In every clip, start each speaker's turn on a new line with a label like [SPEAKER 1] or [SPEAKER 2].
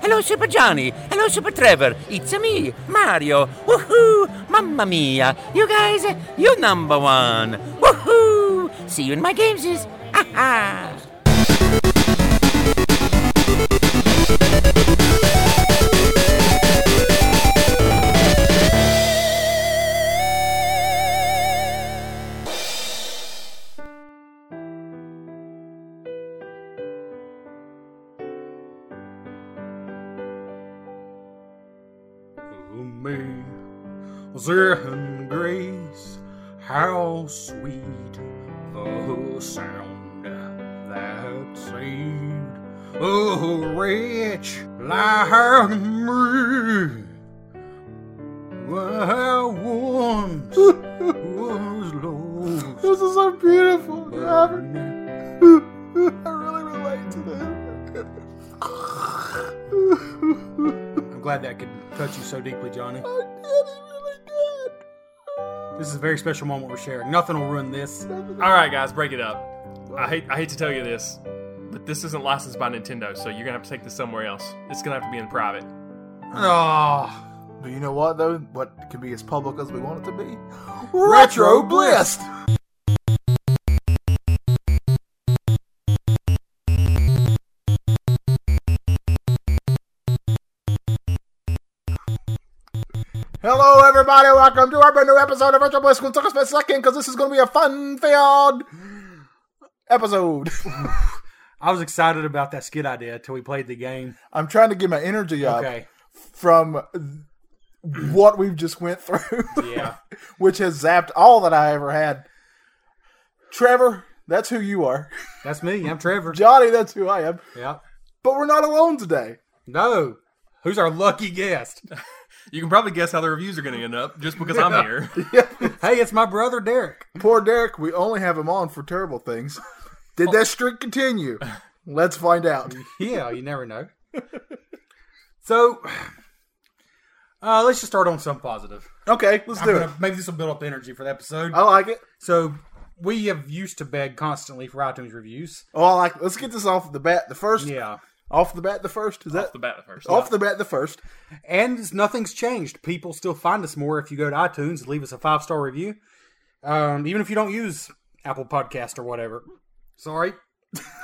[SPEAKER 1] Hello, Super Johnny. Hello, Super Trevor. It's me, Mario. Woohoo! Mamma mia! You guys, you number one. Woohoo! See you in my games. Ha ha!
[SPEAKER 2] Oh, me, there and grace, how sweet the sound that saved a wretch like me. I once was lost.
[SPEAKER 3] This is so beautiful. Gavin.
[SPEAKER 2] but
[SPEAKER 3] I really relate to that.
[SPEAKER 2] I'm glad that could touch you so deeply, Johnny.
[SPEAKER 3] I did. It
[SPEAKER 2] This is a very special moment we're sharing. Nothing will ruin this.
[SPEAKER 3] really did.
[SPEAKER 4] All right, guys, break it up. I hate I hate to tell you this, but this isn't licensed by Nintendo, so you're gonna have to take this somewhere else. It's gonna have to be in private.
[SPEAKER 2] Oh,
[SPEAKER 3] But you know what, though? What can be as public as we want it to be?
[SPEAKER 2] Retro Blist.
[SPEAKER 3] Hello, everybody. Welcome to our brand new episode of Retro Bliss. We'll talk about a second because this is going to be a fun filled episode.
[SPEAKER 2] I was excited about that skit idea until we played the game.
[SPEAKER 3] I'm trying to get my energy up
[SPEAKER 2] Okay.
[SPEAKER 3] from what we've just went through.
[SPEAKER 2] Yeah.
[SPEAKER 3] which has zapped all that I ever had. Trevor, that's who you are.
[SPEAKER 2] That's me. I'm Trevor.
[SPEAKER 3] Johnny, that's who I am.
[SPEAKER 2] Yeah.
[SPEAKER 3] But we're not alone today.
[SPEAKER 2] No. Who's our lucky guest?
[SPEAKER 4] You can probably guess how the reviews are gonna end up just because I'm here.
[SPEAKER 2] hey, it's my brother Derek.
[SPEAKER 3] Poor Derek, we only have him on for terrible things. Did that streak continue? Let's find out.
[SPEAKER 2] Yeah, you never know. So, uh, let's just start on some positive.
[SPEAKER 3] Okay, let's
[SPEAKER 2] I'm
[SPEAKER 3] do it. Uh,
[SPEAKER 2] gonna- Maybe this will build up the energy for the episode.
[SPEAKER 3] I like it.
[SPEAKER 2] So, we have used to beg constantly for iTunes reviews.
[SPEAKER 3] Oh, I like. It. Let's get this off the bat. The first,
[SPEAKER 2] Yeah.
[SPEAKER 3] off the bat, the first is that
[SPEAKER 4] Off the bat first.
[SPEAKER 3] off the bat, the first.
[SPEAKER 2] And it's- nothing's changed. People still find us more if you go to iTunes and leave us a five star review, um, even if you don't use Apple Podcast or whatever. Sorry,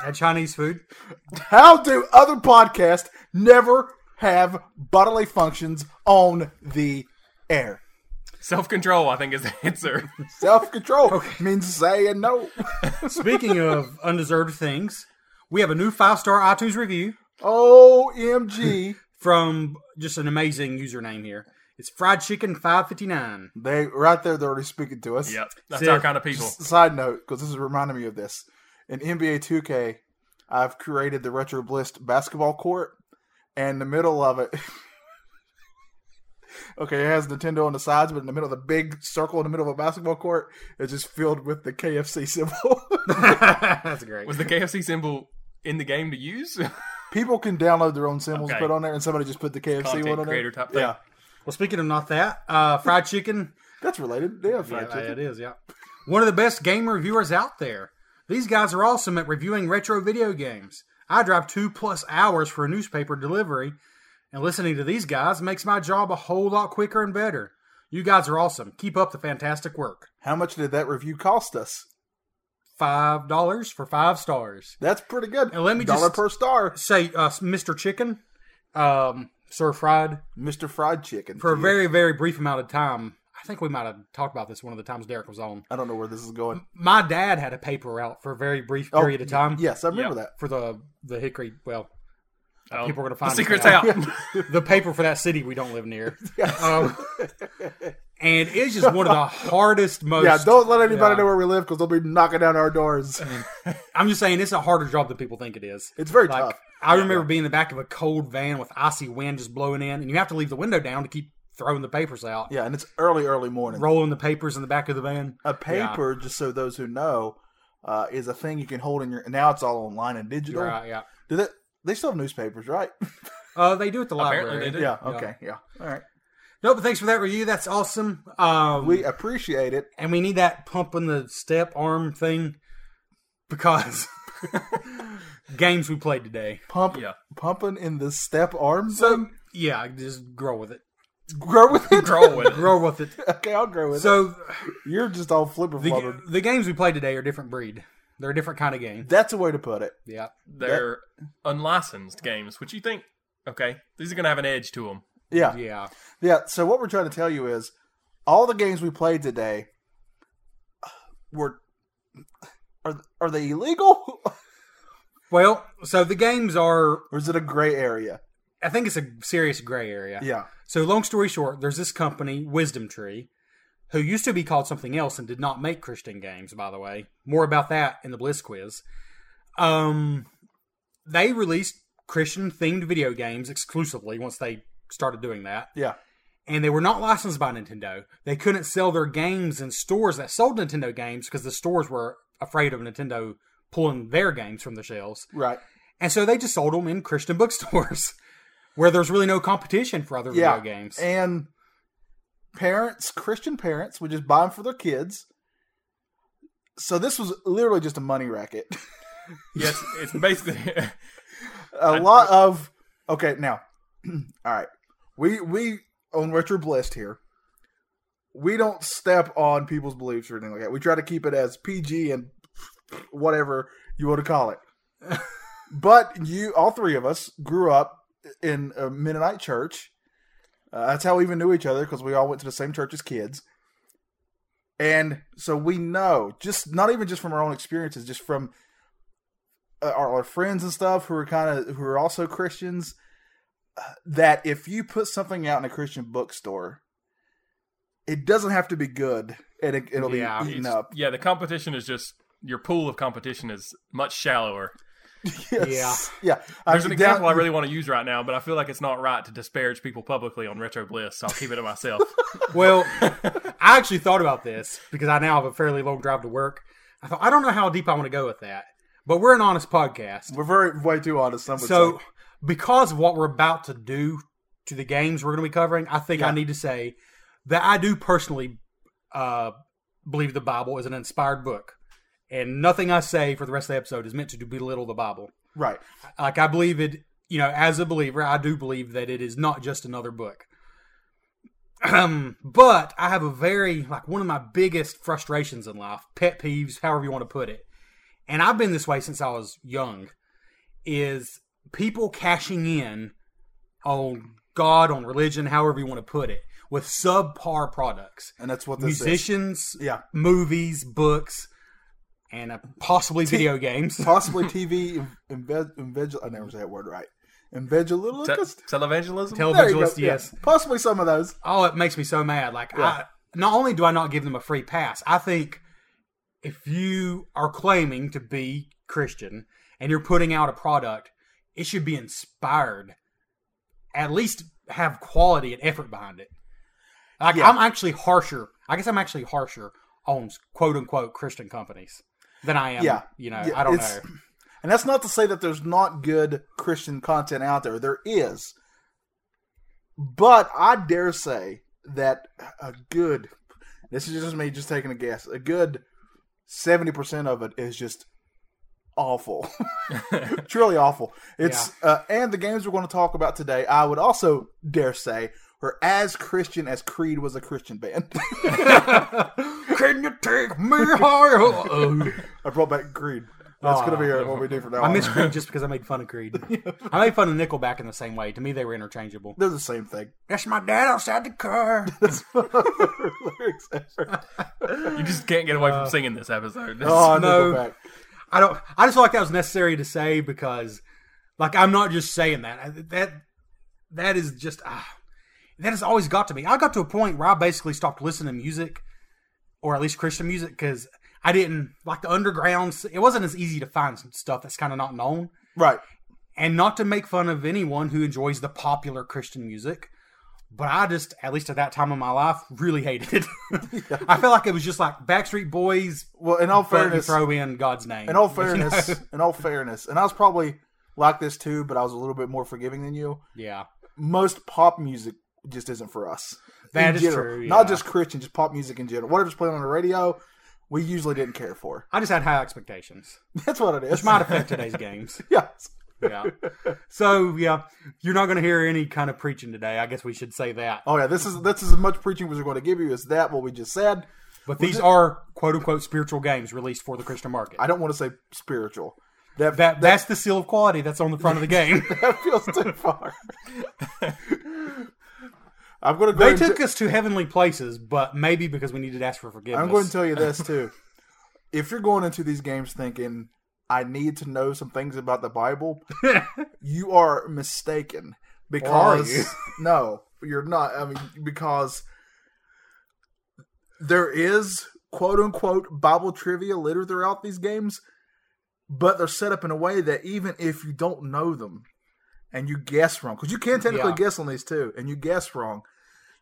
[SPEAKER 2] had Chinese food.
[SPEAKER 3] How do other podcasts never have bodily functions on the air?
[SPEAKER 4] Self control, I think, is the answer.
[SPEAKER 3] Self control means saying no.
[SPEAKER 2] Speaking of undeserved things, we have a new five star iTunes review
[SPEAKER 3] OMG.
[SPEAKER 2] from just an amazing username here. It's Fried Chicken 559.
[SPEAKER 3] they right there, they're already speaking to us.
[SPEAKER 4] yep, that's
[SPEAKER 2] See,
[SPEAKER 4] our kind of people.
[SPEAKER 3] S- Side note, because this is reminding me of this. In NBA 2K, I've created the Retro Blist basketball court, and the middle of it. okay, it has Nintendo on the sides, but in the middle of the big circle in the middle of a basketball court, it's just filled with the KFC symbol.
[SPEAKER 2] That's great.
[SPEAKER 4] Was the KFC symbol in the game to use?
[SPEAKER 3] People can download their own symbols
[SPEAKER 4] Okay.
[SPEAKER 3] put on there, and somebody just put the KFC one
[SPEAKER 4] Content
[SPEAKER 3] on
[SPEAKER 4] creator
[SPEAKER 3] there.
[SPEAKER 4] type thing.
[SPEAKER 3] Yeah,
[SPEAKER 2] Well, speaking of not that, uh, Fried Chicken
[SPEAKER 3] that's related. Yeah,
[SPEAKER 2] Yeah,
[SPEAKER 3] fried chicken.
[SPEAKER 2] it is. Yeah, one of the best game reviewers out there. These guys are awesome at reviewing retro video games. I drive two plus hours for a newspaper delivery, and listening to these guys makes my job a whole lot quicker and better. You guys are awesome. Keep up the fantastic work.
[SPEAKER 3] How much did that review cost us?
[SPEAKER 2] Five dollars for five stars.
[SPEAKER 3] That's pretty good.
[SPEAKER 2] And let me
[SPEAKER 3] dollar
[SPEAKER 2] just-
[SPEAKER 3] per star,
[SPEAKER 2] Say, uh, Mr. Chicken, um, Sir Fried,
[SPEAKER 3] Mister Fried Chicken.
[SPEAKER 2] for a
[SPEAKER 3] to you.
[SPEAKER 2] very, very brief amount of time. I think we might have talked about this one of the times Derek was on.
[SPEAKER 3] I don't know where this is going.
[SPEAKER 2] My dad had a paper route for a very brief
[SPEAKER 3] Oh,
[SPEAKER 2] period of time.
[SPEAKER 3] Yes, I remember that.
[SPEAKER 2] for the the hickory well
[SPEAKER 4] Oh,
[SPEAKER 2] People are gonna find
[SPEAKER 4] the
[SPEAKER 2] us
[SPEAKER 4] secret's
[SPEAKER 2] now.
[SPEAKER 4] out.
[SPEAKER 2] the paper for that city we don't live near um, and it's just one of the hardest most
[SPEAKER 3] Yeah, don't let anybody
[SPEAKER 2] Yeah.
[SPEAKER 3] know where we live because they'll be knocking down our doors.
[SPEAKER 2] i'm just saying it's a harder job than people think it is
[SPEAKER 3] It's very
[SPEAKER 2] like
[SPEAKER 3] tough.
[SPEAKER 2] i remember being in the back of a cold van with icy wind just blowing in and you have to leave the window down to keep throwing the papers out
[SPEAKER 3] Yeah, and it's early, early morning.
[SPEAKER 2] rolling the papers in the back of the van
[SPEAKER 3] A paper, just so those who know, uh, is a thing you can hold in your. Now it's all online and digital.
[SPEAKER 2] right yeah
[SPEAKER 3] Do they? They still have newspapers, right?
[SPEAKER 2] uh, they do at the
[SPEAKER 4] Apparently
[SPEAKER 2] library
[SPEAKER 4] they do.
[SPEAKER 3] yeah. Okay. Yeah. All right.
[SPEAKER 2] no but thanks for that review that's awesome um,
[SPEAKER 3] We appreciate it.
[SPEAKER 2] and we need that pump in the step arm thing because games we played today.
[SPEAKER 3] Pump,
[SPEAKER 4] Yeah.
[SPEAKER 3] pumping in the step arm.
[SPEAKER 2] So
[SPEAKER 3] thing?
[SPEAKER 2] yeah, just grow with it.
[SPEAKER 3] grow with it.
[SPEAKER 4] Grow with it.
[SPEAKER 2] Grow with it.
[SPEAKER 3] okay, I'll grow with
[SPEAKER 2] So
[SPEAKER 3] it. You're just all flipper
[SPEAKER 2] the,
[SPEAKER 3] flubbered.
[SPEAKER 2] the games we played today are different breed. They're a different kind of game.
[SPEAKER 3] That's a way to put it.
[SPEAKER 2] Yeah.
[SPEAKER 4] They're unlicensed games, which you think, okay, these are going to have an edge to them.
[SPEAKER 3] Yeah.
[SPEAKER 2] Yeah.
[SPEAKER 3] Yeah, so what we're trying to tell you is all the games we played today uh, were are are they illegal
[SPEAKER 2] Well, so the games are
[SPEAKER 3] or is it a gray area?
[SPEAKER 2] I think it's a serious gray area.
[SPEAKER 3] Yeah.
[SPEAKER 2] So long story short, there's this company, Wisdom Tree, who used to be called something else and did not make Christian games, by the way. More about that in the Bliss quiz. Um they released Christian themed video games exclusively once they started doing that.
[SPEAKER 3] Yeah.
[SPEAKER 2] And they were not licensed by Nintendo. They couldn't sell their games in stores that sold Nintendo games because the stores were afraid of Nintendo pulling their games from the shelves.
[SPEAKER 3] Right.
[SPEAKER 2] And so they just sold them in Christian bookstores where there's really no competition for other
[SPEAKER 3] Yeah.
[SPEAKER 2] video games.
[SPEAKER 3] And parents, Christian parents, would just buy them for their kids. So this was literally just a money racket.
[SPEAKER 4] Yes, it's basically.
[SPEAKER 3] a lot of okay now all right we we on retro blessed here we don't step on people's beliefs or anything like that we try to keep it as pg and whatever you want to call it but you all three of us grew up in a mennonite church uh, that's how we even knew each other because we all went to the same church as kids and so we know just not even just from our own experiences just from uh, our, our friends and stuff who are kind of who are also Christians uh, that if you put something out in a Christian bookstore, it doesn't have to be good and it, it'll
[SPEAKER 2] Yeah.
[SPEAKER 3] be eaten
[SPEAKER 4] it's-
[SPEAKER 3] up.
[SPEAKER 4] Yeah, the competition is just. Your pool of competition is much shallower.
[SPEAKER 3] Yes. Yeah.
[SPEAKER 4] There's
[SPEAKER 3] I-
[SPEAKER 4] an
[SPEAKER 3] down-
[SPEAKER 4] example I really want to use right now, but I feel like it's not right to disparage people publicly on Retro Bliss, so I'll keep it to myself.
[SPEAKER 2] Well, I actually thought about this because I now have a fairly long drive to work. I thought I don't know how deep I want to go with that, but we're an honest podcast.
[SPEAKER 3] We're very way too honest. Some would
[SPEAKER 2] So,
[SPEAKER 3] say.
[SPEAKER 2] because of what we're about to do to the games we're going to be covering, I think I
[SPEAKER 3] Yeah.
[SPEAKER 2] need to say that I do personally uh, believe the Bible is an inspired book, and nothing I say for the rest of the episode is meant to belittle the Bible.
[SPEAKER 3] right.
[SPEAKER 2] like I believe it, you know, as a believer, I do believe that it is not just another book. Um, but I have a very like one of my biggest frustrations in life, pet peeves, however you want to put it. And I've been this way since I was young is people cashing in on God, on religion, however you want to put it, with subpar products.
[SPEAKER 3] And that's what this
[SPEAKER 2] Musicians,
[SPEAKER 3] is. Yeah.
[SPEAKER 2] movies, books, and uh, possibly video games.
[SPEAKER 3] Possibly TV invigil. Invig- I never say that word right.
[SPEAKER 4] Te-
[SPEAKER 3] Invigilist.
[SPEAKER 4] televangelism?
[SPEAKER 3] There you go.
[SPEAKER 2] Televangelist,
[SPEAKER 3] Yeah.
[SPEAKER 2] yes.
[SPEAKER 3] Possibly some of those.
[SPEAKER 2] oh, it makes me so mad. Like, I,
[SPEAKER 3] Yeah.
[SPEAKER 2] not only do I not give them a free pass, I think if you are claiming to be Christian and you're putting out a product, it should be inspired. At least have quality and effort behind it. Like,
[SPEAKER 3] Yeah.
[SPEAKER 2] I'm actually harsher. I guess I'm actually harsher on quote unquote Christian companies than I am.
[SPEAKER 3] Yeah.
[SPEAKER 2] You know,
[SPEAKER 3] Yeah,
[SPEAKER 2] I don't
[SPEAKER 3] it's-
[SPEAKER 2] know.
[SPEAKER 3] And that's not to say that there's not good Christian content out there. There is. But I dare say that a good, this is just me just taking a guess, a good 70% of it is just awful. Truly awful. It's uh, And the games we're going to talk about today, I would also dare say, are as Christian as Creed was a Christian band.
[SPEAKER 2] Can you take me higher? Oh.
[SPEAKER 3] I brought back Creed. That's going to be our, what we do from now
[SPEAKER 2] I
[SPEAKER 3] on.
[SPEAKER 2] miss Creed just because I made fun of Creed. I made fun of Nickelback in the same way. To me, they were interchangeable.
[SPEAKER 3] They're the same thing.
[SPEAKER 2] That's my dad outside the car.
[SPEAKER 3] That's what our lyrics are.
[SPEAKER 4] You just can't get away from singing this episode.
[SPEAKER 3] Uh, Oh,
[SPEAKER 2] No.
[SPEAKER 3] Nickelback.
[SPEAKER 2] I don't. I just feel like that was necessary to say because, like, I'm not just saying that. I- That that is just ah, that has always got to me. I got to a point where I basically stopped listening to music, or at least Christian music, because I didn't like the underground. s- It wasn't as easy to find some stuff that's kind of not known.
[SPEAKER 3] Right.
[SPEAKER 2] and not to make fun of anyone who enjoys the popular Christian music, but I just, at least at that time in my life, really hated it. I felt like it was just like Backstreet Boys,
[SPEAKER 3] Well, in all
[SPEAKER 2] but you
[SPEAKER 3] fairness,
[SPEAKER 2] throw in God's name.
[SPEAKER 3] in all
[SPEAKER 2] You know?
[SPEAKER 3] fairness, in all fairness, and I was probably like this too, but I was a little bit more forgiving than you.
[SPEAKER 2] yeah,
[SPEAKER 3] Most pop music just isn't for us.
[SPEAKER 2] That
[SPEAKER 3] in
[SPEAKER 2] is
[SPEAKER 3] general.
[SPEAKER 2] true,
[SPEAKER 3] Not
[SPEAKER 2] yeah.
[SPEAKER 3] just Christian, just pop music in general. Whatever's playing on the radio, we usually didn't care for.
[SPEAKER 2] I just had high expectations,
[SPEAKER 3] That's what it is.
[SPEAKER 2] which might affect today's games.
[SPEAKER 3] yeah.
[SPEAKER 2] Yeah. So yeah, you're not going to hear any kind of preaching today. I guess we should say that.
[SPEAKER 3] Oh yeah. This is this is as much preaching as we're going to give you as that what we just said.
[SPEAKER 2] But these are quote unquote spiritual games released for the Christian market.
[SPEAKER 3] I don't want to say spiritual. That that,
[SPEAKER 2] That that's the seal of quality that's on the front of the game.
[SPEAKER 3] feels too far. I'm going to go.
[SPEAKER 2] they
[SPEAKER 3] ahead and
[SPEAKER 2] took us to heavenly places, but maybe because we needed to ask for forgiveness.
[SPEAKER 3] I'm going to tell you this too. if you're going into these games thinking I need to know some things about the Bible, you are mistaken because
[SPEAKER 2] you?
[SPEAKER 3] no, you're not. I mean, because there is quote unquote Bible trivia littered throughout these games, but they're set up in a way that even if you don't know them and you guess wrong, because you can technically
[SPEAKER 2] Yeah.
[SPEAKER 3] guess on these too, and you guess wrong.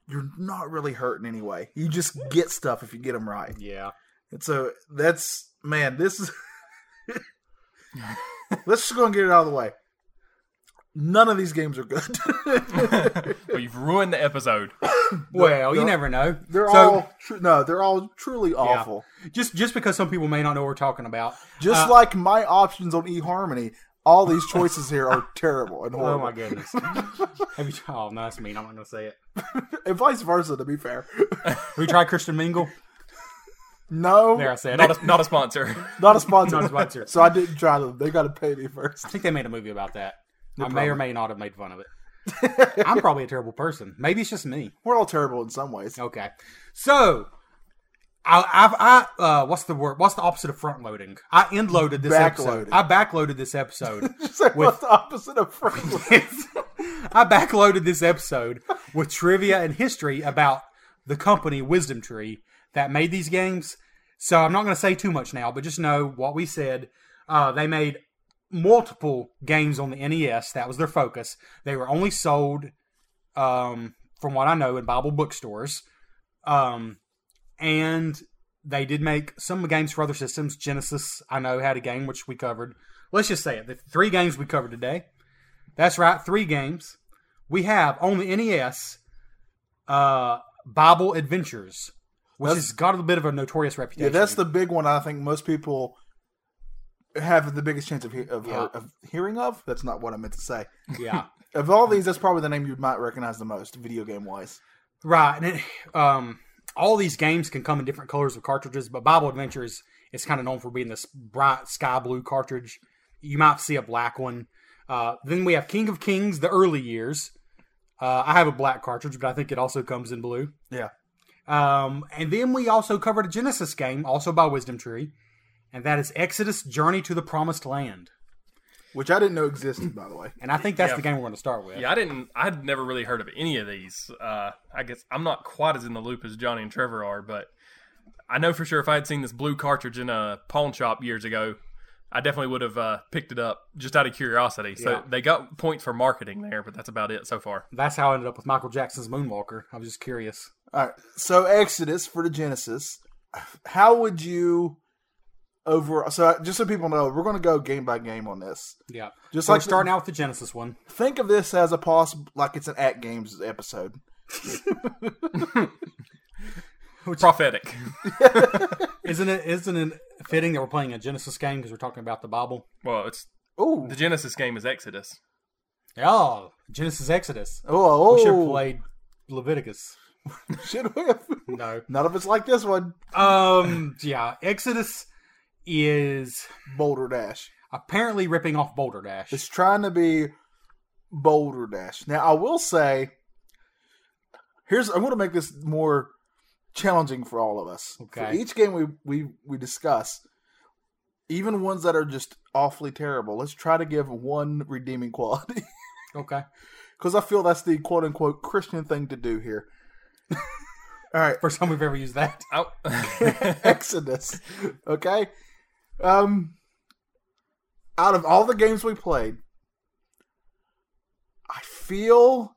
[SPEAKER 3] You're not really hurting anyway. You just get stuff if you get them right.
[SPEAKER 2] yeah.
[SPEAKER 3] And so that's man, this is let's just go and get it out of the way. None of these games are good.
[SPEAKER 4] Well, you've ruined the episode.
[SPEAKER 2] Well, you
[SPEAKER 3] they're-
[SPEAKER 2] never know.
[SPEAKER 3] they're
[SPEAKER 2] So,
[SPEAKER 3] all tru- no, they're all truly awful.
[SPEAKER 2] just just because some people may not know what we're talking about. Uh,
[SPEAKER 3] Just like my options on eHarmony, all these choices here are terrible and
[SPEAKER 2] Oh
[SPEAKER 3] horrible.
[SPEAKER 2] my goodness. Have you, oh no, that's mean. I'm not going to say it.
[SPEAKER 3] And vice versa, to be fair.
[SPEAKER 2] Have you tried Christian Mingle?
[SPEAKER 3] No,
[SPEAKER 2] There, I said. it.
[SPEAKER 4] Not a, not a sponsor.
[SPEAKER 3] not a sponsor.
[SPEAKER 2] Not a sponsor.
[SPEAKER 3] So I didn't try them. They got to pay me first.
[SPEAKER 2] I think they made a movie about that. I may
[SPEAKER 3] problem.
[SPEAKER 2] or may not have made fun of it. I'm probably a terrible person. Maybe it's just me.
[SPEAKER 3] We're all terrible in some ways.
[SPEAKER 2] Okay, so I, I've, I, uh, what's the word? What's the opposite of front loading? I end loaded this episode.
[SPEAKER 3] Backloaded.
[SPEAKER 2] I backloaded this episode.
[SPEAKER 3] So what's the opposite of friendly?
[SPEAKER 2] I backloaded this episode with trivia and history about the company Wisdom Tree that made these games. So I'm not going to say too much now, but just know what we said. Uh, they made multiple games on the NES. That was their focus. They were only sold, um, from what I know, in Bible bookstores. Um, and they did make some games for other systems. Genesis, I know, had a game which we covered. Let's just say it. The three games we covered today. That's right, three games. We have on the NES uh, Bible Adventures, which has got a bit of a notorious
[SPEAKER 3] Yeah,
[SPEAKER 2] reputation.
[SPEAKER 3] that's the big one. I think most people have the biggest chance of he- of,
[SPEAKER 2] Yeah.
[SPEAKER 3] of hearing of. That's not what I meant to say.
[SPEAKER 2] yeah.
[SPEAKER 3] Of all these, that's probably the name you might recognize the most, video game wise.
[SPEAKER 2] Right, and it, um, all these games can come in different colors of cartridges, but Bible Adventures is kind of known for being this bright sky blue cartridge. You might see a black one. Uh, then we have King of Kings, the early years. Uh, I have a black cartridge, but I think it also comes in blue.
[SPEAKER 3] Yeah.
[SPEAKER 2] Um, and then we also covered a Genesis game, also by Wisdom Tree, and that is Exodus: Journey to the Promised Land.
[SPEAKER 3] Which I didn't know existed, by the way.
[SPEAKER 2] And I think that's
[SPEAKER 4] Yeah.
[SPEAKER 2] the game we're going to start with.
[SPEAKER 4] Yeah, I didn't. I'd never really heard of any of these. Uh, I guess I'm not quite as in the loop as Johnny and Trevor are, but I know for sure if I had seen this blue cartridge in a pawn shop years ago, I definitely would have uh, picked it up just out of curiosity. So
[SPEAKER 2] Yeah.
[SPEAKER 4] they got points for marketing there, but that's about it so far.
[SPEAKER 2] That's how I ended up with Michael Jackson's Moonwalker. I was just curious.
[SPEAKER 3] All right. So Exodus for the Genesis. How would you over? So just so people know, we're going to go game by game on this.
[SPEAKER 2] Yeah,
[SPEAKER 3] Just
[SPEAKER 2] so
[SPEAKER 3] like
[SPEAKER 2] we're starting out with the Genesis one.
[SPEAKER 3] think of this as a possible, like it's an at games episode.
[SPEAKER 4] Prophetic.
[SPEAKER 2] Isn't it isn't it fitting that we're playing a Genesis game because we're talking about the Bible?
[SPEAKER 4] well, it's
[SPEAKER 3] Ooh.
[SPEAKER 4] the Genesis game is Exodus.
[SPEAKER 2] Oh, Genesis Exodus.
[SPEAKER 3] Oh, oh,
[SPEAKER 2] We should have played Leviticus.
[SPEAKER 3] Should we have?
[SPEAKER 2] No.
[SPEAKER 3] None of it's like this one.
[SPEAKER 2] Um yeah, Exodus is
[SPEAKER 3] Boulder Dash.
[SPEAKER 2] apparently ripping off Boulder Dash.
[SPEAKER 3] It's trying to be Boulder Dash. Now, I will say, here's I'm going to make this more challenging for all of us. For
[SPEAKER 2] Okay.
[SPEAKER 3] each game we we we discuss, even ones that are just awfully terrible, let's try to give one redeeming quality
[SPEAKER 2] Okay.
[SPEAKER 3] because I feel that's the quote unquote Christian thing to do here. all right,
[SPEAKER 2] First time we've ever used that.
[SPEAKER 4] Ow.
[SPEAKER 3] Exodus. Okay. Um out of all the games we played, I feel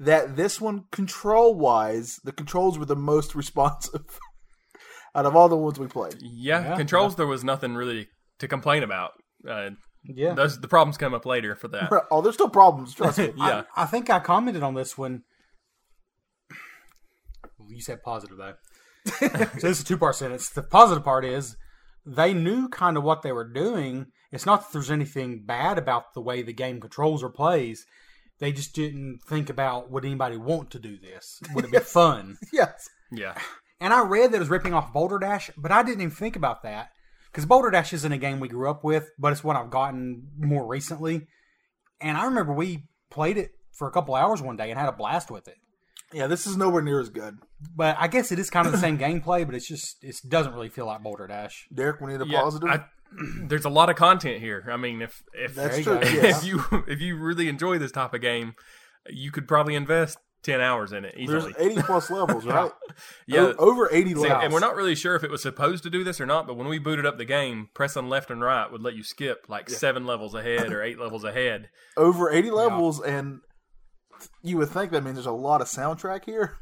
[SPEAKER 3] that this one control wise, the controls were the most responsive out of all the ones we played.
[SPEAKER 4] yeah,
[SPEAKER 2] Yeah.
[SPEAKER 4] controls. There was nothing really to complain about. Uh,
[SPEAKER 2] Yeah.
[SPEAKER 4] those the problems come up later for that.
[SPEAKER 3] Oh, there's still problems, trust me.
[SPEAKER 4] yeah.
[SPEAKER 2] I think I commented on this one. Well, you said positive though. So this is a two part sentence. The positive part is they knew kind of what they were doing. It's not that there's anything bad about the way the game controls or plays. They just didn't think about would anybody want to do this? Would it be fun?
[SPEAKER 3] Yes.
[SPEAKER 4] Yeah.
[SPEAKER 2] And I read that it was ripping off Boulder Dash, but I didn't even think about that because Boulder Dash isn't a game we grew up with, but it's one I've gotten more recently. And I remember we played it for a couple hours one day and had a blast with it.
[SPEAKER 3] Yeah, this is nowhere near as good.
[SPEAKER 2] But I guess it is kind of the same gameplay, but it's just it doesn't really feel like Boulder Dash.
[SPEAKER 3] Derek, we need a
[SPEAKER 4] Yeah,
[SPEAKER 3] positive.
[SPEAKER 4] I- there's a lot of content here. I mean, if if
[SPEAKER 3] That's
[SPEAKER 2] you go.
[SPEAKER 3] true. Yeah.
[SPEAKER 4] if you if you really enjoy this type of game, you could probably invest ten hours in it
[SPEAKER 3] There's
[SPEAKER 4] easily.
[SPEAKER 3] 80 plus levels, right?
[SPEAKER 4] yeah.
[SPEAKER 3] O- over 80
[SPEAKER 4] See,
[SPEAKER 3] levels.
[SPEAKER 4] and we're not really sure if it was supposed to do this or not, but when we booted up the game, pressing left and right would let you skip like seven levels ahead or eight levels ahead.
[SPEAKER 3] over 80 levels, and you would think that means there's a lot of soundtrack here.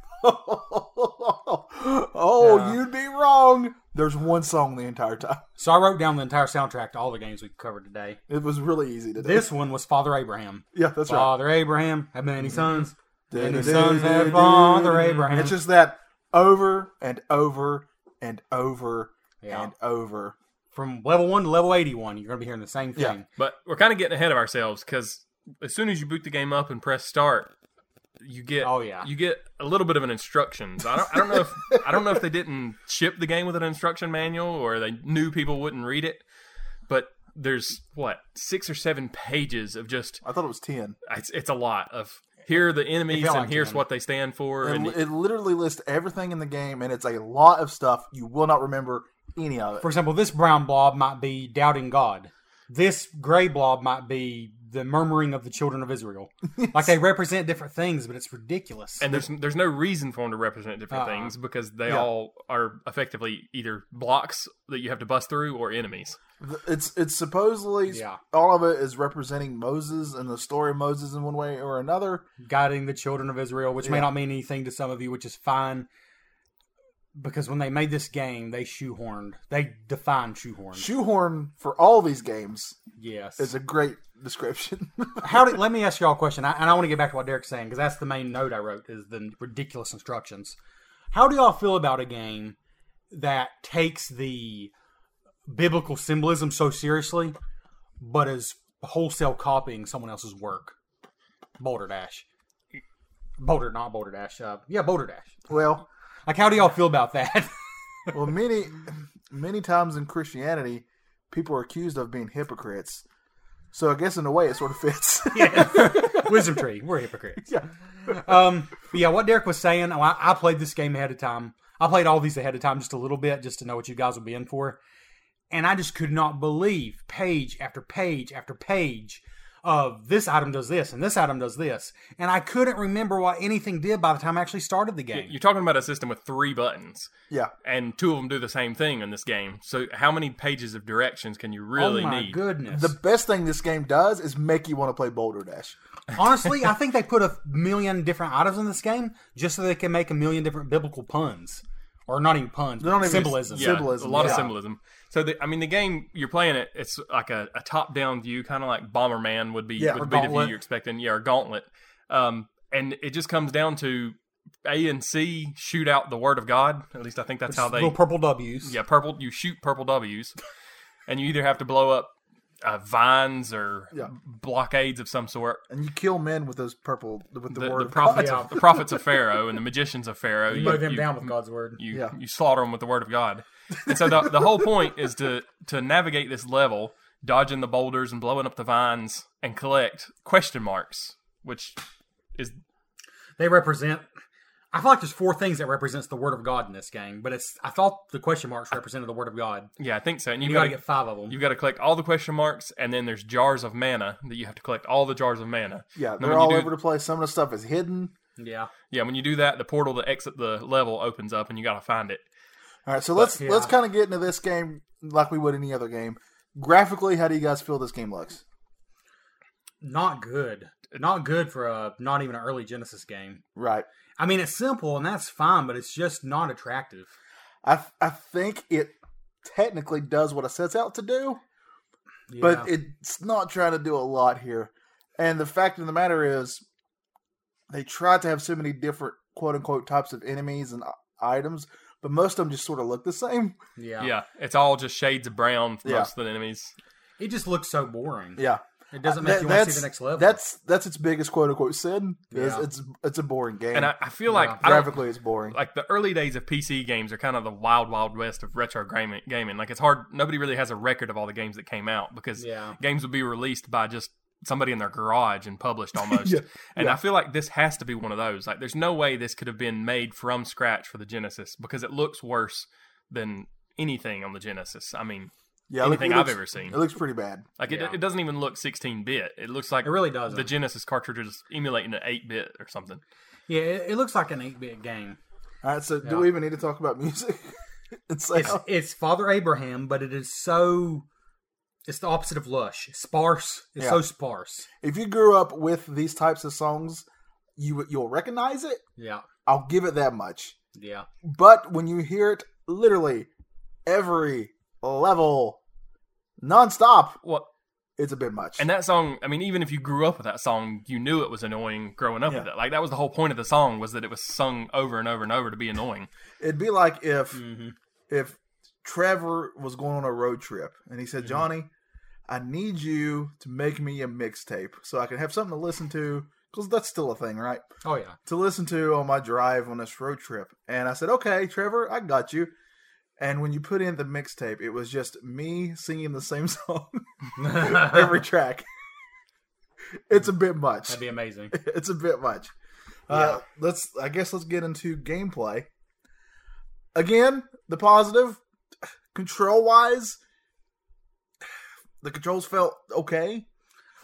[SPEAKER 3] oh,
[SPEAKER 2] Yeah.
[SPEAKER 3] you'd be wrong. There's one song the entire time.
[SPEAKER 2] So I wrote down the entire soundtrack to all the games we've covered today.
[SPEAKER 3] It was really easy to do.
[SPEAKER 2] This one was Father Abraham.
[SPEAKER 3] yeah, that's right. Mm-hmm.
[SPEAKER 2] Father Abraham had many sons. And his
[SPEAKER 3] Du-du-du-du-du-du.
[SPEAKER 2] sons had Father Abraham.
[SPEAKER 3] It's just that over and over and over
[SPEAKER 2] Yeah.
[SPEAKER 3] and over.
[SPEAKER 2] From level one to level eighty-one, you're going to be hearing the same thing.
[SPEAKER 3] Yeah.
[SPEAKER 4] But we're kind of getting ahead of ourselves because as soon as you boot the game up and press start, you get
[SPEAKER 2] Oh, yeah.
[SPEAKER 4] you get a little bit of an instructions. I don't I don't know if I don't know if they didn't ship the game with an instruction manual or they knew people wouldn't read it, but there's what six or seven pages of just
[SPEAKER 3] I thought it was 10.
[SPEAKER 4] it's, it's a lot of here are the enemies
[SPEAKER 2] felt
[SPEAKER 4] and
[SPEAKER 2] like
[SPEAKER 4] here's
[SPEAKER 2] 10.
[SPEAKER 4] what they stand for
[SPEAKER 3] It,
[SPEAKER 4] and
[SPEAKER 3] it literally lists everything in the game, and it's a lot of stuff. You will not remember any of it.
[SPEAKER 2] For example, this brown blob might be doubting God. This gray blob might be the murmuring of the children of Israel. like they represent different things, but it's ridiculous.
[SPEAKER 4] and there's there's no reason for them to represent different
[SPEAKER 2] Uh-uh.
[SPEAKER 4] things because they
[SPEAKER 3] Yeah.
[SPEAKER 4] all are effectively either blocks that you have to bust through or enemies.
[SPEAKER 3] It's it's supposedly
[SPEAKER 2] Yeah.
[SPEAKER 3] all of it is representing Moses and the story of Moses in one way or another.
[SPEAKER 2] guiding the children of Israel, which may
[SPEAKER 3] Yeah.
[SPEAKER 2] not mean anything to some of you, which is fine. Because when they made this game, they shoehorned. They defined shoehorned.
[SPEAKER 3] Shoehorn for all these games
[SPEAKER 2] yes.
[SPEAKER 3] is a great description.
[SPEAKER 2] How did? Let me ask y'all a question, I, and I want to get back to what Derek's saying because that's the main note I wrote is the ridiculous instructions. How do y'all feel about a game that takes the biblical symbolism so seriously, but is wholesale copying someone else's work? Boulder Dash, Boulder, not Boulder Dash. Uh, yeah, Boulder Dash.
[SPEAKER 3] well,
[SPEAKER 2] Like, how do y'all feel about that?
[SPEAKER 3] well, many many times in Christianity, people are accused of being hypocrites. So I guess in a way, it sort of fits.
[SPEAKER 2] Wisdom tree. We're hypocrites.
[SPEAKER 3] Yeah.
[SPEAKER 2] um. but yeah. What Derek was saying. oh, I, I played this game ahead of time. I played all these ahead of time just a little bit, just to know what you guys would be in for. And I just could not believe page after page after page of this item does this and this item does this, and I couldn't remember what anything did by the time I actually started the game.
[SPEAKER 4] You're talking about a system with three buttons
[SPEAKER 3] yeah,
[SPEAKER 4] and two of them do the same thing in this game. So how many pages of directions can you really
[SPEAKER 2] oh my
[SPEAKER 4] need?
[SPEAKER 2] goodness!
[SPEAKER 3] the best thing this game does is make you want to play Boulder Dash.
[SPEAKER 2] Honestly, I think they put a million different items in this game just so they can make a million different biblical puns, or not even puns,
[SPEAKER 3] don't
[SPEAKER 2] but
[SPEAKER 3] even-
[SPEAKER 2] symbolism.
[SPEAKER 4] Yeah,
[SPEAKER 3] Symbolism,
[SPEAKER 4] a lot
[SPEAKER 3] yeah.
[SPEAKER 4] of symbolism. So the, I mean, the game you're playing it, it's like a, a top down view, kind of like Bomberman would be
[SPEAKER 3] Yeah,
[SPEAKER 2] or
[SPEAKER 4] would be the view
[SPEAKER 2] Gauntlet.
[SPEAKER 4] you're expecting, yeah, or Gauntlet. Um, and it just comes down to A and C shoot out the word of God. At least I think that's how they
[SPEAKER 2] little purple W's.
[SPEAKER 4] Yeah, purple. You shoot purple W's, and you either have to blow up uh, vines or
[SPEAKER 3] Yeah.
[SPEAKER 4] blockades of some sort.
[SPEAKER 3] And you kill men with those purple with the,
[SPEAKER 4] The,
[SPEAKER 3] word
[SPEAKER 4] the prophets,
[SPEAKER 2] God.
[SPEAKER 4] of, the prophets of Pharaoh and the magicians of Pharaoh.
[SPEAKER 2] You mow them down with God's word.
[SPEAKER 4] You,
[SPEAKER 3] Yeah.
[SPEAKER 4] you slaughter them with the word of God. And so the, the whole point is to to navigate this level, dodging the boulders and blowing up the vines, and collect question marks, which is
[SPEAKER 2] They represent. I feel like there's four things that represents the word of God in this game, but it's. I thought the question marks represented the word of God.
[SPEAKER 4] yeah, I think so. And you've
[SPEAKER 2] You
[SPEAKER 4] got
[SPEAKER 2] got to
[SPEAKER 4] to
[SPEAKER 2] get five of them.
[SPEAKER 4] you've got to collect all the question marks, and then there's jars of mana that you have to collect all the jars of mana.
[SPEAKER 3] Yeah,
[SPEAKER 4] And then
[SPEAKER 3] they're
[SPEAKER 4] when you
[SPEAKER 3] all
[SPEAKER 4] do-
[SPEAKER 3] over the place. Some of the stuff is hidden.
[SPEAKER 2] yeah.
[SPEAKER 4] Yeah, when you do that, the portal to exit the level opens up, and you got to find it.
[SPEAKER 3] All right, so let's
[SPEAKER 2] yeah.
[SPEAKER 3] let's kind of get into this game like we would any other game. Graphically, how do you guys feel this game looks?
[SPEAKER 2] Not good. Not good for a not even an early Genesis game.
[SPEAKER 3] Right.
[SPEAKER 2] I mean, it's simple and that's fine, but it's just not attractive.
[SPEAKER 3] I th- I think it technically does what it sets out to do, but
[SPEAKER 2] Yeah.
[SPEAKER 3] it's not trying to do a lot here. And the fact of the matter is, they tried to have so many different quote unquote types of enemies and i- uh, items, but most of them just sort of look the same.
[SPEAKER 2] Yeah.
[SPEAKER 4] Yeah, it's all just shades of brown for
[SPEAKER 3] Yeah.
[SPEAKER 4] most of the enemies.
[SPEAKER 2] It just looks so boring.
[SPEAKER 3] Yeah, Uh,
[SPEAKER 2] It doesn't make
[SPEAKER 3] That-
[SPEAKER 2] you want to
[SPEAKER 3] that's
[SPEAKER 2] see the next level.
[SPEAKER 3] that's that's its biggest quote unquote sin. Is
[SPEAKER 2] Yeah.
[SPEAKER 3] it's it's a boring game.
[SPEAKER 4] And I, I feel like
[SPEAKER 2] Yeah.
[SPEAKER 4] I don't,
[SPEAKER 3] graphically, it's boring.
[SPEAKER 4] like the early days of PC games are kind of the wild, wild west of retro gaming. gaming. Like it's hard; nobody really has a record of all the games that came out because
[SPEAKER 2] Yeah.
[SPEAKER 4] games would be released by just somebody in their garage and published almost.
[SPEAKER 3] Yeah,
[SPEAKER 4] And
[SPEAKER 3] yeah.
[SPEAKER 4] I feel like this has to be one of those. Like, there's no way this could have been made from scratch for the Genesis because it looks worse than anything on the Genesis. I mean,
[SPEAKER 3] yeah, look,
[SPEAKER 4] anything
[SPEAKER 3] it
[SPEAKER 4] I've
[SPEAKER 3] looks-
[SPEAKER 4] ever seen.
[SPEAKER 3] It looks pretty bad.
[SPEAKER 4] like
[SPEAKER 2] Yeah.
[SPEAKER 4] it, it doesn't even look 16-bit. It looks like
[SPEAKER 2] it really doesn't.
[SPEAKER 4] the Genesis cartridge is emulating an 8-bit or something.
[SPEAKER 2] yeah, it, it looks like an eight bit game.
[SPEAKER 3] All right, so
[SPEAKER 2] Yeah.
[SPEAKER 3] do we even need to talk about music? it's like
[SPEAKER 2] It's it's Father Abraham, but it is so it's the opposite of lush. Sparse. It's
[SPEAKER 3] Yeah.
[SPEAKER 2] so sparse.
[SPEAKER 3] if you grew up with these types of songs, you you'll recognize it.
[SPEAKER 2] Yeah.
[SPEAKER 3] I'll give it that much.
[SPEAKER 2] Yeah.
[SPEAKER 3] But when you hear it, literally every level, nonstop,
[SPEAKER 4] Well,
[SPEAKER 3] it's a bit much.
[SPEAKER 4] and that song, I mean, even if you grew up with that song, you knew it was annoying growing up
[SPEAKER 3] Yeah.
[SPEAKER 4] with it. Like, that was the whole point of the song was that it was sung over and over and over to be annoying.
[SPEAKER 3] It'd be like if
[SPEAKER 4] Hmm.
[SPEAKER 2] Mm-hmm.
[SPEAKER 3] if Trevor was going on a road trip and he
[SPEAKER 4] Hmm.
[SPEAKER 3] said,
[SPEAKER 2] Mhm.
[SPEAKER 3] "Johnny, I need you to make me a mixtape so I can have something to listen to." Because that's still a thing, right?
[SPEAKER 2] Oh yeah.
[SPEAKER 3] to listen to on my drive on this road trip. And I said, okay, Trevor, I got you. And when you put in the mixtape, it was just me singing the same song every track. it's a bit much.
[SPEAKER 2] That'd be amazing.
[SPEAKER 3] It's a bit much. Uh, let's, I guess, let's get into gameplay. Again, the positive control wise, the controls felt okay.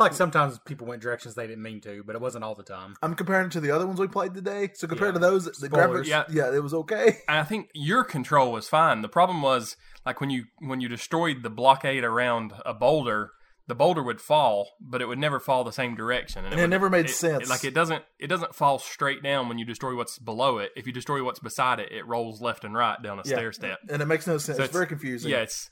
[SPEAKER 2] like sometimes people went directions they didn't mean to, but it wasn't all the time.
[SPEAKER 3] I'm comparing it to the other ones we played today. So compared
[SPEAKER 2] Yeah.
[SPEAKER 3] to those, the
[SPEAKER 2] Spoilers.
[SPEAKER 3] graphics,
[SPEAKER 4] Yeah.
[SPEAKER 3] yeah, it was okay.
[SPEAKER 4] And I think your control was fine. The problem was like when you when you destroyed the blockade around a boulder, the boulder would fall, but it would never fall the same direction.
[SPEAKER 3] And it
[SPEAKER 4] would-
[SPEAKER 3] never made sense.
[SPEAKER 4] like it doesn't it doesn't fall straight down when you destroy what's below it. If you destroy what's beside it, it rolls left and right down a
[SPEAKER 3] Yeah.
[SPEAKER 4] stair step.
[SPEAKER 3] and it makes no sense.
[SPEAKER 4] So
[SPEAKER 3] it's very confusing.
[SPEAKER 4] Yeah, it's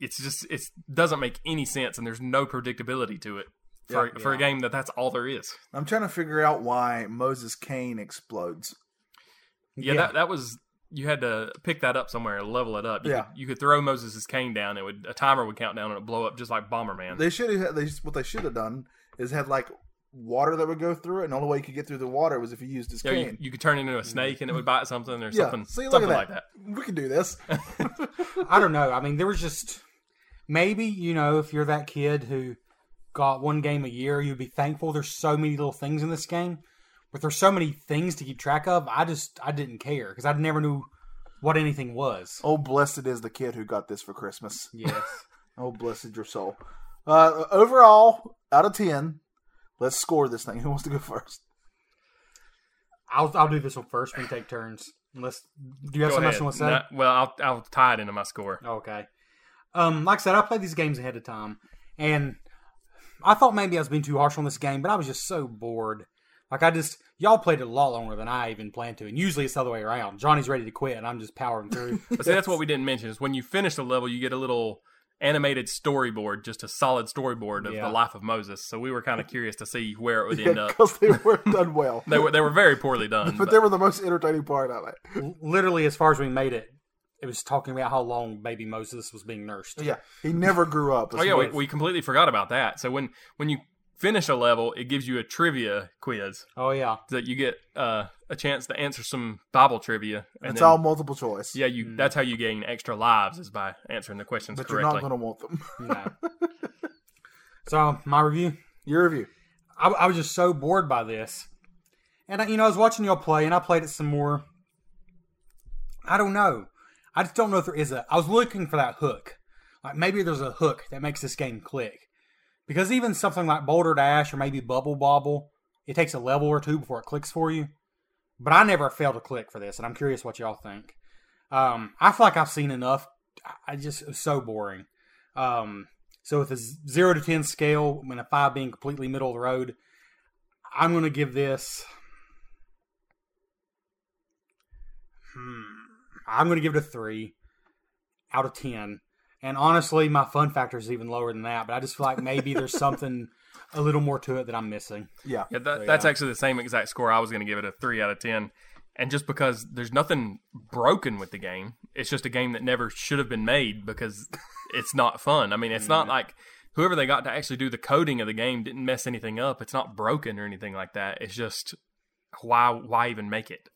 [SPEAKER 4] it's just it doesn't make any sense, and there's no predictability to it for
[SPEAKER 3] Yeah.
[SPEAKER 4] for a
[SPEAKER 2] Yeah.
[SPEAKER 4] game that that's all there is.
[SPEAKER 3] I'm trying to figure out why Moses Kane explodes.
[SPEAKER 4] Yeah, That, that was you had to pick that up somewhere and level it up. You
[SPEAKER 3] Yeah.
[SPEAKER 4] could, you could throw Moses' cane down. It would a timer would count down and it would blow up just like Bomberman.
[SPEAKER 3] They should have. They what they should have done is had like water that would go through it, and the only way you could get through the water was if you used his
[SPEAKER 4] Yeah, you,
[SPEAKER 3] cane.
[SPEAKER 4] you could turn into a snake and it would bite something or
[SPEAKER 3] yeah,
[SPEAKER 4] something
[SPEAKER 3] see, look
[SPEAKER 4] something
[SPEAKER 3] at that.
[SPEAKER 4] like that.
[SPEAKER 3] We can do this.
[SPEAKER 2] I don't know. I mean, there was just maybe you know if you're that kid who got one game a year, you'd be thankful. There's so many little things in this game, but there's so many things to keep track of. I just I didn't care because I never knew what anything was.
[SPEAKER 3] oh, blessed is the kid who got this for Christmas.
[SPEAKER 2] Yes,
[SPEAKER 3] Oh, blessed your soul. Uh, overall, out of ten, let's score this thing. Who wants to go first?
[SPEAKER 2] I'll I'll do this one first. We take turns. Unless do you have
[SPEAKER 4] Go
[SPEAKER 2] something else
[SPEAKER 4] ahead.
[SPEAKER 2] you want to say?
[SPEAKER 4] No, well, I'll I'll tie it into my score.
[SPEAKER 2] Okay. Um, like I said, I played these games ahead of time, and I thought maybe I was being too harsh on this game, but I was just so bored. Like I just y'all played it a lot longer than I even planned to, and usually it's the other way around. Johnny's ready to quit, and I'm just powering through.
[SPEAKER 4] But see, that's what we didn't mention is when you finish the level, you get a little animated storyboard, just a solid storyboard of
[SPEAKER 2] Yeah.
[SPEAKER 4] the life of Moses. So we were kind of curious to see where it would end up.
[SPEAKER 3] Because they were done well,
[SPEAKER 4] They were they were very poorly done.
[SPEAKER 3] but they were the most entertaining part of it.
[SPEAKER 2] L- Literally, as far as we made it, it was talking about how long baby Moses was being nursed.
[SPEAKER 3] Yeah, he never grew up.
[SPEAKER 4] Oh yeah, we, we completely forgot about that. So when when you finish a level, it gives you a trivia quiz
[SPEAKER 2] Oh yeah.
[SPEAKER 4] that you get uh, a chance to answer some Bible trivia. And
[SPEAKER 3] it's
[SPEAKER 4] then-
[SPEAKER 3] all multiple choice.
[SPEAKER 4] yeah, you. That's how you gain extra lives is by answering the questions
[SPEAKER 3] but you're
[SPEAKER 4] correctly.
[SPEAKER 3] not going to want them.
[SPEAKER 2] No. so my review.
[SPEAKER 3] Your review.
[SPEAKER 2] I, I was just so bored by this. And I, you know, I was watching y'all play, and I played it some more. I don't know. I just don't know if there is a. I was looking for that hook. Like maybe there's a hook that makes this game click. Because even something like Boulder Dash or maybe Bubble Bobble, it takes a level or two before it clicks for you. But I never failed to click for this, and I'm curious what y'all think. Um, I feel like I've seen enough. I- I just it was so boring. Um, so with a z- zero to ten scale, and a five being completely middle of the road, I'm going to give this. Hmm, I'm going to give it a three out of ten. And honestly, my fun factor is even lower than that. But I just feel like maybe there's something a little more to it that I'm missing.
[SPEAKER 3] Yeah.
[SPEAKER 4] yeah, that,
[SPEAKER 2] So,
[SPEAKER 4] that's
[SPEAKER 2] yeah.
[SPEAKER 4] actually the same exact score I was going to give it a three out of ten. And just because there's nothing broken with the game, it's just a game that never should have been made because it's not fun. I mean, it's not like whoever they got to actually do the coding of the game didn't mess anything up. It's not broken or anything like that. It's just why why even make it?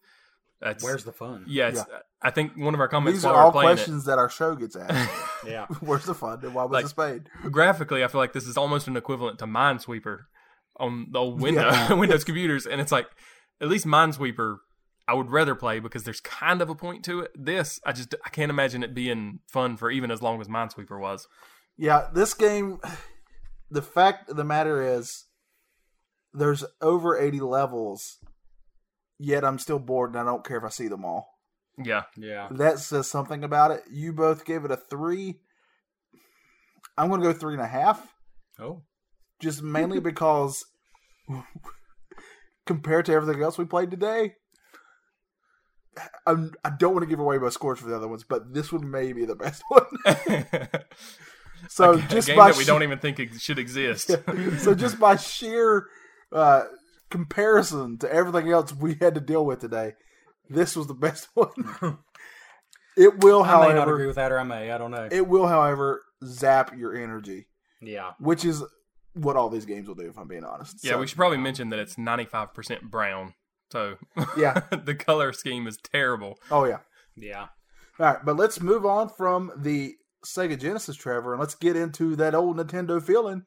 [SPEAKER 4] That's
[SPEAKER 2] Where's the fun?
[SPEAKER 4] yeah, it's, I think one of our comments
[SPEAKER 3] These
[SPEAKER 4] while
[SPEAKER 3] are
[SPEAKER 4] we were
[SPEAKER 3] all
[SPEAKER 4] playing it-
[SPEAKER 3] questions that our show gets asked.
[SPEAKER 2] Yeah.
[SPEAKER 3] Where's the fun and why was
[SPEAKER 4] Like-
[SPEAKER 3] this made?
[SPEAKER 4] graphically, I feel like this is almost an equivalent to Minesweeper on the old window,
[SPEAKER 3] Yeah.
[SPEAKER 4] Windows computers, and it's like at least Minesweeper I would rather play because there's kind of a point to it. This I just I can't imagine it being fun for even as long as Minesweeper was.
[SPEAKER 3] Yeah, this game. The fact of the matter is, there's over eighty levels. Yet I'm still bored, and I don't care if I see them all.
[SPEAKER 4] Yeah,
[SPEAKER 2] Yeah.
[SPEAKER 3] That says something about it. You both gave it a three. I'm going to go three and a half,
[SPEAKER 2] Oh.
[SPEAKER 3] just mainly because compared to everything else we played today, I'm, I don't want to give away my scores for the other ones, but this one may be the best one. So
[SPEAKER 4] a
[SPEAKER 3] just
[SPEAKER 4] game
[SPEAKER 3] by
[SPEAKER 4] that we don't even think it should exist.
[SPEAKER 3] so just by sheer uh, comparison to everything else we had to deal with today, this was the best one. it will,
[SPEAKER 2] I may not
[SPEAKER 3] however,
[SPEAKER 2] agree with that, or I may. I don't know.
[SPEAKER 3] it will, however, zap your energy,
[SPEAKER 2] yeah.
[SPEAKER 3] which is what all these games will do. If I'm being honest,
[SPEAKER 4] Yeah,
[SPEAKER 3] So,
[SPEAKER 4] we should probably mention that it's 95% brown. So
[SPEAKER 3] Yeah.
[SPEAKER 4] the color scheme is terrible.
[SPEAKER 3] Oh yeah.
[SPEAKER 2] Yeah.
[SPEAKER 3] All right, but let's move on from the Sega Genesis, Trevor, and let's get into that old Nintendo feeling.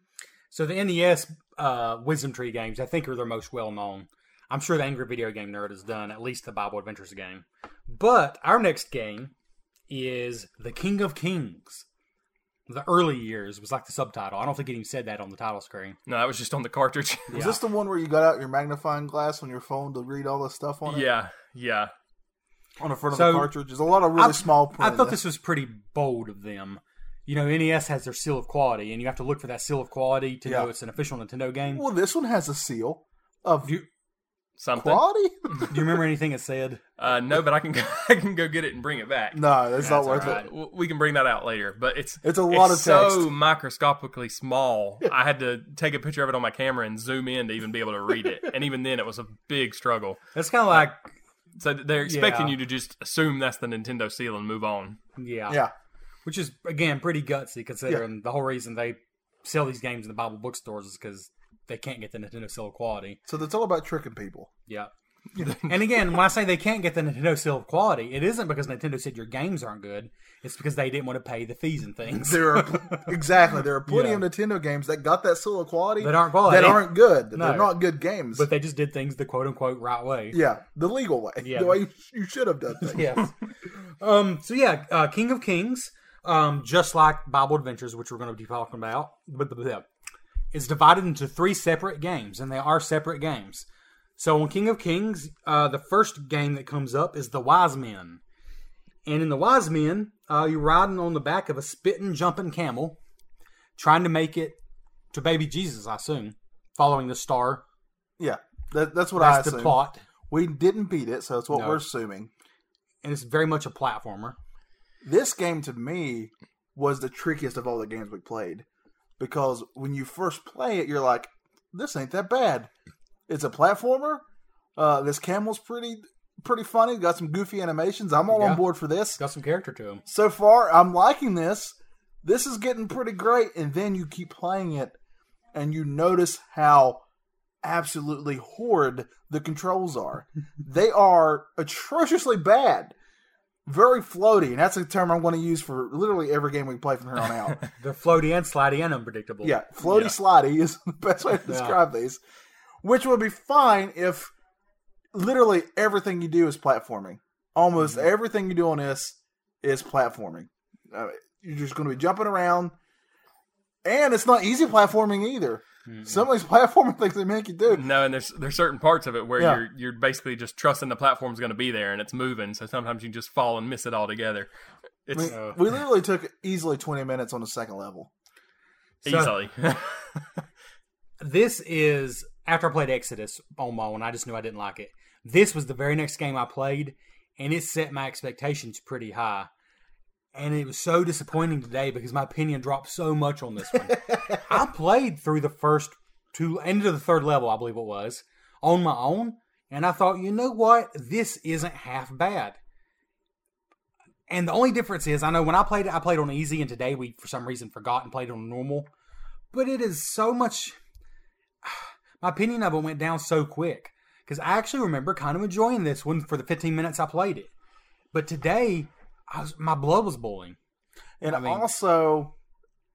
[SPEAKER 2] So the NES uh, Wisdom Tree games, I think, are their most well known. I'm sure the Angry Video Game Nerd has done at least the Bible Adventures game. But our next game is The King of Kings. The early years was like the subtitle. I don't think it even said that on the title screen.
[SPEAKER 4] No, that was just on the cartridge.
[SPEAKER 3] Was
[SPEAKER 2] Yeah.
[SPEAKER 3] this the one where you got out your magnifying glass on your phone to read all the stuff on it?
[SPEAKER 4] yeah, yeah.
[SPEAKER 3] on the front of
[SPEAKER 2] So-
[SPEAKER 3] the cartridge. There's a lot of really
[SPEAKER 2] I-
[SPEAKER 3] small. Print
[SPEAKER 2] I
[SPEAKER 3] in
[SPEAKER 2] thought
[SPEAKER 3] there.
[SPEAKER 2] this was pretty bold of them. You know, NES has their seal of quality, and you have to look for that seal of quality to
[SPEAKER 3] Yeah.
[SPEAKER 2] know it's an official Nintendo game.
[SPEAKER 3] Well, this one has a seal of
[SPEAKER 2] Do you,
[SPEAKER 4] Something.
[SPEAKER 3] quality.
[SPEAKER 2] do you remember anything it said?
[SPEAKER 4] Uh, no, but I can go, I can go get it and bring it back.
[SPEAKER 3] no, that's not
[SPEAKER 2] That's
[SPEAKER 3] worth
[SPEAKER 2] alright.
[SPEAKER 3] it.
[SPEAKER 4] W- We can bring that out later, but it's
[SPEAKER 3] It's a lot
[SPEAKER 4] it's
[SPEAKER 3] of text.
[SPEAKER 4] so microscopically small. I had to take a picture of it on my camera and zoom in to even be able to read it, and even then, it was a big struggle.
[SPEAKER 2] That's kind of like,
[SPEAKER 4] So th- they're expecting
[SPEAKER 2] Yeah.
[SPEAKER 4] you to just assume that's the Nintendo seal and move on.
[SPEAKER 2] yeah,
[SPEAKER 3] Yeah,
[SPEAKER 2] which is again pretty gutsy considering the whole reason they sell these games in the Bible bookstores is because they can't get the Nintendo seal of quality.
[SPEAKER 3] so that's all about tricking people.
[SPEAKER 2] Yeah. and again, when I say they can't get the Nintendo seal of quality, it isn't because Nintendo said your games aren't good. It's because they didn't want to pay the fees and things.
[SPEAKER 3] There are exactly there are plenty of Nintendo games that got that seal of quality
[SPEAKER 2] That aren't quality.
[SPEAKER 3] that aren't good. that
[SPEAKER 2] No.
[SPEAKER 3] They're not good games.
[SPEAKER 2] But they just did things the quote unquote right way.
[SPEAKER 3] yeah, the legal way,
[SPEAKER 2] Yeah.
[SPEAKER 3] the way you, you should have done things.
[SPEAKER 2] yes. Um, so yeah, uh, King of Kings, um, just like Bible Adventures, which we're going to be talking about, but the- the is divided into three separate games, and they are separate games. So on King of Kings, uh, the first game that comes up is the Wise Men, and in the Wise Men, uh, you're riding on the back of a spitting, jumping camel, trying to make it to baby Jesus, I assume, following the star.
[SPEAKER 3] Yeah, that, that's what I
[SPEAKER 2] That's the
[SPEAKER 3] assume.
[SPEAKER 2] plot,
[SPEAKER 3] We didn't beat it, so that's what
[SPEAKER 2] No.
[SPEAKER 3] we're assuming.
[SPEAKER 2] and it's very much a platformer.
[SPEAKER 3] this game to me was the trickiest of all the games we played because when you first play it, you're like, "This ain't that bad." It's a platformer. Uh, this camel's pretty pretty funny. Got some goofy animations. I'm all
[SPEAKER 2] Yeah.
[SPEAKER 3] on board for this.
[SPEAKER 2] Got some character to him.
[SPEAKER 3] So far, I'm liking this. This is getting pretty great. And then you keep playing it, and you notice how absolutely horrid the controls are. they are atrociously bad, very floaty, and that's a term I'm going to use for literally every game we play from here on out.
[SPEAKER 2] They're floaty and slidey and unpredictable.
[SPEAKER 3] yeah, floaty slidey is the best way to describe these, which would be fine if literally everything you do is platforming. Almost everything you do on this is platforming. Uh, you're just going to be jumping around, and it's not easy platforming either. Some of these platforming things they make you do.
[SPEAKER 4] No, and there's there's certain parts of it where
[SPEAKER 3] Yeah.
[SPEAKER 4] you're you're basically just trusting the platform's going to be there and it's moving. So sometimes you just fall and miss it altogether. It's
[SPEAKER 2] Uh,
[SPEAKER 3] We literally took easily 20 minutes on the second level.
[SPEAKER 2] so-
[SPEAKER 4] easily.
[SPEAKER 2] This is after I played Exodus on my own. I just knew I didn't like it. This was the very next game I played, and it set my expectations pretty high. And it was so disappointing today because my opinion dropped so much on this one. I played through the first two, end of the third level, I believe it was, on my own, and I thought, you know what? This isn't half bad. And the only difference is, I know when I played it, I played on easy, and today we, for some reason, forgot and played on normal. But it is so much. My opinion of it went down so quick because I actually remember kind of enjoying this one for the 15 minutes I played it. But today, I was, my blood was boiling.
[SPEAKER 3] And
[SPEAKER 2] I mean-
[SPEAKER 3] also,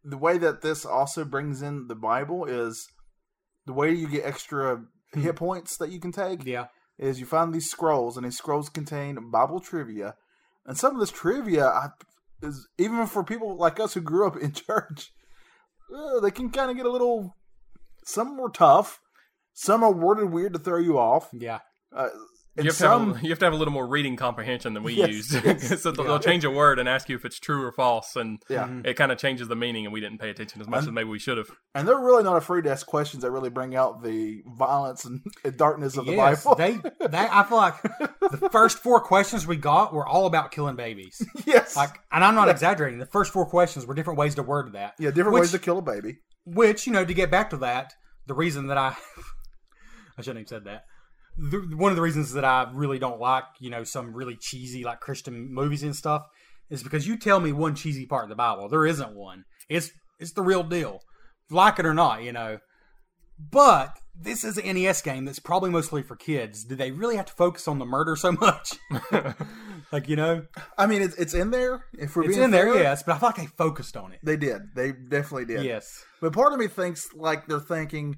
[SPEAKER 3] the way that this also brings in the Bible is the way you get extra hit points that you can take
[SPEAKER 2] Yeah,
[SPEAKER 3] is you find these scrolls, and these scrolls contain Bible trivia, and some of this trivia I, is even for people like us who grew up in church, uh, they can kind of get a little. Some were tough, some are worded weird to throw you off.
[SPEAKER 2] yeah.
[SPEAKER 3] Uh,
[SPEAKER 4] You
[SPEAKER 3] and
[SPEAKER 4] have, to have
[SPEAKER 3] some
[SPEAKER 4] a, you have to have a little more reading comprehension than we
[SPEAKER 3] Yes,
[SPEAKER 4] used.
[SPEAKER 3] yes.
[SPEAKER 4] so they'll,
[SPEAKER 2] Yeah.
[SPEAKER 4] they'll change a word and ask you if it's true or false, and
[SPEAKER 3] yeah,
[SPEAKER 4] it kind of changes the meaning. And we didn't pay attention as much
[SPEAKER 3] And-
[SPEAKER 4] as maybe we should have.
[SPEAKER 3] and they're really not afraid to ask questions that really bring out the violence and, and darkness of the
[SPEAKER 2] yes,
[SPEAKER 3] Bible.
[SPEAKER 2] they, they, I feel like the first four questions we got were all about killing babies.
[SPEAKER 3] yes,
[SPEAKER 2] Like, and I'm not exaggerating. The first four questions were different ways to word that.
[SPEAKER 3] yeah, different
[SPEAKER 2] which-
[SPEAKER 3] ways to kill a baby.
[SPEAKER 2] Which, you know, to get back to that, the reason that I I shouldn't have said that. The, one of the reasons that I really don't like, you know, some really cheesy like Christian movies and stuff is because you tell me one cheesy part of the Bible. There isn't one. It's it's the real deal. Like it or not, you know. But this is an NES game that's probably mostly for kids. Do they really have to focus on the murder so much? like, you know,
[SPEAKER 3] I mean, it's it's in there. If we're
[SPEAKER 2] it's
[SPEAKER 3] being
[SPEAKER 2] in there,
[SPEAKER 3] fair,
[SPEAKER 2] yes, but I feel like they focused on it.
[SPEAKER 3] They did. They definitely did.
[SPEAKER 2] Yes.
[SPEAKER 3] But part of me thinks like they're thinking,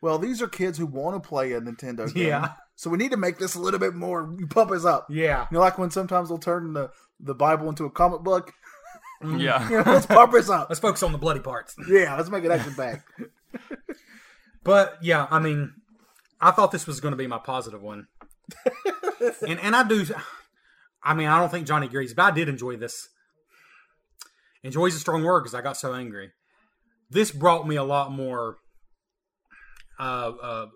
[SPEAKER 3] well, these are kids who want to play a Nintendo game.
[SPEAKER 2] Yeah.
[SPEAKER 3] So we need to make this a little bit more pump us up.
[SPEAKER 2] Yeah.
[SPEAKER 3] You know, like when sometimes they'll turn the, the Bible into a comic book.
[SPEAKER 4] Yeah.
[SPEAKER 3] You know, let's pump us up.
[SPEAKER 2] Let's focus on the bloody parts.
[SPEAKER 3] Yeah, let's make it action back.
[SPEAKER 2] But yeah, I mean, I thought this was going to be my positive one, and and I do. I mean, I don't think Johnny agrees, but I did enjoy this. Enjoys a strong word because I got so angry. This brought me a lot more uh, uh,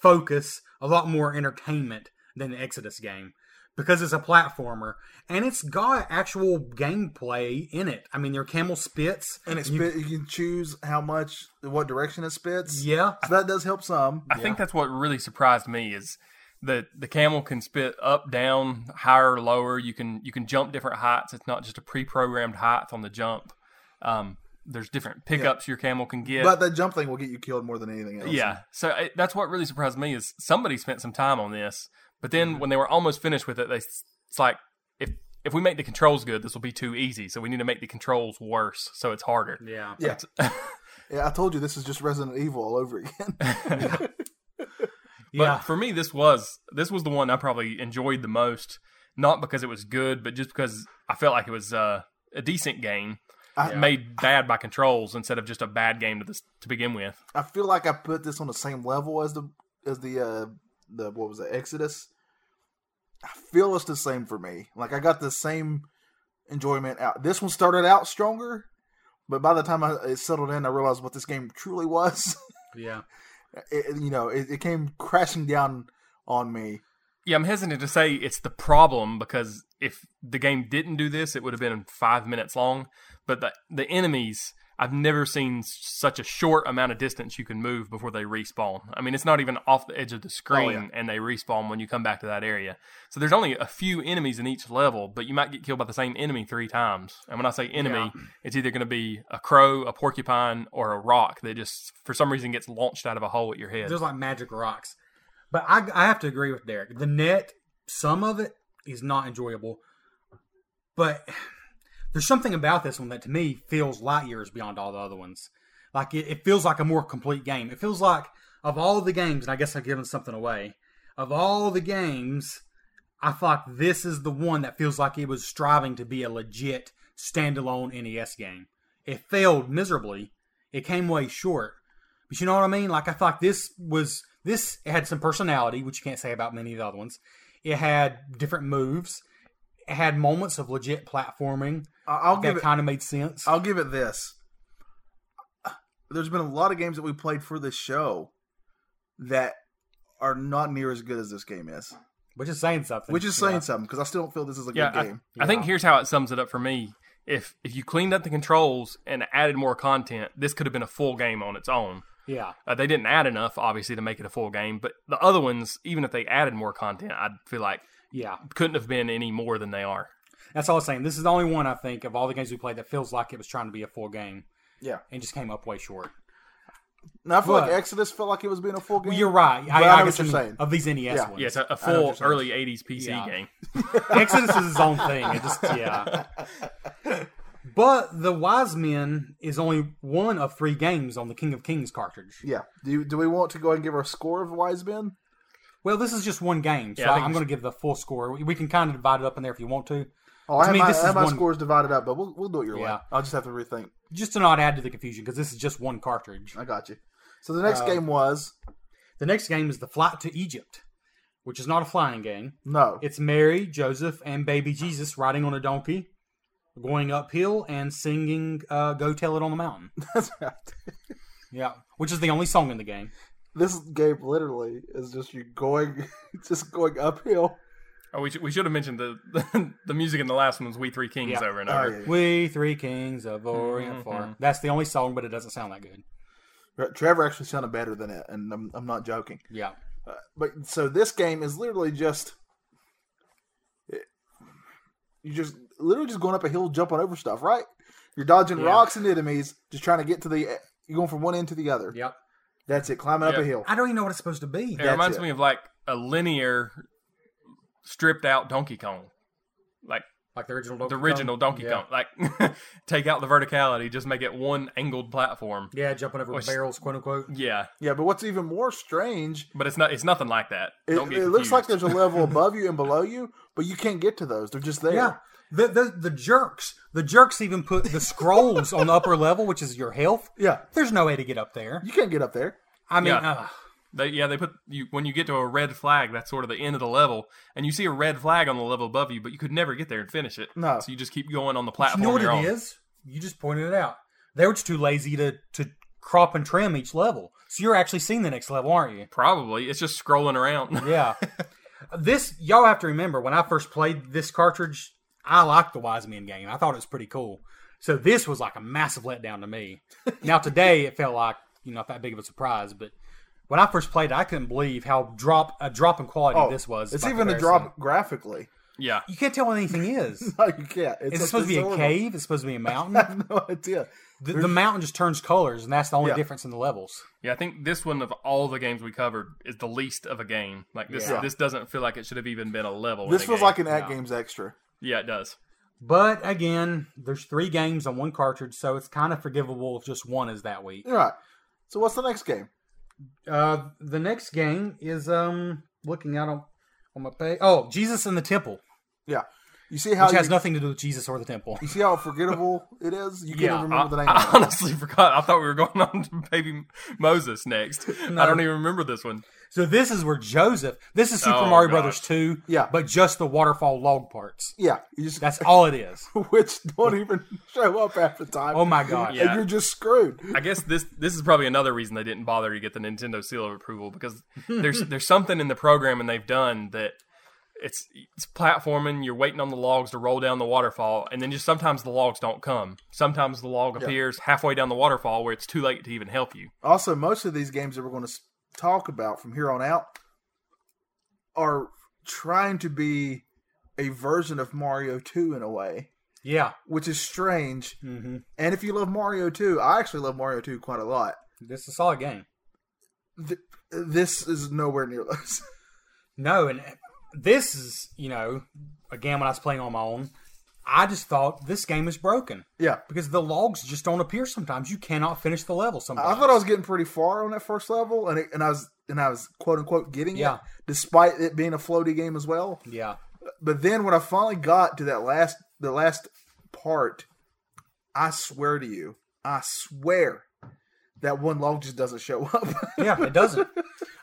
[SPEAKER 2] focus, a lot more entertainment than the Exodus game because it's a platformer and it's got actual gameplay in it. I mean, your camel spits
[SPEAKER 3] And it
[SPEAKER 2] you-
[SPEAKER 3] spit, you can choose how much, what direction it spits.
[SPEAKER 2] yeah,
[SPEAKER 3] So that does help some.
[SPEAKER 4] I think that's what really surprised me is that the camel can spit up, down, higher, lower. You can you can jump different heights. It's not just a pre-programmed height on the jump. Um, there's different pickups your camel can get.
[SPEAKER 3] But that jump thing will get you killed more than anything else.
[SPEAKER 4] yeah, so I, that's what really surprised me is somebody spent some time on this. But then when they were almost finished with it, they s- it's like if if we make the controls good, this will be too easy. So we need to make the controls worse, so it's harder.
[SPEAKER 2] yeah.
[SPEAKER 3] Yeah. yeah. I told you this is just Resident Evil all over again.
[SPEAKER 4] But
[SPEAKER 2] Yeah.
[SPEAKER 4] for me, this was this was the one I probably enjoyed the most. Not because it was good, but just because I felt like it was uh, a decent game,
[SPEAKER 3] I-
[SPEAKER 4] made bad by controls instead of just a bad game to this to begin with.
[SPEAKER 3] I feel like I put this on the same level as the as the uh the what was it Exodus. I feel it's the same for me. Like I got the same enjoyment out. This one started out stronger, but by the time I it settled in, I realized what this game truly was.
[SPEAKER 2] yeah.
[SPEAKER 3] it, it- you know, it, it came crashing down on me.
[SPEAKER 4] Yeah, I'm hesitant to say it's the problem because if the game didn't do this, it would have been five minutes long. But the the enemies, I've never seen s- such a short amount of distance you can move before they respawn. I mean, it's not even off the edge of the screen, and they respawn when you come back to that area. So there's only a few enemies in each level, but you might get killed by the same enemy three times. And when I say enemy, it's either going to be a crow, a porcupine, or a rock that just for some reason gets launched out of a hole at your head.
[SPEAKER 2] There's like magic rocks. But I, I have to agree with Derek. The net, some of it is not enjoyable. But there's something about this one that to me feels light years beyond all the other ones. Like it, it feels like a more complete game. It feels like of all the games, and I guess I've given something away. Of all the games, I thought this is the one that feels like it was striving to be a legit standalone NES game. It failed miserably. It came way short. But you know what I mean? Like I thought this was this it had some personality, which you can't say about many of the other ones. It had different moves. It had moments of legit platforming
[SPEAKER 3] I, I'll give
[SPEAKER 2] that
[SPEAKER 3] it.
[SPEAKER 2] kind of made sense.
[SPEAKER 3] I'll give it this. There's been a lot of games that we played for this show that are not near as good as this game is.
[SPEAKER 2] which is saying something.
[SPEAKER 3] Which is
[SPEAKER 2] you know?
[SPEAKER 3] saying something because I still don't feel this is a
[SPEAKER 4] yeah,
[SPEAKER 3] good
[SPEAKER 4] I,
[SPEAKER 3] game.
[SPEAKER 4] I think
[SPEAKER 2] Yeah.
[SPEAKER 4] here's how it sums it up for me. If if you cleaned up the controls and added more content, this could have been a full game on its own.
[SPEAKER 2] Yeah.
[SPEAKER 4] Uh, they didn't add enough, obviously, to make it a full game. But the other ones, even if they added more content, I feel like
[SPEAKER 2] Yeah.
[SPEAKER 4] couldn't have been any more than they are.
[SPEAKER 2] That's all I was saying. This is the only one I think of all the games we played that feels like it was trying to be a full game
[SPEAKER 3] Yeah.
[SPEAKER 2] and just came up way short.
[SPEAKER 3] Now I feel
[SPEAKER 2] But-
[SPEAKER 3] like Exodus felt like it was being a full game.
[SPEAKER 2] Well, you're right.
[SPEAKER 3] I
[SPEAKER 2] I,
[SPEAKER 3] know
[SPEAKER 2] I,
[SPEAKER 3] what
[SPEAKER 2] guess
[SPEAKER 3] you're
[SPEAKER 2] I mean,
[SPEAKER 3] saying.
[SPEAKER 2] of these NES
[SPEAKER 3] Yeah.
[SPEAKER 2] ones.
[SPEAKER 4] Yeah, it's a, a
[SPEAKER 3] know what
[SPEAKER 4] full
[SPEAKER 3] you're saying.
[SPEAKER 4] early '80s PC
[SPEAKER 2] Yeah.
[SPEAKER 4] game.
[SPEAKER 2] Exodus is his own thing. It just yeah. But the Wise Men is only one of three games on the King of Kings cartridge.
[SPEAKER 3] Yeah. Do, you, do we want to go and give her a score of Wise Men?
[SPEAKER 2] Well, this is just one game, so
[SPEAKER 4] Yeah, I think
[SPEAKER 2] I'm
[SPEAKER 4] we
[SPEAKER 2] going to give the full score. We can kind of divide it up in there if you want to,
[SPEAKER 3] Oh, I
[SPEAKER 2] To
[SPEAKER 3] have,
[SPEAKER 2] me,
[SPEAKER 3] my,
[SPEAKER 2] this
[SPEAKER 3] I
[SPEAKER 2] is
[SPEAKER 3] have my
[SPEAKER 2] one-
[SPEAKER 3] scores divided up, but we'll, we'll do it your way.
[SPEAKER 2] Yeah.
[SPEAKER 3] I'll just have to rethink.
[SPEAKER 2] just to not add to the confusion because this is just one cartridge.
[SPEAKER 3] I got you. So the next
[SPEAKER 2] Uh,
[SPEAKER 3] game was
[SPEAKER 2] The next game is the Flight to Egypt, which is not a flying game.
[SPEAKER 3] no.
[SPEAKER 2] It's Mary, Joseph, and baby Jesus riding on a donkey, going uphill and singing uh, "Go Tell It on the Mountain."
[SPEAKER 3] That's right.
[SPEAKER 2] Yeah, which is the only song in the game.
[SPEAKER 3] This game literally is just you going, just going uphill.
[SPEAKER 4] Oh, we should, we should have mentioned the, the music in the last one's "We Three Kings"
[SPEAKER 2] Yeah.
[SPEAKER 4] over and
[SPEAKER 3] Oh,
[SPEAKER 4] over.
[SPEAKER 3] yeah.
[SPEAKER 2] We three kings of
[SPEAKER 4] Mm-hmm.
[SPEAKER 2] Orient far. That's the only song, but it doesn't sound that good.
[SPEAKER 3] Tre- Trevor actually sounded better than it, and I'm, I'm not joking.
[SPEAKER 2] Yeah,
[SPEAKER 3] Uh, but so this game is literally just you just literally just going up a hill, jumping over stuff, right? You're dodging
[SPEAKER 2] Yeah.
[SPEAKER 3] rocks and enemies, just trying to get to the. eh, You're going from one end to the other.
[SPEAKER 2] yep.
[SPEAKER 3] That's it. Climbing up a
[SPEAKER 4] Yeah.
[SPEAKER 3] hill.
[SPEAKER 2] I don't even know what it's supposed to be.
[SPEAKER 4] It
[SPEAKER 3] That's
[SPEAKER 4] reminds
[SPEAKER 3] it.
[SPEAKER 4] me of like a linear, stripped out Donkey Kong, like
[SPEAKER 2] Like the original Donkey
[SPEAKER 4] the original Donkey
[SPEAKER 2] yeah.
[SPEAKER 4] Kong. Like take out the verticality, just make it one angled platform.
[SPEAKER 2] Yeah, jumping over
[SPEAKER 4] Which-
[SPEAKER 2] barrels, quote unquote.
[SPEAKER 4] Yeah,
[SPEAKER 3] Yeah, but what's even more strange,
[SPEAKER 4] but it's not. It's nothing like that.
[SPEAKER 3] it,
[SPEAKER 4] Don't get
[SPEAKER 3] it looks like
[SPEAKER 4] confused.
[SPEAKER 3] there's a level above you and below you, but you can't get to those. They're just there.
[SPEAKER 2] Yeah. The, the the jerks. The jerks even put the scrolls on the upper level, which is your health.
[SPEAKER 3] Yeah.
[SPEAKER 2] There's no way to get up there.
[SPEAKER 3] You can't get up there.
[SPEAKER 2] I mean,
[SPEAKER 4] Yeah.
[SPEAKER 2] uh,
[SPEAKER 4] They, yeah, they put you when you get to a red flag. That's sort of the end of the level, and you see a red flag on the level above you, but you could never get there and finish it.
[SPEAKER 3] No.
[SPEAKER 4] so you just keep going on
[SPEAKER 2] uh,
[SPEAKER 4] the
[SPEAKER 2] you
[SPEAKER 4] platform.
[SPEAKER 2] know what
[SPEAKER 4] you're
[SPEAKER 2] it
[SPEAKER 4] on.
[SPEAKER 2] is? You just pointed it out. They were just too lazy to to crop and trim each level. So you're actually seeing the next level, aren't you?
[SPEAKER 4] Probably it's just scrolling around.
[SPEAKER 2] Yeah. this y'all have to remember when I first played this cartridge, I liked the Wise Men game. I thought it was pretty cool. So this was like a massive letdown to me. now today it felt like you know not that big of a surprise, but when I first played, it, I couldn't believe how drop a drop in quality this was.
[SPEAKER 3] Oh, It's
[SPEAKER 2] by
[SPEAKER 3] even a
[SPEAKER 2] comparison.
[SPEAKER 3] drop graphically.
[SPEAKER 4] yeah,
[SPEAKER 2] You can't tell what anything is.
[SPEAKER 3] No, you can't.
[SPEAKER 2] Is
[SPEAKER 3] It's
[SPEAKER 2] it
[SPEAKER 3] just-
[SPEAKER 2] supposed to be
[SPEAKER 3] it's
[SPEAKER 2] a
[SPEAKER 3] horrible.
[SPEAKER 2] cave? It's supposed to be a
[SPEAKER 3] I
[SPEAKER 2] mountain.
[SPEAKER 3] have no idea.
[SPEAKER 2] The, the mountain just turns colors, and that's the only
[SPEAKER 3] Yeah.
[SPEAKER 2] difference in the levels.
[SPEAKER 4] yeah. I think this one of all the games we covered is the least of a game. Like this,
[SPEAKER 2] Yeah.
[SPEAKER 4] this doesn't feel like it should have even been a level.
[SPEAKER 3] This
[SPEAKER 4] in a
[SPEAKER 3] feels
[SPEAKER 4] game.
[SPEAKER 3] like an at games extra.
[SPEAKER 4] yeah, it does.
[SPEAKER 2] But again, there's three games on one cartridge, so it's kind of forgivable if just one is that weak.
[SPEAKER 3] All right. So what's the next game?
[SPEAKER 2] Uh, the next game is um looking out on on my page. Oh, Jesus and the Temple,
[SPEAKER 3] Yeah. You see how
[SPEAKER 2] which
[SPEAKER 3] you,
[SPEAKER 4] Oh,
[SPEAKER 2] has nothing to do with Jesus or the Temple.
[SPEAKER 3] you see how forgettable it is? You can't
[SPEAKER 2] Yeah,
[SPEAKER 3] even
[SPEAKER 4] I,
[SPEAKER 3] remember the name. of
[SPEAKER 4] I
[SPEAKER 3] it.
[SPEAKER 4] honestly forgot. I thought we were going on to Baby Moses next. I don't even remember this one.
[SPEAKER 2] So this is where Joseph. This is Super
[SPEAKER 4] Oh,
[SPEAKER 2] Mario
[SPEAKER 4] gosh.
[SPEAKER 2] Brothers two.
[SPEAKER 3] Yeah.
[SPEAKER 2] but just the waterfall log parts.
[SPEAKER 3] Yeah. You just
[SPEAKER 2] That's all it is.
[SPEAKER 3] which don't even show up half the time.
[SPEAKER 2] Oh my god.
[SPEAKER 4] Yeah.
[SPEAKER 3] And you're just screwed.
[SPEAKER 4] I guess this this is probably another reason they didn't bother to get the Nintendo seal of approval because there's there's something in the programming they've done that it's it's platforming. You're waiting on the logs to roll down the waterfall, and then just sometimes the logs don't come. Sometimes the log appears halfway down the waterfall where it's too late to even help you.
[SPEAKER 3] Also, most of these games that we're going to talk about from here on out are trying to be a version of Mario 2 in a way,
[SPEAKER 2] Yeah.
[SPEAKER 3] which is strange.
[SPEAKER 2] hmm
[SPEAKER 3] And if you love Mario 2, I actually love Mario 2 quite a lot.
[SPEAKER 2] This is a solid game.
[SPEAKER 3] Th- this is nowhere near those.
[SPEAKER 2] No, and this is you know again when I was playing on my own, I just thought this game is broken
[SPEAKER 3] yeah.
[SPEAKER 2] because the logs just don't appear sometimes. You cannot finish the level sometimes.
[SPEAKER 3] I thought I was getting pretty far on that first level, and it, and I was and I was quote unquote getting
[SPEAKER 2] Yeah.
[SPEAKER 3] it, despite it being a floaty game as well.
[SPEAKER 2] yeah.
[SPEAKER 3] But then when I finally got to that last the last part, I swear to you, I swear that one log just doesn't show up.
[SPEAKER 2] Yeah, it doesn't.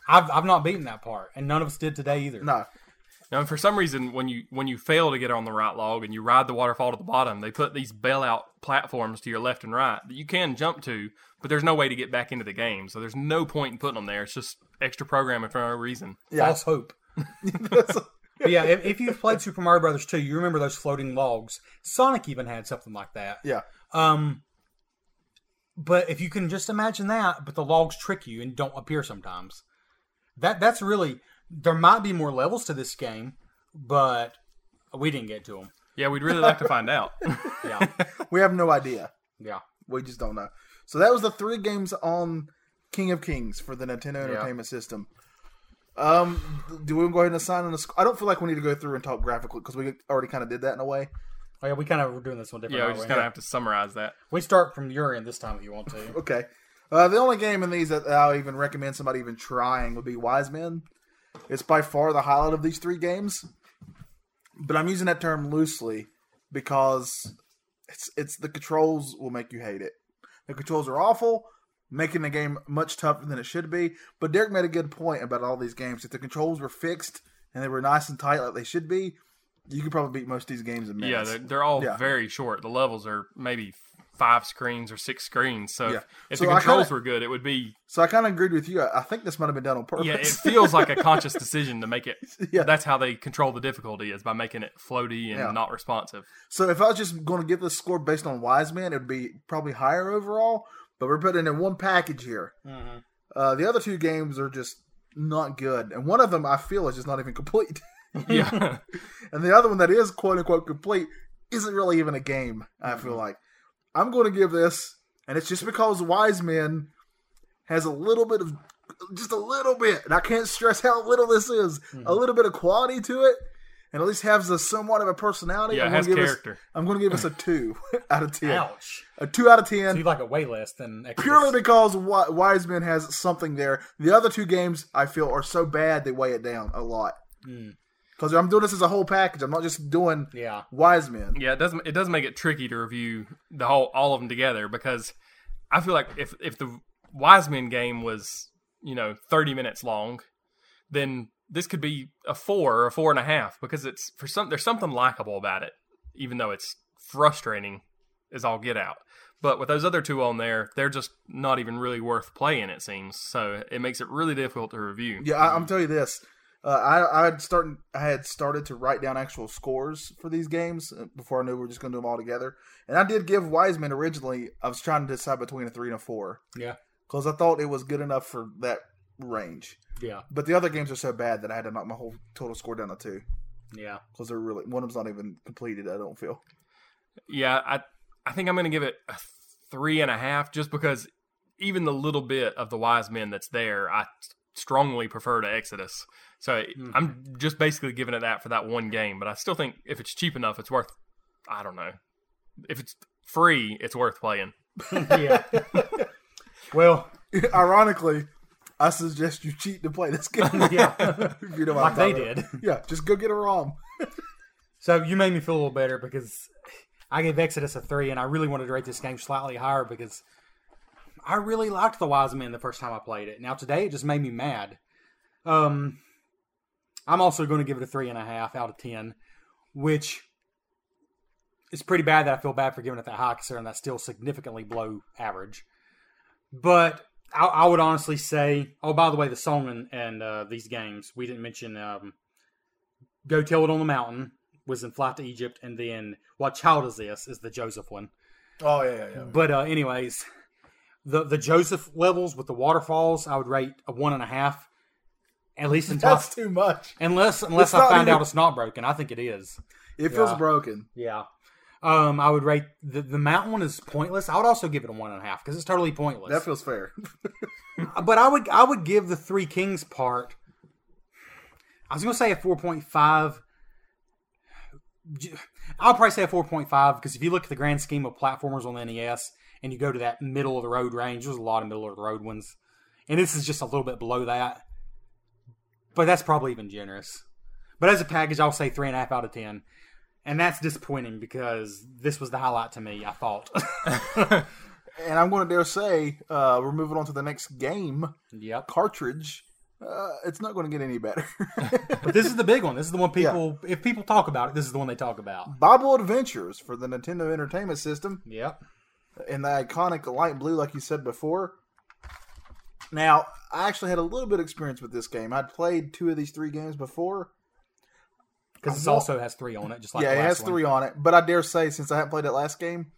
[SPEAKER 2] I've I've not beaten that part, and none of us did today either.
[SPEAKER 3] no,
[SPEAKER 4] Now, and for some reason, when you when you fail to get on the right log and you ride the waterfall to the bottom, they put these bailout platforms to your left and right that you can jump to, but there's no way to get back into the game. So there's no point in putting them there. It's just extra programming for no reason.
[SPEAKER 3] yeah.
[SPEAKER 2] False hope. But yeah, if, if you've played Super Mario Brothers 2, you remember those floating logs. Sonic even had something like that.
[SPEAKER 3] yeah,
[SPEAKER 2] Um, But if you can just imagine that, but the logs trick you and don't appear sometimes. That that's really there might be more levels to this game, but we didn't get to them.
[SPEAKER 4] Yeah, we'd really like to find out.
[SPEAKER 2] Yeah,
[SPEAKER 3] We have no idea.
[SPEAKER 2] yeah.
[SPEAKER 3] We just don't know. So that was the three games on King of Kings for the Nintendo Entertainment System. Um, do we go ahead and assign on a sc- I don't feel like we need to go through and talk graphically because we already kind of did that in a way.
[SPEAKER 2] Oh yeah, we kind of were doing this one different.
[SPEAKER 4] yeah, we
[SPEAKER 2] aren't
[SPEAKER 4] just
[SPEAKER 2] we?
[SPEAKER 4] kind of have to summarize that.
[SPEAKER 2] We start from your end this time if you want to.
[SPEAKER 3] Okay. Uh, the only game in these that I'll even recommend somebody even trying would be Wise Men. It's by far the highlight of these three games, but I'm using that term loosely because it's it's the controls will make you hate it. The controls are awful, making the game much tougher than it should be. But Derek made a good point about all these games. If the controls were fixed and they were nice and tight like they should be, you could probably beat most of these games in
[SPEAKER 4] Yeah,
[SPEAKER 3] minutes.
[SPEAKER 4] they're, they're all
[SPEAKER 3] Yeah.
[SPEAKER 4] very short. The levels are maybe five screens or six screens. So
[SPEAKER 3] Yeah.
[SPEAKER 4] if, if
[SPEAKER 3] So
[SPEAKER 4] the
[SPEAKER 3] I
[SPEAKER 4] controls
[SPEAKER 3] kinda-
[SPEAKER 4] were good, it would be.
[SPEAKER 3] so I kind of agreed with you. I, I think this might have been done on purpose.
[SPEAKER 4] Yeah, it feels like a conscious decision to make it.
[SPEAKER 3] Yeah.
[SPEAKER 4] That's how they control the difficulty is by making it floaty and
[SPEAKER 3] Yeah.
[SPEAKER 4] not responsive.
[SPEAKER 3] So if I was just going to give this score based on Wise Man, it would be probably higher overall. But we're putting it in one package here. Uh, the other two games are just not good, and one of them I feel is just not even complete,
[SPEAKER 4] Yeah.
[SPEAKER 3] and the other one that is quote unquote complete isn't really even a game. I feel like I'm going to give this, and it's just because Wise Man has a little bit of just a little bit, and I can't stress how little this is, a little bit of quality to it, and at least has a somewhat of a personality.
[SPEAKER 4] Yeah, it
[SPEAKER 3] I'm
[SPEAKER 4] has
[SPEAKER 3] gonna give us-
[SPEAKER 4] character.
[SPEAKER 3] I'm going to give us a two out of ten.
[SPEAKER 2] Ouch.
[SPEAKER 3] A two out of
[SPEAKER 2] So you
[SPEAKER 3] ten,
[SPEAKER 2] like it way less than Exodus.
[SPEAKER 3] purely because Wi- Wiseman has something there. The other two games I feel are so bad they weigh it down a lot. Because I'm doing this as a whole package. I'm not just doing
[SPEAKER 2] Yeah.
[SPEAKER 3] Wiseman.
[SPEAKER 4] Yeah, it does. It does make it tricky to review the whole all of them together because I feel like if if the Wise Men game was you know thirty minutes long, then this could be a four or a four and a half because it's for some there's something likable about it, even though it's frustrating as all get out. But with those other two on there, they're just not even really worth playing. It seems so. It makes it really difficult to review.
[SPEAKER 3] Yeah, I, I'm telling you this. Uh, I I had started I had started to write down actual scores for these games uh, before I knew we were just going to do them all together. And I did give Wiseman originally. I was trying to decide between a three and a four
[SPEAKER 2] Yeah.
[SPEAKER 3] because I thought it was good enough for that range.
[SPEAKER 2] Yeah.
[SPEAKER 3] But the other games are so bad that I had to knock my whole total score down to two
[SPEAKER 2] Yeah.
[SPEAKER 3] because they're really one of them's not even completed. I don't feel.
[SPEAKER 4] Yeah, I I think I'm going to give it a three and a half just because even the little bit of the wise men that's there, I strongly prefer to Exodus. So I'm just basically giving it that for that one game. But I still think if it's cheap enough, it's worth. I don't know. If it's free, it's worth playing.
[SPEAKER 2] Yeah. well,
[SPEAKER 3] Ironically, I suggest you cheat to play this game.
[SPEAKER 2] yeah.
[SPEAKER 3] if you know
[SPEAKER 2] like
[SPEAKER 3] what I'm
[SPEAKER 2] they
[SPEAKER 3] talking about.
[SPEAKER 2] did.
[SPEAKER 3] Yeah, just go get a ROM.
[SPEAKER 2] So you made me feel a little better because I gave Exodus a three, and I really wanted to rate this game slightly higher because I really liked The Wise Men the first time I played it. Now today it just made me mad. Um, I'm also going to give it a three and a half out of ten, which is pretty bad that I feel bad for giving it that high considering that's still significantly below average. But I, I would honestly say, oh, by the way, the song and, and uh, these games we didn't mention. Um, Go Tell It on the Mountain was in Flight to Egypt, and then What Child Is This is the Joseph one.
[SPEAKER 3] Oh yeah, yeah, yeah.
[SPEAKER 2] But uh, anyways, the the Joseph levels with the waterfalls, I would rate a one and a half, at least until I-
[SPEAKER 3] That's too much.
[SPEAKER 2] unless unless
[SPEAKER 3] It's
[SPEAKER 2] I
[SPEAKER 3] not
[SPEAKER 2] find
[SPEAKER 3] even-
[SPEAKER 2] out it's not broken. I think it is.
[SPEAKER 3] It feels
[SPEAKER 2] Yeah.
[SPEAKER 3] broken.
[SPEAKER 2] Yeah. Um, I would rate the, the mountain one is pointless. I would also give it a one and a half because it's totally pointless.
[SPEAKER 3] That feels fair.
[SPEAKER 2] but I would I would give the Three Kings part. I was gonna say a four point five. I'll probably say a four point five because if you look at the grand scheme of platformers on the NES and you go to that middle of the road range, there's a lot of middle of the road ones, and this is just a little bit below that. But that's probably even generous. But as a package, I'll say three and a half out of ten, and that's disappointing because this was the highlight to me. I thought.
[SPEAKER 3] And I'm going to dare say uh, we're moving on to the next game
[SPEAKER 2] yep.
[SPEAKER 3] cartridge. Uh, it's not going to get any better.
[SPEAKER 2] But this is the big one. This is the one people. If people talk about it, this is the one they talk about.
[SPEAKER 3] Bible Adventures for the Nintendo Entertainment System.
[SPEAKER 2] Yep.
[SPEAKER 3] in the iconic light blue, like you said before. Now, I actually had a little bit of experience with this game. I'd played two of these three games before.
[SPEAKER 2] Because this also has three on it, just like
[SPEAKER 3] yeah,
[SPEAKER 2] the
[SPEAKER 3] it
[SPEAKER 2] last
[SPEAKER 3] has
[SPEAKER 2] one.
[SPEAKER 3] three on it, but I dare say, since I haven't played that last game,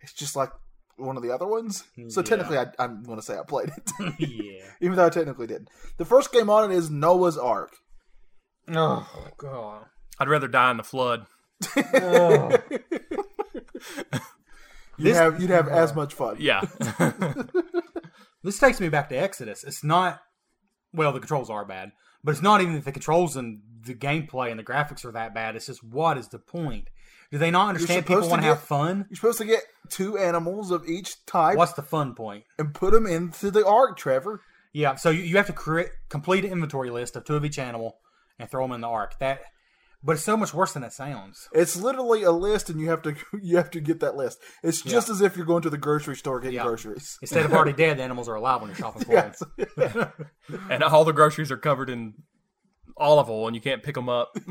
[SPEAKER 3] it's just like one of the other ones.
[SPEAKER 2] Hmm,
[SPEAKER 3] So
[SPEAKER 2] Yeah.
[SPEAKER 3] technically, I, I'm going to say I played it,
[SPEAKER 2] yeah.
[SPEAKER 3] even though I technically didn't. The first game on it is Noah's Ark.
[SPEAKER 2] Oh god.
[SPEAKER 4] I'd rather die in the flood.
[SPEAKER 3] You'd
[SPEAKER 2] This-
[SPEAKER 3] have you'd have as much fun.
[SPEAKER 4] Yeah.
[SPEAKER 2] This takes me back to Exodus. It's not well, the controls are bad, but it's not even that the controls and the gameplay and the graphics are that bad. It's just what is the point? Do they not understand people
[SPEAKER 3] supposed to
[SPEAKER 2] want to have
[SPEAKER 3] get-
[SPEAKER 2] fun?
[SPEAKER 3] You're supposed to get two animals of each type
[SPEAKER 2] What's the fun point?
[SPEAKER 3] and put them into the ark, Trevor.
[SPEAKER 2] Yeah, so you, you have to create complete an inventory list of two of each animal and throw them in the ark. That, but it's so much worse than it sounds.
[SPEAKER 3] It's literally a list, and you have to you have to get that list. It's just as if you're going to the grocery store getting
[SPEAKER 2] Yeah.
[SPEAKER 3] groceries.
[SPEAKER 2] Instead of already dead, the animals are alive when you're shopping for
[SPEAKER 3] Yes.
[SPEAKER 2] them.
[SPEAKER 4] and all the groceries are covered in olive oil and you can't pick them up.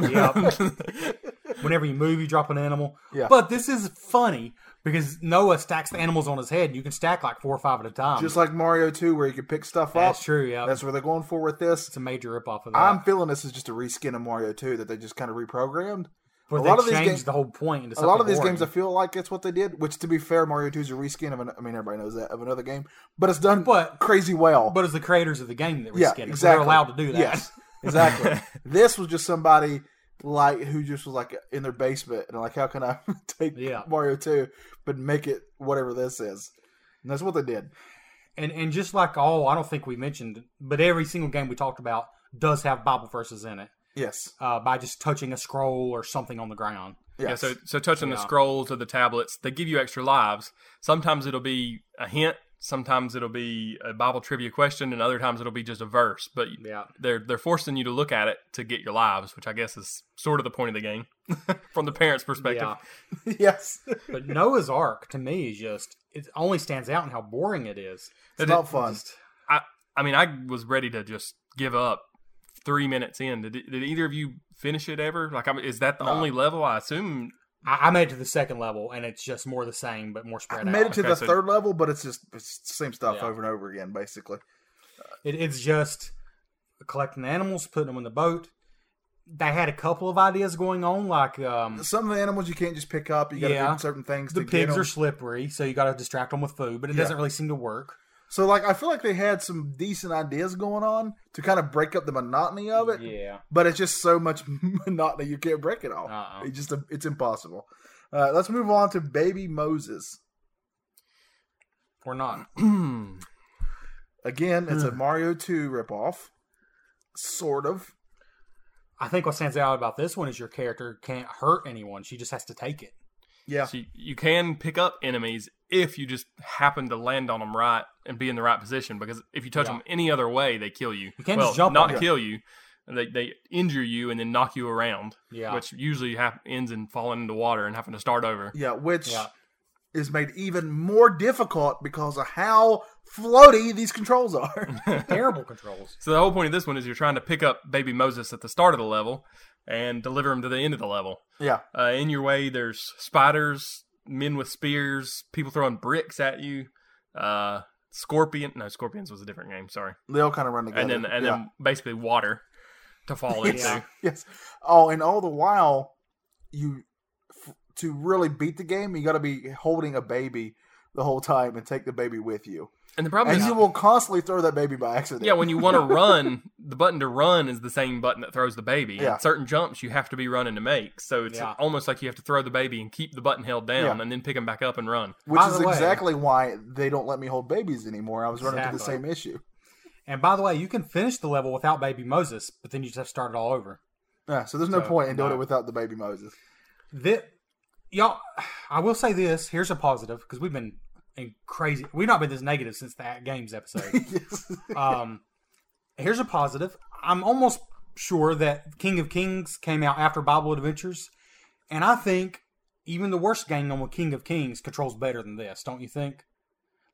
[SPEAKER 2] Whenever you move, you drop an animal.
[SPEAKER 3] Yeah.
[SPEAKER 2] But this is funny because Noah stacks the animals on his head. and You can stack like four or five at a time.
[SPEAKER 3] Just like Mario 2, where you can pick stuff up.
[SPEAKER 2] That's true, yeah.
[SPEAKER 3] That's where they're going for with this.
[SPEAKER 2] it's a major ripoff of that.
[SPEAKER 3] I'm feeling this is just a reskin of Mario 2 that they just kind of reprogrammed.
[SPEAKER 2] but
[SPEAKER 3] a
[SPEAKER 2] they
[SPEAKER 3] lot of these
[SPEAKER 2] changed
[SPEAKER 3] games-
[SPEAKER 2] the whole point into
[SPEAKER 3] A lot of
[SPEAKER 2] something
[SPEAKER 3] these games, I
[SPEAKER 2] boring.
[SPEAKER 3] feel like that's what they did. Which, to be fair, Mario 2 is a reskin of an. I mean, everybody knows that of another game, but it's done
[SPEAKER 2] But-
[SPEAKER 3] crazy well.
[SPEAKER 2] but it's the creators of the game that were
[SPEAKER 3] yeah,
[SPEAKER 2] skinny, so
[SPEAKER 3] exactly.
[SPEAKER 2] They're allowed to do that.
[SPEAKER 3] Yes, exactly. this was just somebody like who just was like in their basement and like, how can I take
[SPEAKER 2] Yeah.
[SPEAKER 3] Mario 2 but make it whatever this is? And that's what they did.
[SPEAKER 2] And and just like all, I don't think we mentioned, but every single game we talked about does have Bible verses in it
[SPEAKER 3] Yes.
[SPEAKER 2] uh, by just touching a scroll or something on the ground.
[SPEAKER 4] Yeah,
[SPEAKER 3] Yes.
[SPEAKER 4] so so touching the
[SPEAKER 2] Yeah.
[SPEAKER 4] scrolls or the tablets, they give you extra lives. Sometimes it'll be a hint, sometimes it'll be a Bible trivia question, and other times it'll be just a verse. But
[SPEAKER 2] Yeah.
[SPEAKER 4] they're they're forcing you to look at it to get your lives, which I guess is sort of the point of the game from the parents' perspective.
[SPEAKER 2] Yeah.
[SPEAKER 3] yes.
[SPEAKER 2] But Noah's Ark to me is just it only stands out in how boring it is.
[SPEAKER 3] It's
[SPEAKER 4] It-
[SPEAKER 3] not fun.
[SPEAKER 4] I I mean I was ready to just give up three minutes in. Did, did either of you finish it ever? Like, I mean, is that the only level? I assume.
[SPEAKER 2] I, I made it to the second level and it's just more the same but more
[SPEAKER 3] I
[SPEAKER 2] spread
[SPEAKER 3] made
[SPEAKER 2] out.
[SPEAKER 3] it to
[SPEAKER 4] Okay,
[SPEAKER 3] the
[SPEAKER 4] so-
[SPEAKER 3] third level, but it's just it's the same stuff
[SPEAKER 2] Yeah.
[SPEAKER 3] over and over again, basically.
[SPEAKER 2] It, it's just collecting animals, putting them in the boat. They had a couple of ideas going on, like um,
[SPEAKER 3] Some of the animals you can't just pick up. You got to
[SPEAKER 2] Yeah.
[SPEAKER 3] do certain things.
[SPEAKER 2] the
[SPEAKER 3] to get
[SPEAKER 2] pigs
[SPEAKER 3] them.
[SPEAKER 2] are slippery, so you got to distract them with food, but it
[SPEAKER 3] Yeah.
[SPEAKER 2] doesn't really seem to work.
[SPEAKER 3] so like I feel like they had some decent ideas going on to kind of break up the monotony of it.
[SPEAKER 2] Yeah.
[SPEAKER 3] But it's just so much monotony you can't break it all.
[SPEAKER 2] Uh-uh.
[SPEAKER 3] It's just it's impossible. Uh, let's move on to Baby Moses.
[SPEAKER 2] Or not.
[SPEAKER 3] Again, it's a Mario Two ripoff, sort of.
[SPEAKER 2] I think what stands out about this one is your character can't hurt anyone. She just has to take it.
[SPEAKER 3] Yeah,
[SPEAKER 4] So you, you can pick up enemies if you just happen to land on them right and be in the right position. Because if you touch
[SPEAKER 2] Yeah.
[SPEAKER 4] them any other way, they kill you.
[SPEAKER 2] You can't
[SPEAKER 4] well,
[SPEAKER 2] just jump
[SPEAKER 4] not
[SPEAKER 2] on 'em.
[SPEAKER 4] kill you. They they injure you and then knock you around,
[SPEAKER 2] Yeah.
[SPEAKER 4] which usually hap- ends in falling into water and having to start over.
[SPEAKER 3] yeah, which
[SPEAKER 2] Yeah.
[SPEAKER 3] is made even more difficult because of how floaty these controls are.
[SPEAKER 2] Terrible controls.
[SPEAKER 4] So the whole point of this one is you're trying to pick up baby Moses at the start of the level and deliver him to the end of the level.
[SPEAKER 3] yeah,
[SPEAKER 4] Uh, in your way, there's spiders, men with spears, people throwing bricks at you, uh, scorpion. No, scorpions was a different game. Sorry.
[SPEAKER 3] they all kind of run together.
[SPEAKER 4] and then and
[SPEAKER 3] yeah.
[SPEAKER 4] then basically water to fall into.
[SPEAKER 2] Yeah.
[SPEAKER 3] yes. Oh, and all the while, you f- to really beat the game, you got to be holding a baby the whole time and take the baby with you,
[SPEAKER 4] And the problem
[SPEAKER 3] and
[SPEAKER 4] is,
[SPEAKER 3] you will constantly throw that baby by accident.
[SPEAKER 4] yeah, when you want to run, the button to run is the same button that throws the baby.
[SPEAKER 3] Yeah.
[SPEAKER 4] And certain jumps you have to be running to make, so it's
[SPEAKER 2] Yeah.
[SPEAKER 4] almost like you have to throw the baby and keep the button held down,
[SPEAKER 3] Yeah.
[SPEAKER 4] and then pick him back up and run.
[SPEAKER 3] which
[SPEAKER 2] By
[SPEAKER 3] is
[SPEAKER 2] the way-
[SPEAKER 3] exactly why they don't let me hold babies anymore. I was running into the
[SPEAKER 2] Exactly.
[SPEAKER 3] same issue.
[SPEAKER 2] And by the way, you can finish the level without baby Moses, but then you just have to start it all over.
[SPEAKER 3] Yeah, so there's no
[SPEAKER 2] So,
[SPEAKER 3] point in doing
[SPEAKER 2] no.
[SPEAKER 3] it without the baby Moses.
[SPEAKER 2] That y'all, I will say this. Here's a positive because we've been in crazy. We've not been this negative since that games episode.
[SPEAKER 3] yes.
[SPEAKER 2] um, here's a positive. I'm almost sure that King of Kings came out after Bible Adventures, and I think even the worst game on King of Kings controls better than this. Don't you think?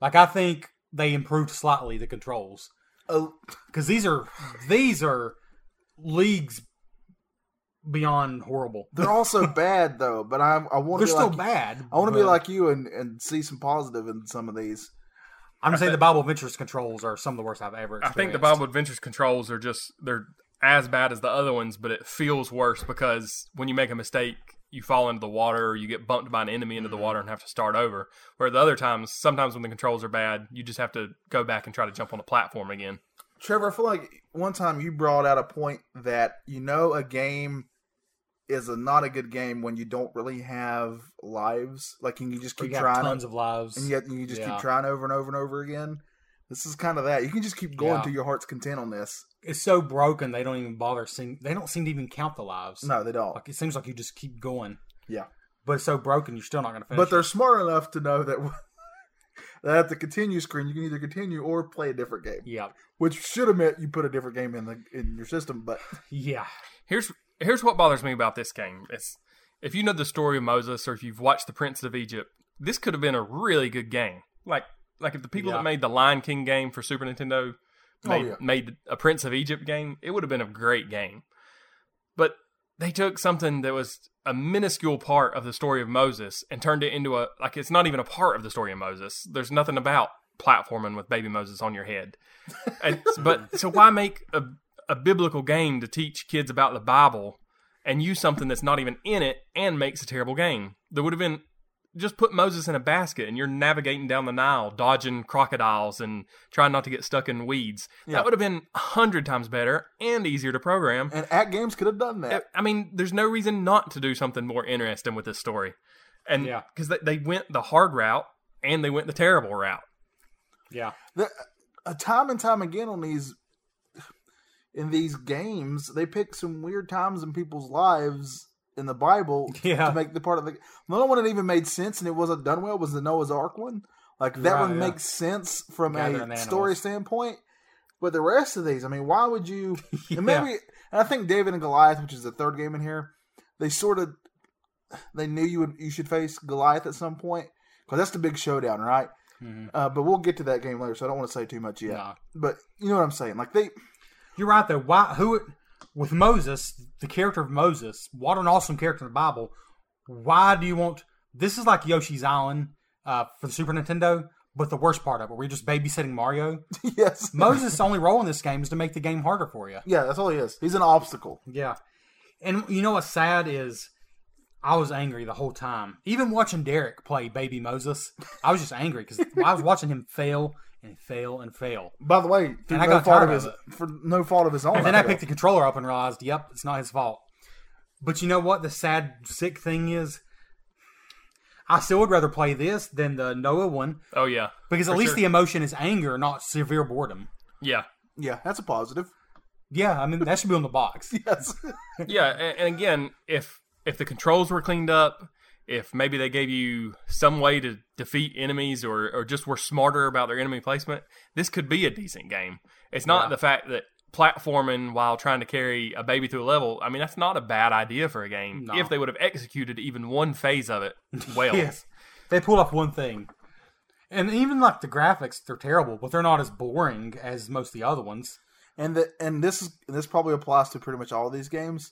[SPEAKER 2] Like I think they improved slightly the controls
[SPEAKER 3] Oh,
[SPEAKER 2] because these are these are leagues beyond horrible.
[SPEAKER 3] they're also bad though, but I I want
[SPEAKER 2] They're
[SPEAKER 3] to be
[SPEAKER 2] still
[SPEAKER 3] like,
[SPEAKER 2] bad.
[SPEAKER 3] I want to be
[SPEAKER 2] but
[SPEAKER 3] like you and, and see some positive in some of these.
[SPEAKER 2] I'm saying the Bible Adventures controls are some of the worst I've ever.
[SPEAKER 4] I
[SPEAKER 2] Experienced.
[SPEAKER 4] think the Bible Adventures controls are just they're as bad as the other ones, but it feels worse because when you make a mistake, you fall into the water or you get bumped by an enemy
[SPEAKER 2] Mm-hmm.
[SPEAKER 4] into the water and have to start over. Where the other times, sometimes when the controls are bad, you just have to go back and try to jump on a platform again.
[SPEAKER 3] Trevor, I feel like one time you brought out a point that you know a game is a not a good game when you don't really have lives. Like and you just
[SPEAKER 2] We
[SPEAKER 3] keep
[SPEAKER 2] got
[SPEAKER 3] trying,
[SPEAKER 2] tons of lives.
[SPEAKER 3] and yet you just
[SPEAKER 2] Yeah.
[SPEAKER 3] keep trying over and over and over again. This is kind of that. You can just keep going
[SPEAKER 2] Yeah.
[SPEAKER 3] to your heart's content on this.
[SPEAKER 2] it's so broken they don't even bother seeing. They don't seem to even count the lives.
[SPEAKER 3] No, they don't.
[SPEAKER 2] Like it seems like you just keep going.
[SPEAKER 3] Yeah.
[SPEAKER 2] But it's so broken, you're still not going to finish.
[SPEAKER 3] But they're
[SPEAKER 2] it.
[SPEAKER 3] smart enough to know that that at the continue screen you can either continue or play a different game,
[SPEAKER 2] yeah,
[SPEAKER 3] which should have meant you put a different game in the in your system. But
[SPEAKER 2] yeah,
[SPEAKER 4] Here's here's what bothers me about this game. It's if you know the story of Moses or if you've watched The Prince of Egypt, this could have been a really good game. Like like if the people
[SPEAKER 2] Yeah.
[SPEAKER 4] that made the Lion King game for Super Nintendo made,
[SPEAKER 3] yeah.
[SPEAKER 4] made a Prince of Egypt game, it would have been a great game. But they took something that was a minuscule part of the story of Moses and turned it into a like it's not even a part of the story of Moses. There's nothing about platforming with baby Moses on your head. And- but so why make a a biblical game to teach kids about the Bible and use something that's not even in it and makes a terrible game? There would have been just put Moses in a basket and you're navigating down the Nile, dodging crocodiles and trying not to get stuck in weeds.
[SPEAKER 3] Yeah.
[SPEAKER 4] That would have been a hundred times better and easier to program.
[SPEAKER 3] and At Games could have done that.
[SPEAKER 4] I- I mean, there's no reason not to do something more interesting with this story. And
[SPEAKER 2] Yeah.
[SPEAKER 4] because they, they went the hard route and they went the terrible route.
[SPEAKER 2] yeah.
[SPEAKER 3] the, uh, time and time again on these in these games they pick some weird times in people's lives in the bible
[SPEAKER 2] Yeah.
[SPEAKER 3] to make the part of the the only one that even made sense and it wasn't done well was the noah's ark one like that
[SPEAKER 2] Right,
[SPEAKER 3] one
[SPEAKER 2] yeah.
[SPEAKER 3] makes sense from
[SPEAKER 2] Gathering
[SPEAKER 3] a
[SPEAKER 2] animals.
[SPEAKER 3] story standpoint but the rest of these i mean why would you
[SPEAKER 2] Yeah.
[SPEAKER 3] and maybe and i think david and goliath which is the third game in here they sort of they knew you would you should face goliath at some point because that's the big showdown right
[SPEAKER 2] Mhm.
[SPEAKER 3] uh, but we'll get to that game later, so I don't want to say too much yet.
[SPEAKER 2] No.
[SPEAKER 3] But you know what I'm saying? Like they,
[SPEAKER 2] You're right though. Why? Who? With Moses, the character of Moses, what an awesome character in the Bible. Why do you want? This is like Yoshi's Island uh, for the Super Nintendo, but the worst part of it, we're just babysitting Mario.
[SPEAKER 3] yes,
[SPEAKER 2] Moses' only role in this game is to make the game harder for you.
[SPEAKER 3] yeah, that's all he is. He's an obstacle.
[SPEAKER 2] Yeah. And you know what's sad is I was angry the whole time. Even watching Derek play Baby Moses, I was just angry because I was watching him fail and fail and fail.
[SPEAKER 3] By the way, through
[SPEAKER 2] And I
[SPEAKER 3] no
[SPEAKER 2] got
[SPEAKER 3] fault of
[SPEAKER 2] tired
[SPEAKER 3] his,
[SPEAKER 2] of
[SPEAKER 3] for no fault of his own.
[SPEAKER 2] And then I
[SPEAKER 3] feel.
[SPEAKER 2] picked the controller up and realized, yep, it's not his fault. But you know what the sad, sick thing is? I still would rather play this than the Noah one
[SPEAKER 4] Oh, yeah.
[SPEAKER 2] because at
[SPEAKER 4] For
[SPEAKER 2] least
[SPEAKER 4] sure.
[SPEAKER 2] the emotion is anger, not severe boredom.
[SPEAKER 4] Yeah.
[SPEAKER 3] yeah, that's a positive.
[SPEAKER 2] Yeah, I mean, that should be on the box.
[SPEAKER 3] Yes,
[SPEAKER 4] yeah and, and again if if the controls were cleaned up if maybe they gave you some way to defeat enemies or or just were smarter about their enemy placement this could be a decent game it's not the fact that platforming while trying to carry a baby through a level i mean that's not a bad idea for a game
[SPEAKER 2] No.
[SPEAKER 4] if they would have executed even one phase of it well
[SPEAKER 2] Yes. They pull off one thing. And even like the graphics, they're terrible, but they're not as boring as most of the other ones.
[SPEAKER 3] and the and this is this probably applies to pretty much all these games.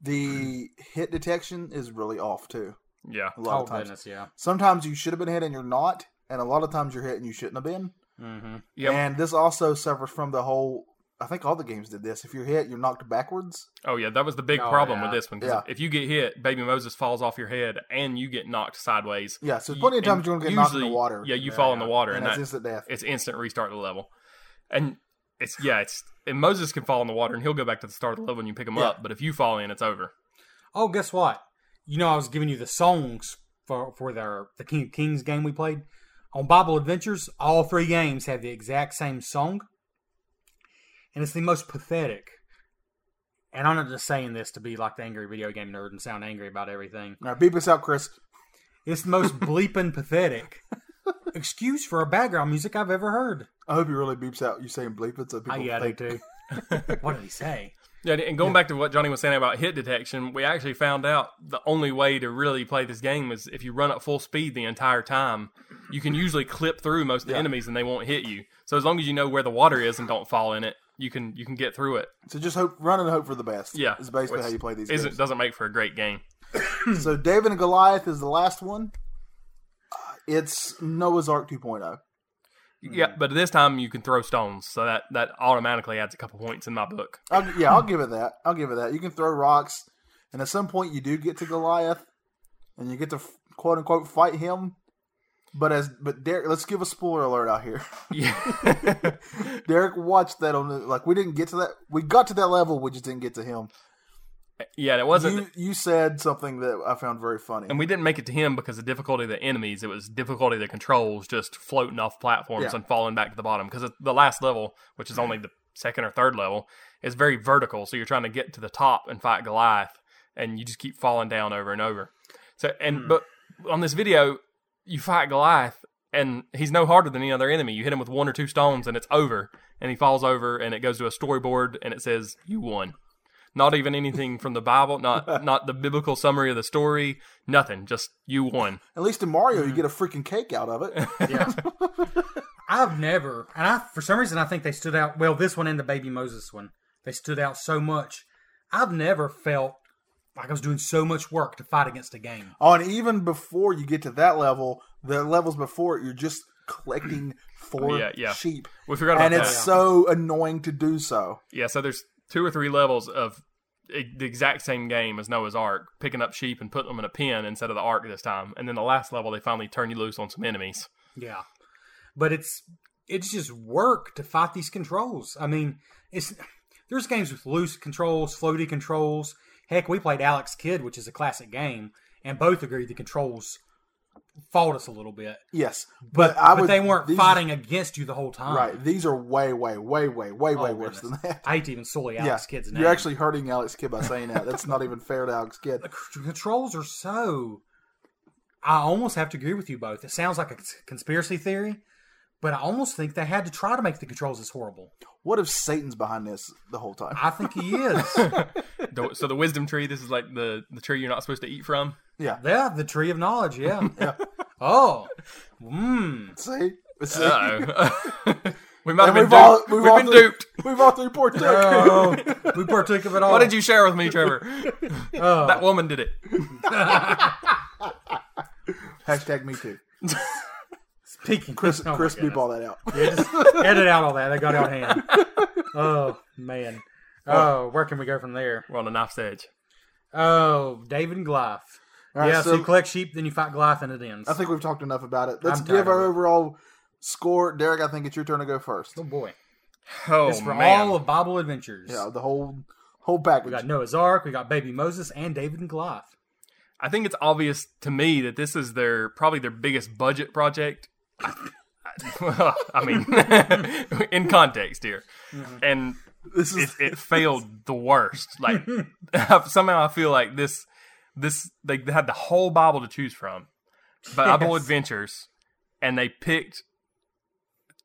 [SPEAKER 3] The hit detection is really off too.
[SPEAKER 4] yeah
[SPEAKER 3] A
[SPEAKER 2] Mm-hmm.
[SPEAKER 3] lot of
[SPEAKER 2] oh
[SPEAKER 3] times,
[SPEAKER 2] goodness, yeah.
[SPEAKER 3] sometimes you should have been hit and you're not, and a lot of times you're hit and you shouldn't have been.
[SPEAKER 2] Mm-hmm.
[SPEAKER 4] Yep.
[SPEAKER 3] And this also suffers from the whole. I think all the games did this. If you're hit, you're knocked backwards.
[SPEAKER 4] oh yeah that was the big
[SPEAKER 2] Oh,
[SPEAKER 4] problem
[SPEAKER 2] yeah.
[SPEAKER 4] with this one 'cause
[SPEAKER 3] Yeah.
[SPEAKER 4] if you get hit baby moses falls off your head and you get knocked sideways
[SPEAKER 3] Yeah, so
[SPEAKER 4] You-
[SPEAKER 3] plenty of times
[SPEAKER 4] and
[SPEAKER 3] you're gonna get knocked in the
[SPEAKER 4] usually-
[SPEAKER 3] water.
[SPEAKER 4] Yeah, you fall in the water,
[SPEAKER 3] and,
[SPEAKER 4] and,
[SPEAKER 3] that's
[SPEAKER 4] that,
[SPEAKER 3] instant death.
[SPEAKER 4] it's instant restart of the level. And it's yeah, it's and Moses can fall in the water, and he'll go back to the start of the level when you pick him
[SPEAKER 3] Yeah.
[SPEAKER 4] up. But if you fall in, it's over.
[SPEAKER 2] Oh, guess what? You know, I was giving you the songs for for their the King of Kings game we played on Bible Adventures. All three games have the exact same song, and it's the most pathetic. And I'm not just saying this to be like the angry video game nerd and sound angry about everything.
[SPEAKER 3] All right, beep us out, Chris.
[SPEAKER 2] It's the most bleeping pathetic excuse for a background music I've ever heard.
[SPEAKER 3] I hope he really beeps out you saying bleep it so people
[SPEAKER 2] I got it
[SPEAKER 3] think.
[SPEAKER 2] too. what did he say?
[SPEAKER 4] Yeah, and going back to what Johnny was saying about hit detection, we actually found out the only way to really play this game is if you run at full speed the entire time. You can usually clip through most of the enemies, and they won't hit you. So as long as you know where the water is and don't fall in it, you can you can get through it.
[SPEAKER 3] So just hope, run and hope for the best.
[SPEAKER 4] Yeah,
[SPEAKER 3] is basically
[SPEAKER 4] which
[SPEAKER 3] how you play these
[SPEAKER 4] Isn't doesn't make for a great game.
[SPEAKER 3] games. So David and Goliath is the last one. Uh, It's Noah's Ark oh. 2.0. Mm-hmm.
[SPEAKER 4] Yeah, but this time you can throw stones, so that that automatically adds a couple points in my book.
[SPEAKER 3] I'll, yeah, I'll give it that. I'll give it that. You can throw rocks, and at some point you do get to Goliath, and you get to f- quote unquote fight him. But as but Derek, let's give a spoiler alert out here.
[SPEAKER 4] Yeah.
[SPEAKER 3] Derek watched that on the, like we didn't get to that. We got to that level, we just didn't get to him.
[SPEAKER 4] yeah, and it wasn't.
[SPEAKER 3] You you said something that I found very funny.
[SPEAKER 4] and we didn't make it to him because of difficulty of the enemies. It was difficulty of the controls just floating off platforms
[SPEAKER 3] Yeah.
[SPEAKER 4] and falling back to the bottom. Because the last level, which is only the second or third level, is very vertical. So you're trying to get to the top and fight Goliath, and you just keep falling down over and over. So
[SPEAKER 3] Hmm.
[SPEAKER 4] and but on this video, you fight Goliath, and he's no harder than any other enemy. You hit him with one or two stones, and it's over. And he falls over, and it goes to a storyboard, and it says you won. Not even anything from the Bible, not not the biblical summary of the story, nothing. Just you won.
[SPEAKER 3] At least in Mario,
[SPEAKER 4] Mm.
[SPEAKER 3] you get a freaking cake out of it.
[SPEAKER 2] Yeah. I've never, and I for some reason I think they stood out. Well, this one and the Baby Moses one, they stood out so much. I've never felt like I was doing so much work to fight against a game.
[SPEAKER 3] Oh, and even before you get to that level, the levels before it, you're just collecting four
[SPEAKER 4] Yeah, yeah.
[SPEAKER 3] sheep,
[SPEAKER 4] We forgot about
[SPEAKER 3] and
[SPEAKER 4] that.
[SPEAKER 3] it's so annoying to do so.
[SPEAKER 4] Yeah, so there's two or three levels of e- the exact same game as Noah's Ark, picking up sheep and putting them in a pen instead of the ark this time. And then the last level, they finally turn you loose on some enemies.
[SPEAKER 2] Yeah, but it's it's just work to fight these controls. I mean, it's there's games with loose controls, floaty controls. Heck, we played Alex Kidd, which is a classic game, and both agreed the controls fought us a little bit.
[SPEAKER 3] Yes,
[SPEAKER 2] But, but,
[SPEAKER 3] I would-
[SPEAKER 2] they weren't
[SPEAKER 3] these-
[SPEAKER 2] fighting against you the whole time.
[SPEAKER 3] Right, these are way, way, way, way, way, way
[SPEAKER 2] Oh,
[SPEAKER 3] worse than
[SPEAKER 2] goodness.
[SPEAKER 3] that.
[SPEAKER 2] I hate to even sully Alex
[SPEAKER 3] yeah,
[SPEAKER 2] Kidd's name.
[SPEAKER 3] you're actually hurting Alex Kidd by saying that. That's not even fair to Alex Kidd.
[SPEAKER 2] the c- controls are so. I almost have to agree with you both. It sounds like a c- conspiracy theory, but I almost think they had to try to make the controls as horrible.
[SPEAKER 3] What if Satan's behind this the whole time?
[SPEAKER 2] I think he is.
[SPEAKER 4] The- so the wisdom tree, this is like the, the tree you're not supposed to eat from.
[SPEAKER 3] Yeah,
[SPEAKER 2] yeah, the tree of knowledge. Yeah. Oh, mm,
[SPEAKER 3] see, see?
[SPEAKER 4] Uh-oh. we might have
[SPEAKER 3] And we've
[SPEAKER 4] been duped.
[SPEAKER 3] all
[SPEAKER 4] we've
[SPEAKER 3] we've, all
[SPEAKER 4] been
[SPEAKER 3] three-
[SPEAKER 4] duped.
[SPEAKER 3] We've all three partook.
[SPEAKER 2] oh, we partook of it all.
[SPEAKER 4] What did you share with me, Trevor? that woman did it.
[SPEAKER 3] Hashtag me too.
[SPEAKER 2] Speaking,
[SPEAKER 3] Chris,
[SPEAKER 2] oh my
[SPEAKER 3] Chris, beep
[SPEAKER 2] goodness.
[SPEAKER 3] all that out.
[SPEAKER 2] edit out all that. They got out hand. Oh man. Oh, where can we go from there?
[SPEAKER 4] We're on a knife's edge.
[SPEAKER 2] Oh, David and Goliath.
[SPEAKER 3] All right,
[SPEAKER 2] yeah, so,
[SPEAKER 3] so-
[SPEAKER 2] you collect sheep, then you fight Goliath, and it ends.
[SPEAKER 3] I think we've talked enough about it. Let's
[SPEAKER 2] I'm tired
[SPEAKER 3] give our
[SPEAKER 2] of it.
[SPEAKER 3] overall score. Derek, I think it's your turn to go first.
[SPEAKER 2] oh boy,
[SPEAKER 4] Oh,
[SPEAKER 2] it's for
[SPEAKER 4] man.
[SPEAKER 2] all of Bible adventures.
[SPEAKER 3] Yeah, the whole whole
[SPEAKER 2] We
[SPEAKER 3] package.
[SPEAKER 2] got Noah's Ark, we got Baby Moses, and David and Goliath.
[SPEAKER 4] I think it's obvious to me that this is their probably their biggest budget project. I, I mean, in context here, and
[SPEAKER 3] this
[SPEAKER 4] it,
[SPEAKER 3] is
[SPEAKER 4] it failed the worst. Like somehow I feel like this this they had the whole Bible to choose from, Bible
[SPEAKER 2] Yes.
[SPEAKER 4] Adventures, and they picked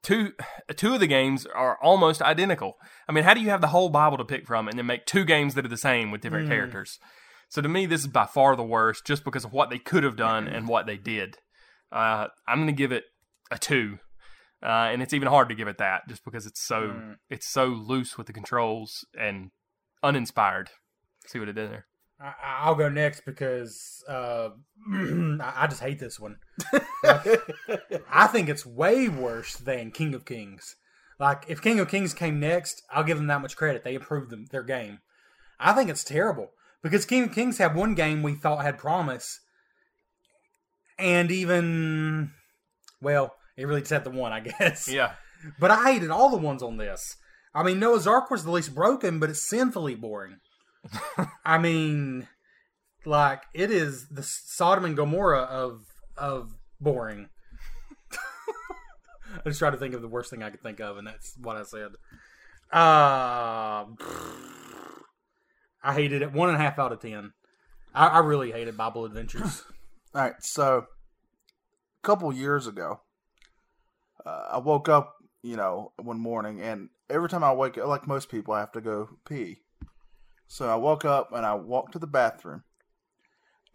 [SPEAKER 4] two two of the games are almost identical. I mean, how do you have the whole Bible to pick from and then make two games that are the same with
[SPEAKER 3] Hmm.
[SPEAKER 4] different characters? So to me, this is by far the worst, just because of what they could have
[SPEAKER 3] Hmm.
[SPEAKER 4] done and what they did. Uh, I'm going to give it a two, uh, and it's even hard to give it that, just because it's so it's so loose with the controls and uninspired. See what it did there.
[SPEAKER 2] I, I'll go next because uh, I I just hate this one. Like, I think it's way worse than King of Kings. Like if King of Kings came next, I'll give them that much credit. They improved them, their game. I think it's terrible because King of Kings had one game we thought had promise, and even well, it really just had the one, I guess.
[SPEAKER 4] Yeah,
[SPEAKER 2] But I hated all the ones on this. I mean, Noah's Ark was the least broken, but it's sinfully boring. I mean, like it is the Sodom and Gomorrah of of boring. I just tried to think of the worst thing I could think of, and that's what I said. Uh, I hated it. One and a half out of ten. I, I really hated Bible Adventures.
[SPEAKER 3] all right. So, a couple years ago, uh, I woke up, you know, one morning, and every time I wake up, like most people, I have to go pee. So I woke up and I walked to the bathroom,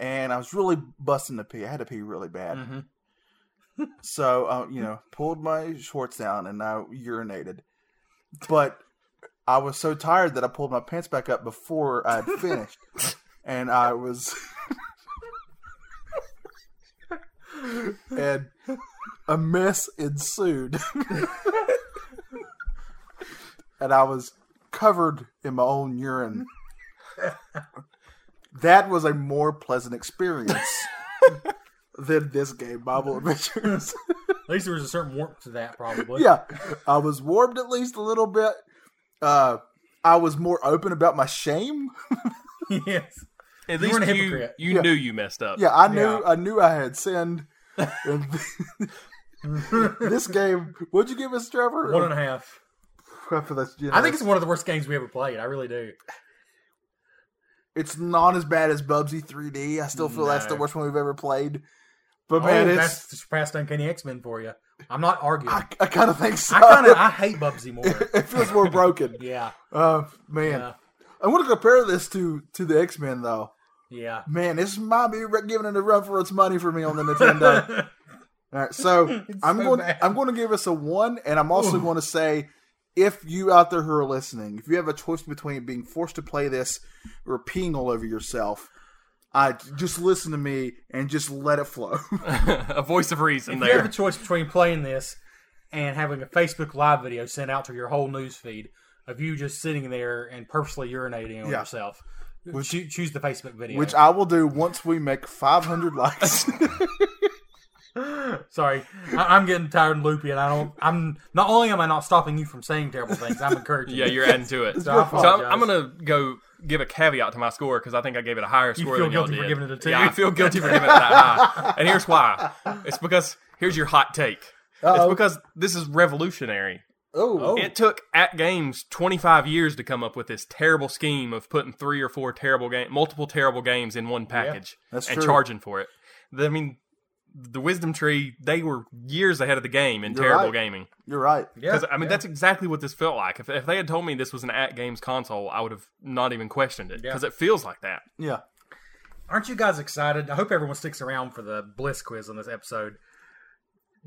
[SPEAKER 3] and I was really busting to pee. I had to pee really bad.
[SPEAKER 2] Mhm.
[SPEAKER 3] so uh, you know pulled my shorts down and i urinated but i was so tired that i pulled my pants back up before i had finished and i was and a mess ensued and i was covered in my own urine that was a more pleasant experience than this game, Bible Adventures.
[SPEAKER 2] At least there was a certain warmth to that, probably.
[SPEAKER 3] yeah, I was warmed at least a little bit. Uh, I was more open about my shame.
[SPEAKER 2] yes.
[SPEAKER 4] At
[SPEAKER 2] You
[SPEAKER 4] least
[SPEAKER 2] weren't a
[SPEAKER 4] you,
[SPEAKER 2] hypocrite.
[SPEAKER 4] you
[SPEAKER 3] Yeah.
[SPEAKER 4] knew you messed up.
[SPEAKER 3] Yeah, I knew
[SPEAKER 2] Yeah.
[SPEAKER 3] I knew I had sinned. And this game, what'd you give us, Trevor?
[SPEAKER 2] One and a half.
[SPEAKER 3] After that's generous.
[SPEAKER 2] I think it's one of the worst games we ever played. I really do.
[SPEAKER 3] it's not as bad as Bubsy 3D. I still feel that's the
[SPEAKER 2] No.
[SPEAKER 3] worst one we've ever played. But
[SPEAKER 2] Oh,
[SPEAKER 3] man,
[SPEAKER 2] that's
[SPEAKER 3] it's
[SPEAKER 2] surpassed Uncanny X Men for you. I'm not arguing.
[SPEAKER 3] I,
[SPEAKER 2] I,
[SPEAKER 3] I kind of think so.
[SPEAKER 2] kind of I hate Bubsy more.
[SPEAKER 3] it feels more broken.
[SPEAKER 2] yeah.
[SPEAKER 3] Uh, man,
[SPEAKER 2] Yeah.
[SPEAKER 3] I want to compare this to to the X Men though.
[SPEAKER 2] Yeah.
[SPEAKER 3] Man, this might be re- giving it a run for its money for me on the Nintendo. All right, so
[SPEAKER 2] It's
[SPEAKER 3] I'm
[SPEAKER 2] so
[SPEAKER 3] going.
[SPEAKER 2] bad.
[SPEAKER 3] I'm going to give us a one, and I'm also going to say, if you out there who are listening, if you have a choice between being forced to play this or peeing all over yourself, I just listen to me and just let it flow.
[SPEAKER 4] a voice of reason
[SPEAKER 2] If you have
[SPEAKER 4] there.
[SPEAKER 2] a choice between playing this and having a Facebook Live video sent out to your whole news feed of you just sitting there and purposely urinating on
[SPEAKER 3] Yeah.
[SPEAKER 2] yourself. Choo- choose the Facebook video.
[SPEAKER 3] Which I will do once we make 500 likes.
[SPEAKER 2] Sorry, I- I'm getting tired and loopy, and I don't. I'm not only am I not stopping you from saying terrible things, I'm encouraging.
[SPEAKER 4] Yeah,
[SPEAKER 2] you.
[SPEAKER 4] you're adding to
[SPEAKER 2] So
[SPEAKER 4] it.
[SPEAKER 2] I
[SPEAKER 4] So I'm,
[SPEAKER 2] apologize.
[SPEAKER 4] I'm gonna go give a caveat to my score because I think I gave it a higher score
[SPEAKER 2] feel
[SPEAKER 4] than y'all
[SPEAKER 2] guilty for
[SPEAKER 4] did.
[SPEAKER 2] giving it a two?
[SPEAKER 4] Yeah, I feel guilty for giving it that high, and here's why. It's because here's your hot take.
[SPEAKER 3] Uh-oh.
[SPEAKER 4] It's because this is revolutionary.
[SPEAKER 3] oh,
[SPEAKER 4] It took at games 25 years to come up with this terrible scheme of putting three or four terrible game, multiple terrible games in one package
[SPEAKER 3] that's
[SPEAKER 4] and
[SPEAKER 3] true.
[SPEAKER 4] charging for it. The- I mean, the Wisdom Tree they were years ahead of the game in
[SPEAKER 3] You're
[SPEAKER 4] terrible
[SPEAKER 3] right.
[SPEAKER 4] gaming.
[SPEAKER 3] you're right.
[SPEAKER 2] Yeah,
[SPEAKER 4] Because I mean, that's exactly what this felt like. If, if they had told me this was an at games console, I would have not even questioned it
[SPEAKER 2] Yeah.
[SPEAKER 4] because it feels like that.
[SPEAKER 3] Yeah.
[SPEAKER 2] Aren't you guys excited? I hope everyone sticks around for the bliss quiz on this episode.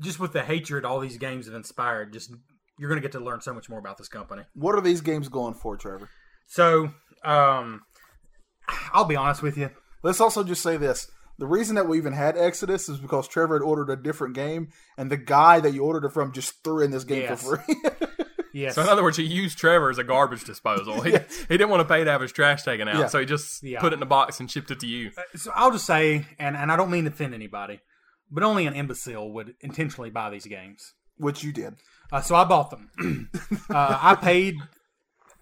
[SPEAKER 2] Just with the hatred all these games have inspired, just you're going to get to learn so much more about this company.
[SPEAKER 3] What are these games going for, Trevor?
[SPEAKER 2] So, um, I'll be honest with you.
[SPEAKER 3] Let's also just say this. The reason that we even had Exodus is because Trevor had ordered a different game, and the guy that you ordered it from just threw in this game
[SPEAKER 2] Yes.
[SPEAKER 3] for free.
[SPEAKER 2] Yes,
[SPEAKER 4] So in other words, he used Trevor as a garbage disposal. He, he didn't want to pay to have his trash taken out,
[SPEAKER 3] Yeah.
[SPEAKER 4] so he just
[SPEAKER 2] Yeah.
[SPEAKER 4] put it in a box and shipped it to you.
[SPEAKER 2] so I'll just say, and and I don't mean to offend anybody, but only an imbecile would intentionally buy these games.
[SPEAKER 3] which you did.
[SPEAKER 2] Uh, so I bought them. uh, I paid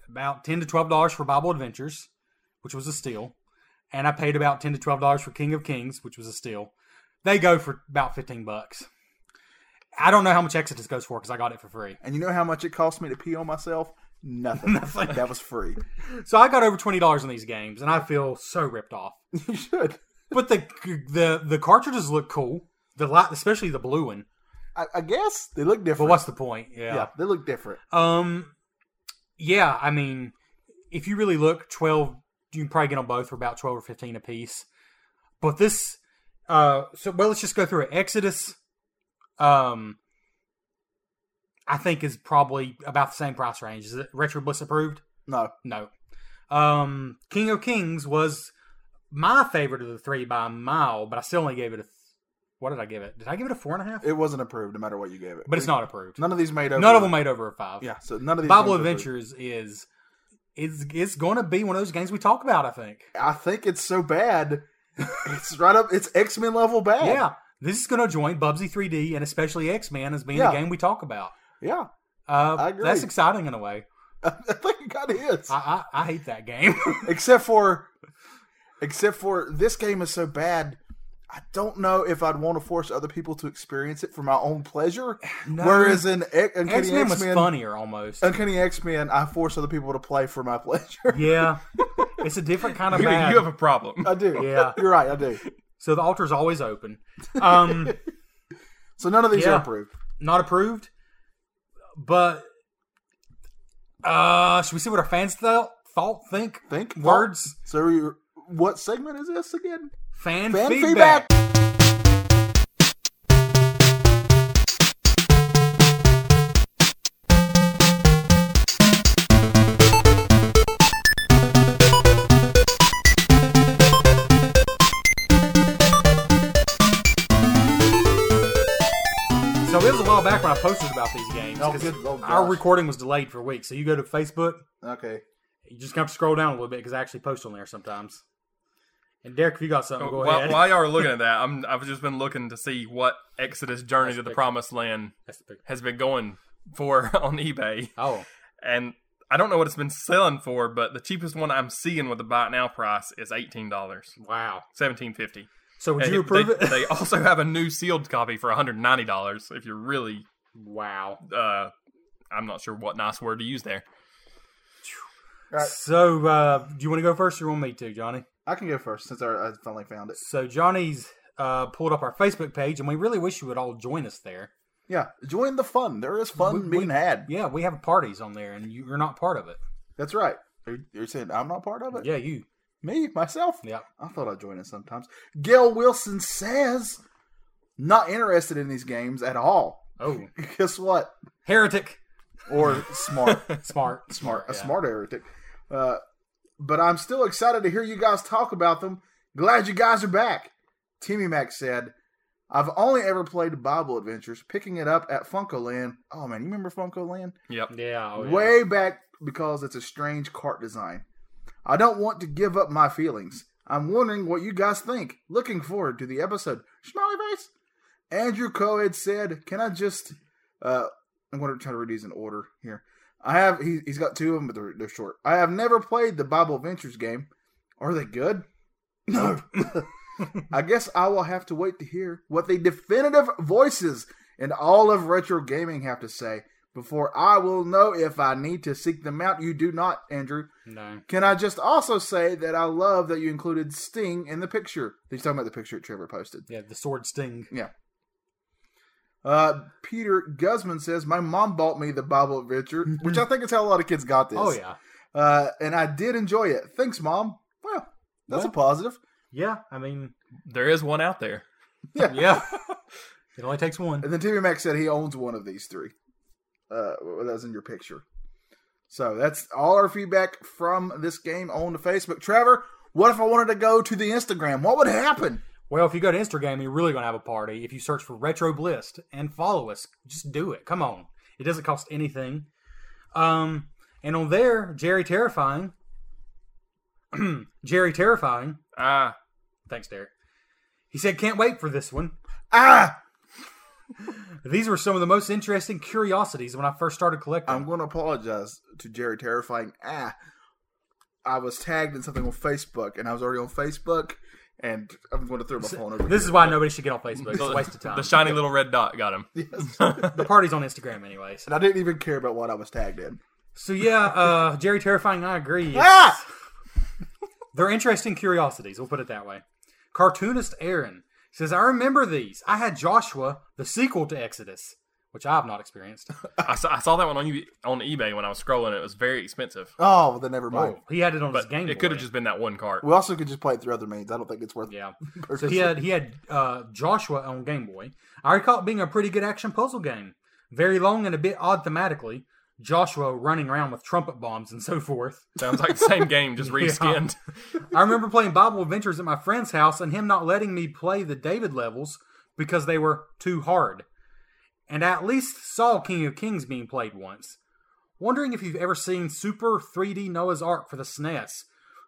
[SPEAKER 2] about ten to twelve dollars for Bible Adventures, which was a steal, and I paid about ten to twelve dollars for King of Kings, which was a steal. They go for about fifteen bucks. I don't know how much Exodus goes for because I got it for free.
[SPEAKER 3] And you know how much it cost me to pee on myself? Nothing.
[SPEAKER 2] Nothing.
[SPEAKER 3] That was free.
[SPEAKER 2] So I got over twenty dollars on these games, and I feel so ripped off.
[SPEAKER 3] you should.
[SPEAKER 2] But the the the cartridges look cool. The light, especially the blue one.
[SPEAKER 3] I, I guess they look
[SPEAKER 2] But
[SPEAKER 3] different.
[SPEAKER 2] what's the point?
[SPEAKER 3] yeah. they look different.
[SPEAKER 2] Um, yeah, I mean, if you really look, twelve you can probably get on both for about twelve or fifteen a piece. But this, uh, so well, let's just go through it. Exodus, um, I think is probably about the same price range. Is it Retro Bliss approved?
[SPEAKER 3] No,
[SPEAKER 2] No. Um, King of Kings was my favorite of the three by a mile, but I still only gave it a. What did I give it? Did I give it a four and a half?
[SPEAKER 3] it wasn't approved, no matter what you gave it.
[SPEAKER 2] but it's not approved.
[SPEAKER 3] None of these made over.
[SPEAKER 2] None of them made over a five.
[SPEAKER 3] Yeah, so none of these.
[SPEAKER 2] Bible
[SPEAKER 3] games were approved.
[SPEAKER 2] Adventures is is it's going to be one of those games we talk about. I think.
[SPEAKER 3] I think it's so bad. it's right up. It's X Men level bad.
[SPEAKER 2] Yeah, this is going to join Bubsy 3D and especially X Men as being
[SPEAKER 3] Yeah.
[SPEAKER 2] the game we talk about.
[SPEAKER 3] yeah.
[SPEAKER 2] Uh,
[SPEAKER 3] I agree.
[SPEAKER 2] That's exciting in a way.
[SPEAKER 3] I think it kind of is.
[SPEAKER 2] I, I I hate that game.
[SPEAKER 3] except for, except for this game is so bad. I don't know if I'd want to force other people to experience it for my own pleasure.
[SPEAKER 2] No.
[SPEAKER 3] Whereas in X- Uncanny
[SPEAKER 2] X Men was
[SPEAKER 3] X-Men-
[SPEAKER 2] funnier almost.
[SPEAKER 3] Uncanny X Men, I force other people to play for my pleasure.
[SPEAKER 2] yeah, it's a different kind of
[SPEAKER 4] You, you
[SPEAKER 2] bad.
[SPEAKER 4] have a problem.
[SPEAKER 3] I do.
[SPEAKER 2] Yeah.
[SPEAKER 3] you're right. I do.
[SPEAKER 2] so the altar's always open. Um,
[SPEAKER 3] So none of these
[SPEAKER 2] Yeah.
[SPEAKER 3] are approved.
[SPEAKER 2] not approved, but uh, should we see what our fans thought? Thought, think,
[SPEAKER 3] Think
[SPEAKER 2] words,
[SPEAKER 3] So you what segment is this again?
[SPEAKER 2] fan,
[SPEAKER 3] Fan
[SPEAKER 2] feedback.
[SPEAKER 3] feedback.
[SPEAKER 2] So it was a while back when I posted about these games.
[SPEAKER 3] Oh,
[SPEAKER 2] 'cause
[SPEAKER 3] good. Oh,
[SPEAKER 2] our
[SPEAKER 3] gosh.
[SPEAKER 2] recording was delayed for a week, so you go to Facebook.
[SPEAKER 3] Okay.
[SPEAKER 2] You just have to scroll down a little bit because I actually post on there sometimes. And Derek, if you got something, go
[SPEAKER 4] While,
[SPEAKER 2] ahead.
[SPEAKER 4] while y'all are looking at that, I'm, I've just been looking to see what Exodus Journey to the Promised Land
[SPEAKER 5] That's the picture.
[SPEAKER 4] has been going for on eBay.
[SPEAKER 2] Oh,
[SPEAKER 4] And I don't know what it's been selling for, but the cheapest one I'm seeing with the buy it now price is $18,
[SPEAKER 2] wow.
[SPEAKER 4] 1750
[SPEAKER 2] So would
[SPEAKER 4] And
[SPEAKER 2] you approve
[SPEAKER 4] they,
[SPEAKER 2] it?
[SPEAKER 4] they also have a new sealed copy for $190 if you're really,
[SPEAKER 2] wow.
[SPEAKER 4] uh, I'm not sure what nice word to use there.
[SPEAKER 3] Right.
[SPEAKER 2] So uh, do you want to go first or you want me to, Johnny?
[SPEAKER 3] I can go first since I, I finally found it.
[SPEAKER 2] So Johnny's uh, pulled up our Facebook page, and we really wish you would all join us there.
[SPEAKER 3] Yeah, join the fun. There is fun
[SPEAKER 2] We-
[SPEAKER 3] being
[SPEAKER 2] we-
[SPEAKER 3] had.
[SPEAKER 2] Yeah, we have parties on there, and you, you're not part of it.
[SPEAKER 3] That's right. You're, you're saying I'm not part of it.
[SPEAKER 2] Yeah, you.
[SPEAKER 3] Me myself.
[SPEAKER 2] Yeah.
[SPEAKER 3] I thought I'd join it sometimes. Gail Wilson says, not interested in these games at all.
[SPEAKER 2] Oh,
[SPEAKER 3] Guess what?
[SPEAKER 2] heretic.
[SPEAKER 3] Or smart,
[SPEAKER 2] Smart.
[SPEAKER 3] smart, a
[SPEAKER 2] yeah.
[SPEAKER 3] smart heretic. Uh, but I'm still excited to hear you guys talk about them. Glad you guys are back. Timmy Mac said, I've only ever played Bible Adventures, picking it up at Funko Land. Oh man, you remember Funko Land?
[SPEAKER 4] Yep.
[SPEAKER 5] Yeah. Oh, yeah.
[SPEAKER 3] way back because it's a strange cart design. I don't want to give up my feelings. I'm wondering what you guys think. Looking forward to the episode. Smiley face. Andrew Coed said, "Can I just?" Uh, I'm going to try to read these in order here. I have he, he's got two of them, but they're, they're short. I have never played the Bible Adventures game. Are they good? No. I guess I will have to wait to hear what the definitive voices in all of retro gaming have to say before I will know if I need to seek them out. You do not, Andrew.
[SPEAKER 2] No.
[SPEAKER 3] Can I just also say that I love that you included Sting in the picture? He's talking about the picture that Trevor posted.
[SPEAKER 2] Yeah, the sword sting.
[SPEAKER 3] Uh, Peter Guzman says, My mom bought me the Bible Adventure, which I think is how a lot of kids got this.
[SPEAKER 2] Oh yeah.
[SPEAKER 3] Uh, and I did enjoy it. Thanks, Mom. Well, that's
[SPEAKER 2] Well.
[SPEAKER 3] a positive.
[SPEAKER 2] Yeah. I mean,
[SPEAKER 4] There is one out there.
[SPEAKER 2] yeah. it only takes one.
[SPEAKER 3] And then TV Mac said he owns one of these three. Uh, well, that was in your picture. So that's all our feedback from this game on the Facebook. Trevor, what if I wanted to go to the Instagram? What would happen?
[SPEAKER 2] Well, if you go to Instagram, you're really going to have a party. If you search for Retro Blist and follow us, just do it. Come on. It doesn't cost anything. Um, and on there, Jerry Terrifying. Jerry Terrifying.
[SPEAKER 4] Ah,
[SPEAKER 2] Thanks, Derek. He said, can't wait for this one.
[SPEAKER 3] Ah,
[SPEAKER 2] These were some of the most interesting curiosities when I first started collecting.
[SPEAKER 3] I'm going to apologize to Jerry Terrifying. Ah, I was tagged in something on Facebook, and I was already on Facebook, and I'm going to throw my phone over.
[SPEAKER 2] this
[SPEAKER 3] here.
[SPEAKER 2] is why nobody should get on Facebook. It's a waste of time.
[SPEAKER 4] the shiny little red dot got him.
[SPEAKER 2] the party's on Instagram anyway. So,
[SPEAKER 3] And I didn't even care about what I was tagged in.
[SPEAKER 2] so yeah, uh, Jerry Terrifying, I agree. It's-
[SPEAKER 3] Ah!
[SPEAKER 2] They're interesting curiosities. We'll put it that way. Cartoonist Aaron says, I remember these. I had Joshua, the sequel to Exodus, which I have not experienced.
[SPEAKER 4] I saw, I saw that one on you on eBay when I was scrolling. It was very expensive.
[SPEAKER 3] Oh, well, then never mind.
[SPEAKER 2] Oh, he had it on his
[SPEAKER 4] But
[SPEAKER 2] game.
[SPEAKER 4] it could
[SPEAKER 2] Boy.
[SPEAKER 4] have just been that one cart.
[SPEAKER 3] We also could just play it through other means. I don't think it's worth
[SPEAKER 2] Yeah. So he
[SPEAKER 3] purchasing.
[SPEAKER 2] had he had uh, Joshua on Game Boy. I recall it being a pretty good action puzzle game. Very long and a bit odd thematically. Joshua running around with trumpet bombs and so forth.
[SPEAKER 4] Sounds like the same game, just reskinned.
[SPEAKER 2] I remember playing Bible Adventures at my friend's house and him not letting me play the David levels because they were too hard. And I at least saw King of Kings being played once. Wondering if you've ever seen Super 3D Noah's Ark for the SNES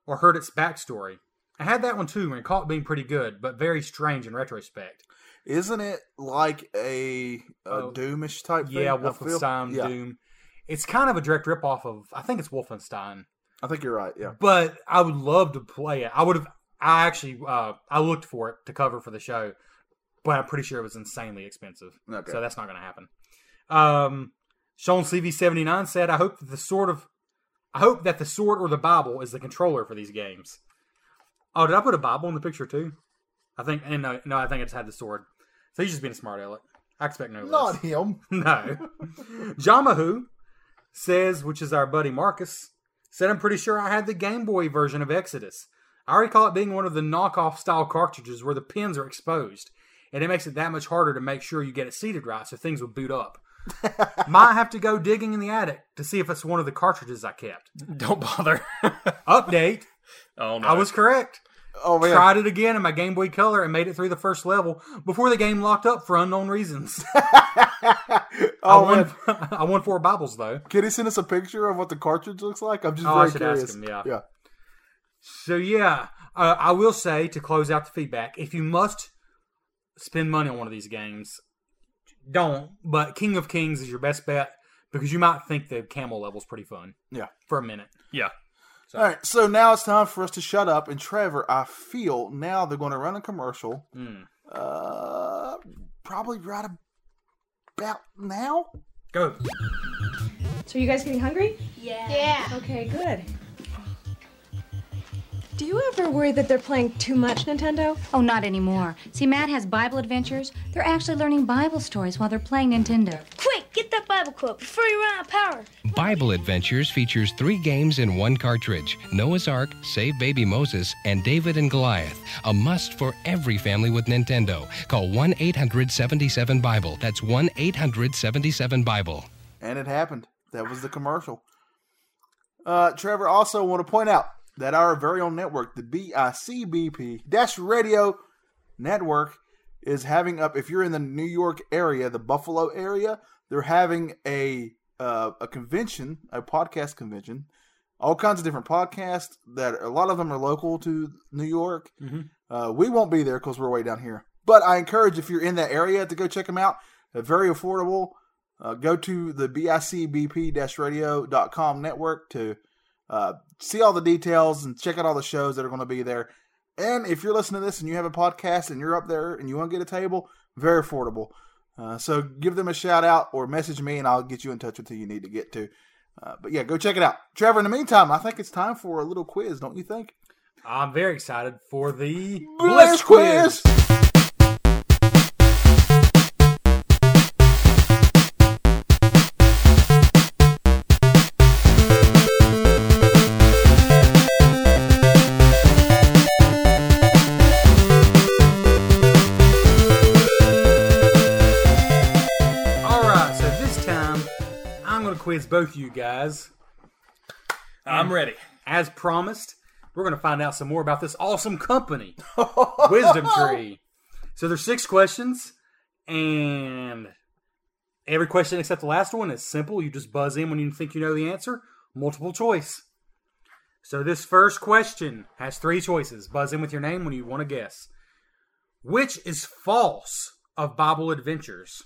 [SPEAKER 2] or heard its backstory. I had that one too and caught it being pretty good, but very strange in retrospect.
[SPEAKER 3] Isn't it like a, a
[SPEAKER 2] Oh.
[SPEAKER 3] Doomish type thing?
[SPEAKER 2] Yeah,
[SPEAKER 3] I feel?
[SPEAKER 2] Wolfenstein,
[SPEAKER 3] Yeah,
[SPEAKER 2] Doom. It's kind of a direct ripoff of, I think it's Wolfenstein,
[SPEAKER 3] I think you're right. Yeah.
[SPEAKER 2] but I would love to play it. I would have, I actually, uh, I looked for it to cover for the show, but I'm pretty sure it was insanely expensive.
[SPEAKER 3] Okay.
[SPEAKER 2] So that's not going to happen. Um, Sean CV79 said, I hope that the sort of, I hope that the sword or the Bible is the controller for these games. Oh, did I put a Bible in the picture too? I think, and no, no, I think I just had the sword. So he's just being a smart aleck. I expect no less.
[SPEAKER 3] Not him.
[SPEAKER 2] No. Jamahu says, which is our buddy Marcus, said, I'm pretty sure I had the Game Boy version of Exodus. I recall it being one of the knockoff style cartridges where the pins are exposed, and it makes it that much harder to make sure you get it seated right so things would boot up. Might have to go digging in the attic to see if it's one of the cartridges I kept.
[SPEAKER 4] Don't bother.
[SPEAKER 2] Update,
[SPEAKER 4] oh no!
[SPEAKER 2] I was correct.
[SPEAKER 3] Oh man.
[SPEAKER 2] Tried it again in my Game Boy Color and made it through the first level before the game locked up for unknown reasons. I,
[SPEAKER 3] oh
[SPEAKER 2] won,
[SPEAKER 3] man.
[SPEAKER 2] I won four Bibles though.
[SPEAKER 3] Can he send us a picture of what the cartridge looks like? I'm just
[SPEAKER 2] Oh, I
[SPEAKER 3] very
[SPEAKER 2] should ask
[SPEAKER 3] curious.
[SPEAKER 2] him, yeah.
[SPEAKER 3] Yeah.
[SPEAKER 2] So yeah, Uh, I will say to close out the feedback, if you must spend money on one of these games, don't. But King of Kings is your best bet because you might think the camel level's pretty fun.
[SPEAKER 3] Yeah.
[SPEAKER 2] For a minute.
[SPEAKER 4] Yeah.
[SPEAKER 3] All right, so now it's time for us to shut up. And Trevor, I feel now they're going to run a commercial.
[SPEAKER 2] Mm.
[SPEAKER 3] Uh, probably right about now.
[SPEAKER 2] Go.
[SPEAKER 5] So you guys getting hungry?
[SPEAKER 6] Yeah.
[SPEAKER 5] Okay, good. Do you ever worry that they're playing too much Nintendo?
[SPEAKER 7] Oh, not anymore. See, Matt has Bible adventures. They're actually learning Bible stories while they're playing Nintendo.
[SPEAKER 6] Quick, get that Bible quote before you run out of power.
[SPEAKER 8] Bible Adventures features three games in one cartridge Noah's Ark, Save Baby Moses, and David and Goliath. A must for every family with Nintendo. Call 1 800 77 Bible. That's 1 800 77 Bible.
[SPEAKER 3] And it happened. That was the commercial. Uh, Trevor, also want to point out that our very own network, the BICBP Dash Radio Network, is having up. If you're in the New York area, the Buffalo area, they're having a uh, a convention, a podcast convention. All kinds of different podcasts that a lot of them are local to New York. Uh, we won't be there because we're way down here. But I encourage if you're in that area to go check them out. They're very affordable. Uh, go to the bicbp radio.com network to uh, see all the details and check out all the shows that are going to be there. And if you're listening to this and you have a podcast and you're up there and you want to get a table, very affordable. Uh, so give them a shout out or message me and I'll get you in touch with who you need to get to. Uh, but yeah, go check it out. Trevor, in the meantime, I think it's time for a little quiz, don't you think?
[SPEAKER 2] I'm very excited for the
[SPEAKER 3] Blitz quiz!
[SPEAKER 2] All right, so this time I'm going to quiz both you guys.
[SPEAKER 4] I'm ready.
[SPEAKER 2] As promised, we're going to find out some more about this awesome company, Wisdom Tree. So there's six questions, and every question except the last one is simple. You just buzz in when you think you know the answer. Multiple choice. So this first question has three choices. Buzz in with your name when you want to guess. Which is false of Bible Adventures?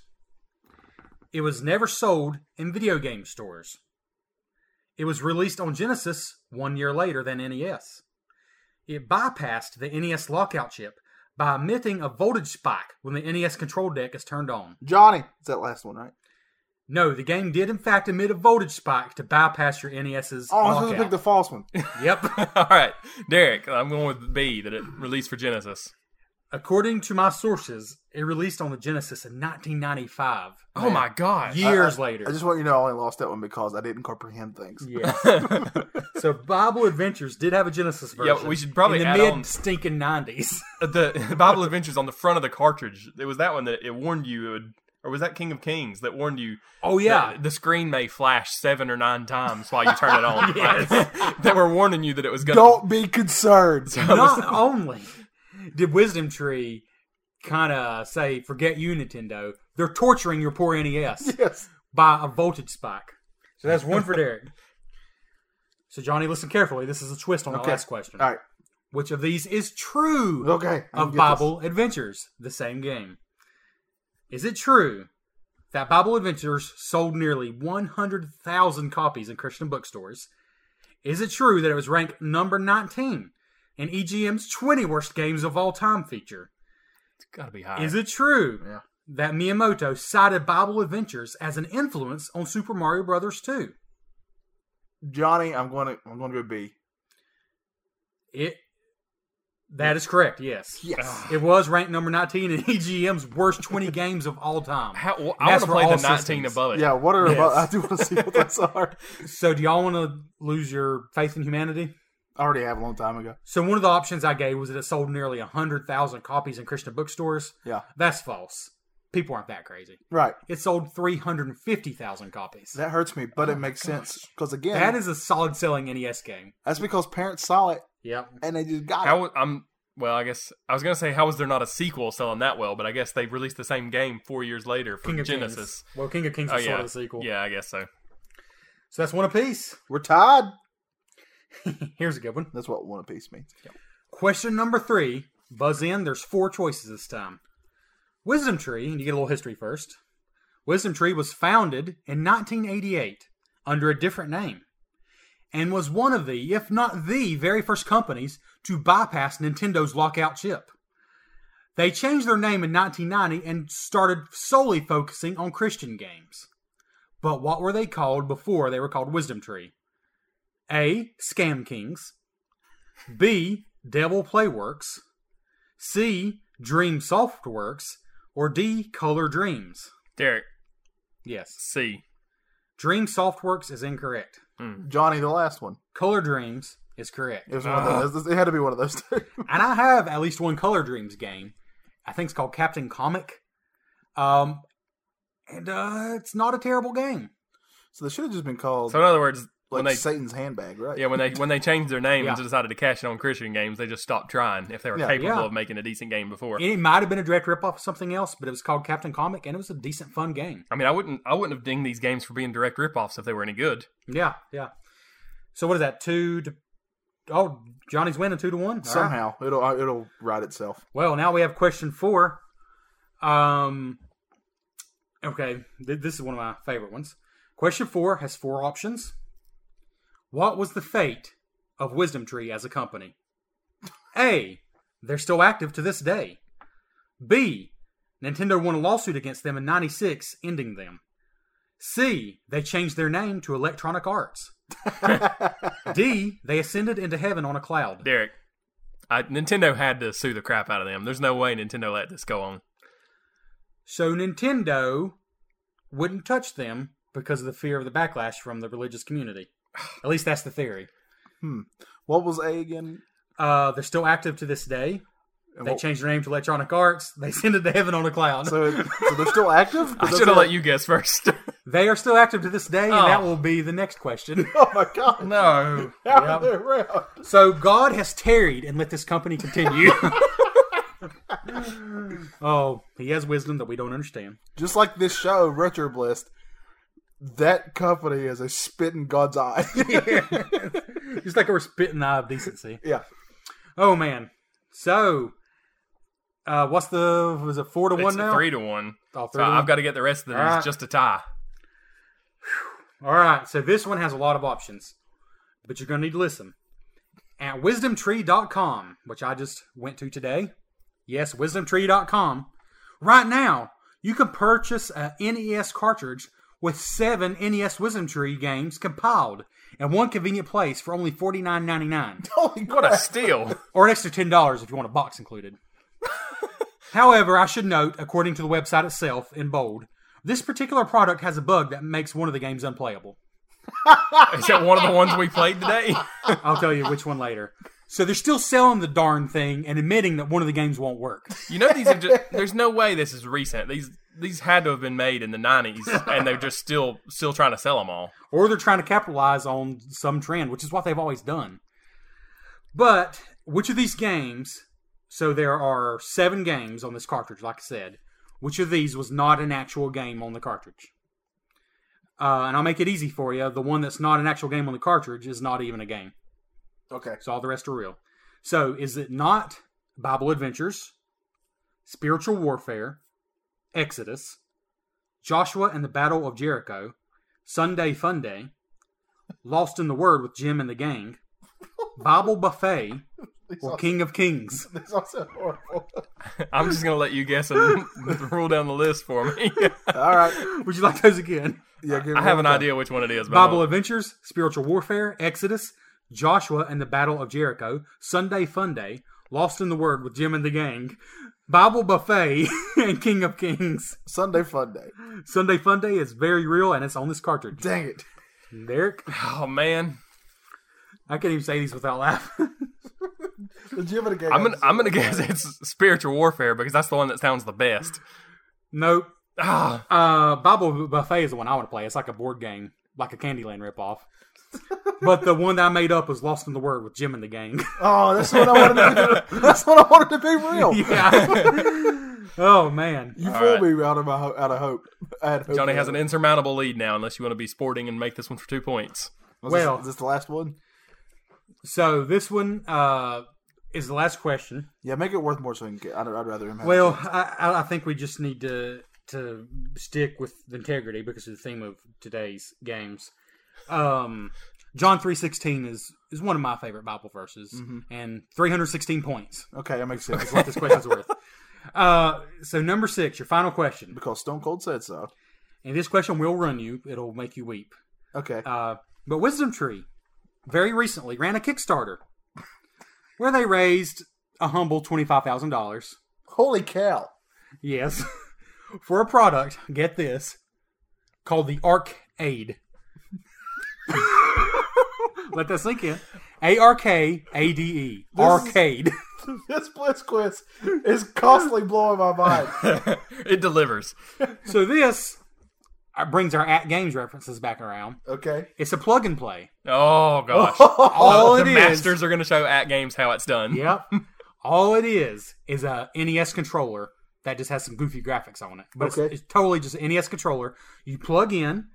[SPEAKER 2] It was never sold in video game stores. It was released on Genesis one year later than NES. It bypassed the NES lockout chip by emitting a voltage spike when the NES control deck is turned on.
[SPEAKER 3] Johnny, it's that last one, right?
[SPEAKER 2] No, the game did in fact emit a voltage spike to bypass your NES's
[SPEAKER 3] Oh, I'm supposed to pick
[SPEAKER 2] lockout.
[SPEAKER 3] the false one.
[SPEAKER 2] yep.
[SPEAKER 4] All right, Derek. I'm going with B that it released for Genesis.
[SPEAKER 2] According to my sources, it released on the Genesis in 1995.
[SPEAKER 4] Oh my god.
[SPEAKER 2] Years later.
[SPEAKER 3] I just want you to know I only lost that one because I didn't comprehend things.
[SPEAKER 2] so Bible Adventures did have a Genesis
[SPEAKER 4] Yeah,
[SPEAKER 2] version.
[SPEAKER 4] we should probably
[SPEAKER 2] in the
[SPEAKER 4] add
[SPEAKER 2] mid
[SPEAKER 4] on-
[SPEAKER 2] stinking 90s.
[SPEAKER 4] Uh, the Bible Adventures on the front of the cartridge. It was that one that it warned you it would, or was that King of Kings that warned you?
[SPEAKER 2] Oh yeah.
[SPEAKER 4] that the screen may flash seven or nine times while you turn it on. Like, they were warning you that it was going. to
[SPEAKER 3] Don't be concerned.
[SPEAKER 2] not only did Wisdom Tree kind of say, forget you, Nintendo, they're torturing your poor NES
[SPEAKER 3] Yes.
[SPEAKER 2] by a voltage spike. So that's one for Derek. So, Johnny, listen carefully. This is a twist on the
[SPEAKER 3] Okay.
[SPEAKER 2] last question.
[SPEAKER 3] All right.
[SPEAKER 2] Which of these is true
[SPEAKER 3] Okay. I can
[SPEAKER 2] of
[SPEAKER 3] get
[SPEAKER 2] Bible Adventures, the same game? Is it true that Bible Adventures sold nearly 100,000 copies in Christian bookstores? Is it true that it was ranked number 19 in E EGM's 20 worst games of all time feature?
[SPEAKER 4] It's got to be high.
[SPEAKER 2] Is it true
[SPEAKER 3] Yeah.
[SPEAKER 2] that Miyamoto cited Bible Adventures as an influence on Super Mario Brothers 2?
[SPEAKER 3] this. Johnny, I'm going to I'm going to go B.
[SPEAKER 2] It that is correct. Yes.
[SPEAKER 3] Yes.
[SPEAKER 2] It was ranked number 19 in EGM's worst 20 games of all time.
[SPEAKER 4] How, well,
[SPEAKER 2] And
[SPEAKER 4] I want
[SPEAKER 2] that's
[SPEAKER 4] to
[SPEAKER 2] for
[SPEAKER 4] play the
[SPEAKER 2] all
[SPEAKER 4] 19
[SPEAKER 2] systems.
[SPEAKER 4] above it.
[SPEAKER 3] Yeah, what are
[SPEAKER 2] Yes.
[SPEAKER 3] about I do want to see what those are.
[SPEAKER 2] So, do y'all want to lose your faith in humanity?
[SPEAKER 3] I already have a long time ago.
[SPEAKER 2] So, one of the options I gave was that it sold nearly 100,000 copies in Christian bookstores.
[SPEAKER 3] Yeah.
[SPEAKER 2] That's false. People aren't that crazy.
[SPEAKER 3] Right.
[SPEAKER 2] It sold 350,000 copies.
[SPEAKER 3] That hurts me, but it
[SPEAKER 2] Oh,
[SPEAKER 3] makes sense because again,
[SPEAKER 2] that is a solid selling NES game.
[SPEAKER 3] that's because parents saw it
[SPEAKER 2] Yep.
[SPEAKER 3] and they just got
[SPEAKER 4] How I'm well, I guess I was gonna say how was there not a sequel selling that well, but I guess they released the same game four years later for
[SPEAKER 2] King of
[SPEAKER 4] Genesis.
[SPEAKER 2] Kings. Well, King of Kings
[SPEAKER 4] Oh
[SPEAKER 2] was
[SPEAKER 4] yeah,
[SPEAKER 2] sort of the sequel.
[SPEAKER 4] yeah, I guess so.
[SPEAKER 2] So, that's one apiece.
[SPEAKER 3] it. We're tied.
[SPEAKER 2] Here's a good one.
[SPEAKER 3] That's what one piece means.
[SPEAKER 2] Question number three. Buzz in. There's four choices this time. Wisdom Tree, and you get a little history first. Wisdom Tree was founded in 1988 under a different name and was one of the, if not the, very first companies to bypass Nintendo's lockout chip. They changed their name in 1990 and started solely focusing on Christian games. But what were they called before they were called Wisdom Tree? A. Scam Kings. B. Devil Playworks. C. Dream Softworks. Or D. Color Dreams.
[SPEAKER 4] Derek,
[SPEAKER 2] Yes.
[SPEAKER 4] C.
[SPEAKER 2] Dream Softworks is incorrect.
[SPEAKER 3] Johnny, the last one.
[SPEAKER 2] Color Dreams is correct.
[SPEAKER 3] It was one
[SPEAKER 2] Uh.
[SPEAKER 3] of those. It had to be one of those two.
[SPEAKER 2] and I have at least one Color Dreams game. I think it's called Captain Comic. Um, and uh, it's not a terrible game.
[SPEAKER 3] so they should have just been called
[SPEAKER 4] So in other words,
[SPEAKER 3] like
[SPEAKER 4] when they
[SPEAKER 3] Satan's handbag, right?
[SPEAKER 4] yeah when they when they changed their name
[SPEAKER 2] Yeah.
[SPEAKER 4] and decided to cash in on Christian games, they just stopped trying if they were
[SPEAKER 3] Yeah.
[SPEAKER 4] capable
[SPEAKER 2] Yeah.
[SPEAKER 4] of making a decent game before.
[SPEAKER 2] It might have been a direct ripoff of something else, but it was called Captain Comic, and it was a decent, fun game.
[SPEAKER 4] I mean, I wouldn't I wouldn't have dinged these games for being direct ripoffs if they were any good.
[SPEAKER 2] Yeah, yeah. So what is that? Two to oh, Johnny's winning two to one All right.
[SPEAKER 3] Somehow it'll uh, it'll right itself.
[SPEAKER 2] Well, now we have question four. Um, okay, th- this is one of my favorite ones. Question four has four options. What was the fate of Wisdom Tree as a company? A. They're still active to this day. B. Nintendo won a lawsuit against them in 96, ending them. C. They changed their name to Electronic Arts. D. They ascended into heaven on a cloud.
[SPEAKER 4] Derek, I, Nintendo had to sue the crap out of them. There's no way Nintendo let this go on.
[SPEAKER 2] So Nintendo wouldn't touch them because of the fear of the backlash from the religious community. At least that's the theory.
[SPEAKER 3] What was A again?
[SPEAKER 2] Uh, they're still active to this day.
[SPEAKER 3] And
[SPEAKER 2] They
[SPEAKER 3] what-
[SPEAKER 2] changed their name to Electronic Arts. They send it to heaven on a cloud.
[SPEAKER 3] So, it- so they're still active.
[SPEAKER 4] I should have let you guess first.
[SPEAKER 2] they are still active to this day, and
[SPEAKER 4] Oh.
[SPEAKER 2] that will be the next question.
[SPEAKER 3] Oh my god!
[SPEAKER 4] no.
[SPEAKER 3] How are they around?
[SPEAKER 2] so God has tarried and let this company continue. oh, he has wisdom that we don't understand.
[SPEAKER 3] Just like this show, Retro Blist, that company is a spit in God's eye.
[SPEAKER 2] Just like we're spitting eye of decency.
[SPEAKER 3] yeah.
[SPEAKER 2] Oh man. So, uh, what's the was it four to
[SPEAKER 4] It's
[SPEAKER 2] one
[SPEAKER 4] a
[SPEAKER 2] now?
[SPEAKER 4] three to one.
[SPEAKER 2] Oh, three
[SPEAKER 4] So
[SPEAKER 2] to one.
[SPEAKER 4] I've got to get the rest of these
[SPEAKER 2] Alright.
[SPEAKER 4] just a tie.
[SPEAKER 2] All right, so this one has a lot of options, but you're going to need to listen. At wisdomtree.com, which I just went to today, yes, wisdomtree.com, right now, you can purchase a NES cartridge with seven NES Wisdom Tree games compiled in one convenient place for only $49.99,
[SPEAKER 3] Holy
[SPEAKER 4] What a
[SPEAKER 3] crap!
[SPEAKER 4] steal.
[SPEAKER 2] or an extra $10 if you want a box included. However, I should note, according to the website itself in bold, this particular product has a bug that makes one of the games unplayable.
[SPEAKER 4] Is that one of the ones we played today?
[SPEAKER 2] I'll tell you which one later. So they're still selling the darn thing and admitting that one of the games won't work.
[SPEAKER 4] You know these are just, there's no way this is recent. These these had to have been made in the 90s and they're just still still trying to sell them all.
[SPEAKER 2] Or they're trying to capitalize on some trend, which is what they've always done. But which of these games, so there are seven games on this cartridge, like I said, which of these was not an actual game on the cartridge? Uh, and I'll make it easy for you. The one that's not an actual game on the cartridge is not even a game.
[SPEAKER 3] Okay.
[SPEAKER 2] So all the rest are real. So is it not Bible Adventures, Spiritual Warfare, Exodus, Joshua and the Battle of Jericho, Sunday Fun Day, Lost in the Word with Jim and the Gang, Bible Buffet, or King of Kings?
[SPEAKER 3] That's also horrible.
[SPEAKER 4] I'm just going to let you guess and rule down the list for me.
[SPEAKER 3] All right.
[SPEAKER 2] Would you like those again?
[SPEAKER 3] Yeah, give
[SPEAKER 4] I
[SPEAKER 3] it
[SPEAKER 4] have
[SPEAKER 3] one
[SPEAKER 4] an
[SPEAKER 3] more
[SPEAKER 4] idea which one it is. But I
[SPEAKER 2] Bible
[SPEAKER 4] won't.
[SPEAKER 2] Adventures, Spiritual Warfare, Exodus, Joshua and the Battle of Jericho, Sunday Fun Day, Lost in the Word with Jim and the Gang, Bible Buffet, and King of Kings.
[SPEAKER 3] time. Sunday Fun Day.
[SPEAKER 2] Sunday Fun Day is very real and it's on this cartridge.
[SPEAKER 3] Dang it!
[SPEAKER 2] Derek,
[SPEAKER 4] Oh man,
[SPEAKER 2] I can't even say these without laughing.
[SPEAKER 3] The Jim and the Gang.
[SPEAKER 4] I'm gonna I'm gonna guess it's spiritual warfare because that's the one that sounds the best.
[SPEAKER 2] nope.
[SPEAKER 4] Ah,
[SPEAKER 2] Uh, Bible Buffet is the one I want to play. It's like a board game, like a Candyland ripoff. but the one that I made up was Lost in the Word with Jim and the Gang.
[SPEAKER 3] Oh, that's what I wanted. To, that's what I wanted to be real.
[SPEAKER 2] yeah. oh man.
[SPEAKER 3] You
[SPEAKER 4] All
[SPEAKER 3] fooled me out of my ho- out of hope. I had hope
[SPEAKER 4] Johnny
[SPEAKER 3] in
[SPEAKER 4] has an
[SPEAKER 3] it.
[SPEAKER 4] insurmountable lead now, unless you want to be sporting and make this one for two points.
[SPEAKER 3] Was this-
[SPEAKER 2] Well-
[SPEAKER 3] is this the last one?
[SPEAKER 2] So this one, uh, is the last question.
[SPEAKER 3] Yeah, make it worth more so he can get. I'd, I'd rather him. Have
[SPEAKER 2] Well, I, I- I think we just need to to stick with the integrity because of the theme of today's games. Um, John three sixteen is is one of my favorite Bible verses, and three hundred sixteen points.
[SPEAKER 3] okay, that makes sense
[SPEAKER 2] That's what this question's worth. Uh, so number six, your final question,
[SPEAKER 3] because Stone Cold said so.
[SPEAKER 2] and this question will run you; it'll make you weep.
[SPEAKER 3] Okay,
[SPEAKER 2] Uh, but Wisdom Tree, very recently, ran a Kickstarter where they raised a humble twenty five thousand dollars.
[SPEAKER 3] holy cow!
[SPEAKER 2] Yes. For a product, get this, called the Arc Aid. Let that sink in. A R K A D E. Arcade.
[SPEAKER 3] This Blitz quiz is constantly blowing my mind.
[SPEAKER 4] it delivers.
[SPEAKER 2] So this uh, brings our at games references back around.
[SPEAKER 3] Okay,
[SPEAKER 2] It's a plug and play.
[SPEAKER 4] Oh gosh,
[SPEAKER 2] All
[SPEAKER 4] the
[SPEAKER 2] it is.
[SPEAKER 4] masters are going to show at games how it's done.
[SPEAKER 2] Yep. All it is is a NES controller that just has some goofy graphics on it. But
[SPEAKER 3] Okay.
[SPEAKER 2] it's, it's totally just an NES controller. You plug in,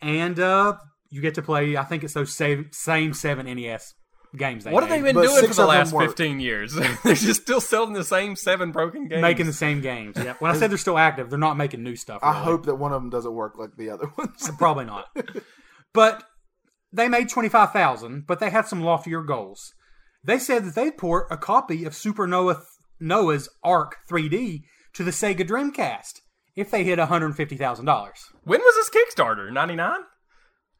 [SPEAKER 2] and uh, you get to play. I think it's those same, same seven NES games. They
[SPEAKER 4] What have
[SPEAKER 2] made,
[SPEAKER 4] they been
[SPEAKER 3] But
[SPEAKER 4] doing for
[SPEAKER 3] six
[SPEAKER 4] the
[SPEAKER 3] of them
[SPEAKER 4] last
[SPEAKER 3] work.
[SPEAKER 4] 15 years? They're just still selling the same seven broken games.
[SPEAKER 2] making the same games? Yeah. When I said they're still active, they're not making new stuff.
[SPEAKER 3] I
[SPEAKER 2] really.
[SPEAKER 3] hope that one of them doesn't work like the other ones.
[SPEAKER 2] Probably not. but they made twenty five thousand, but they had some loftier goals. They said that they'd port a copy of Supernova Noah's Arc 3D to the Sega Dreamcast if they hit one hundred fifty thousand dollars.
[SPEAKER 4] when was this Kickstarter? 99.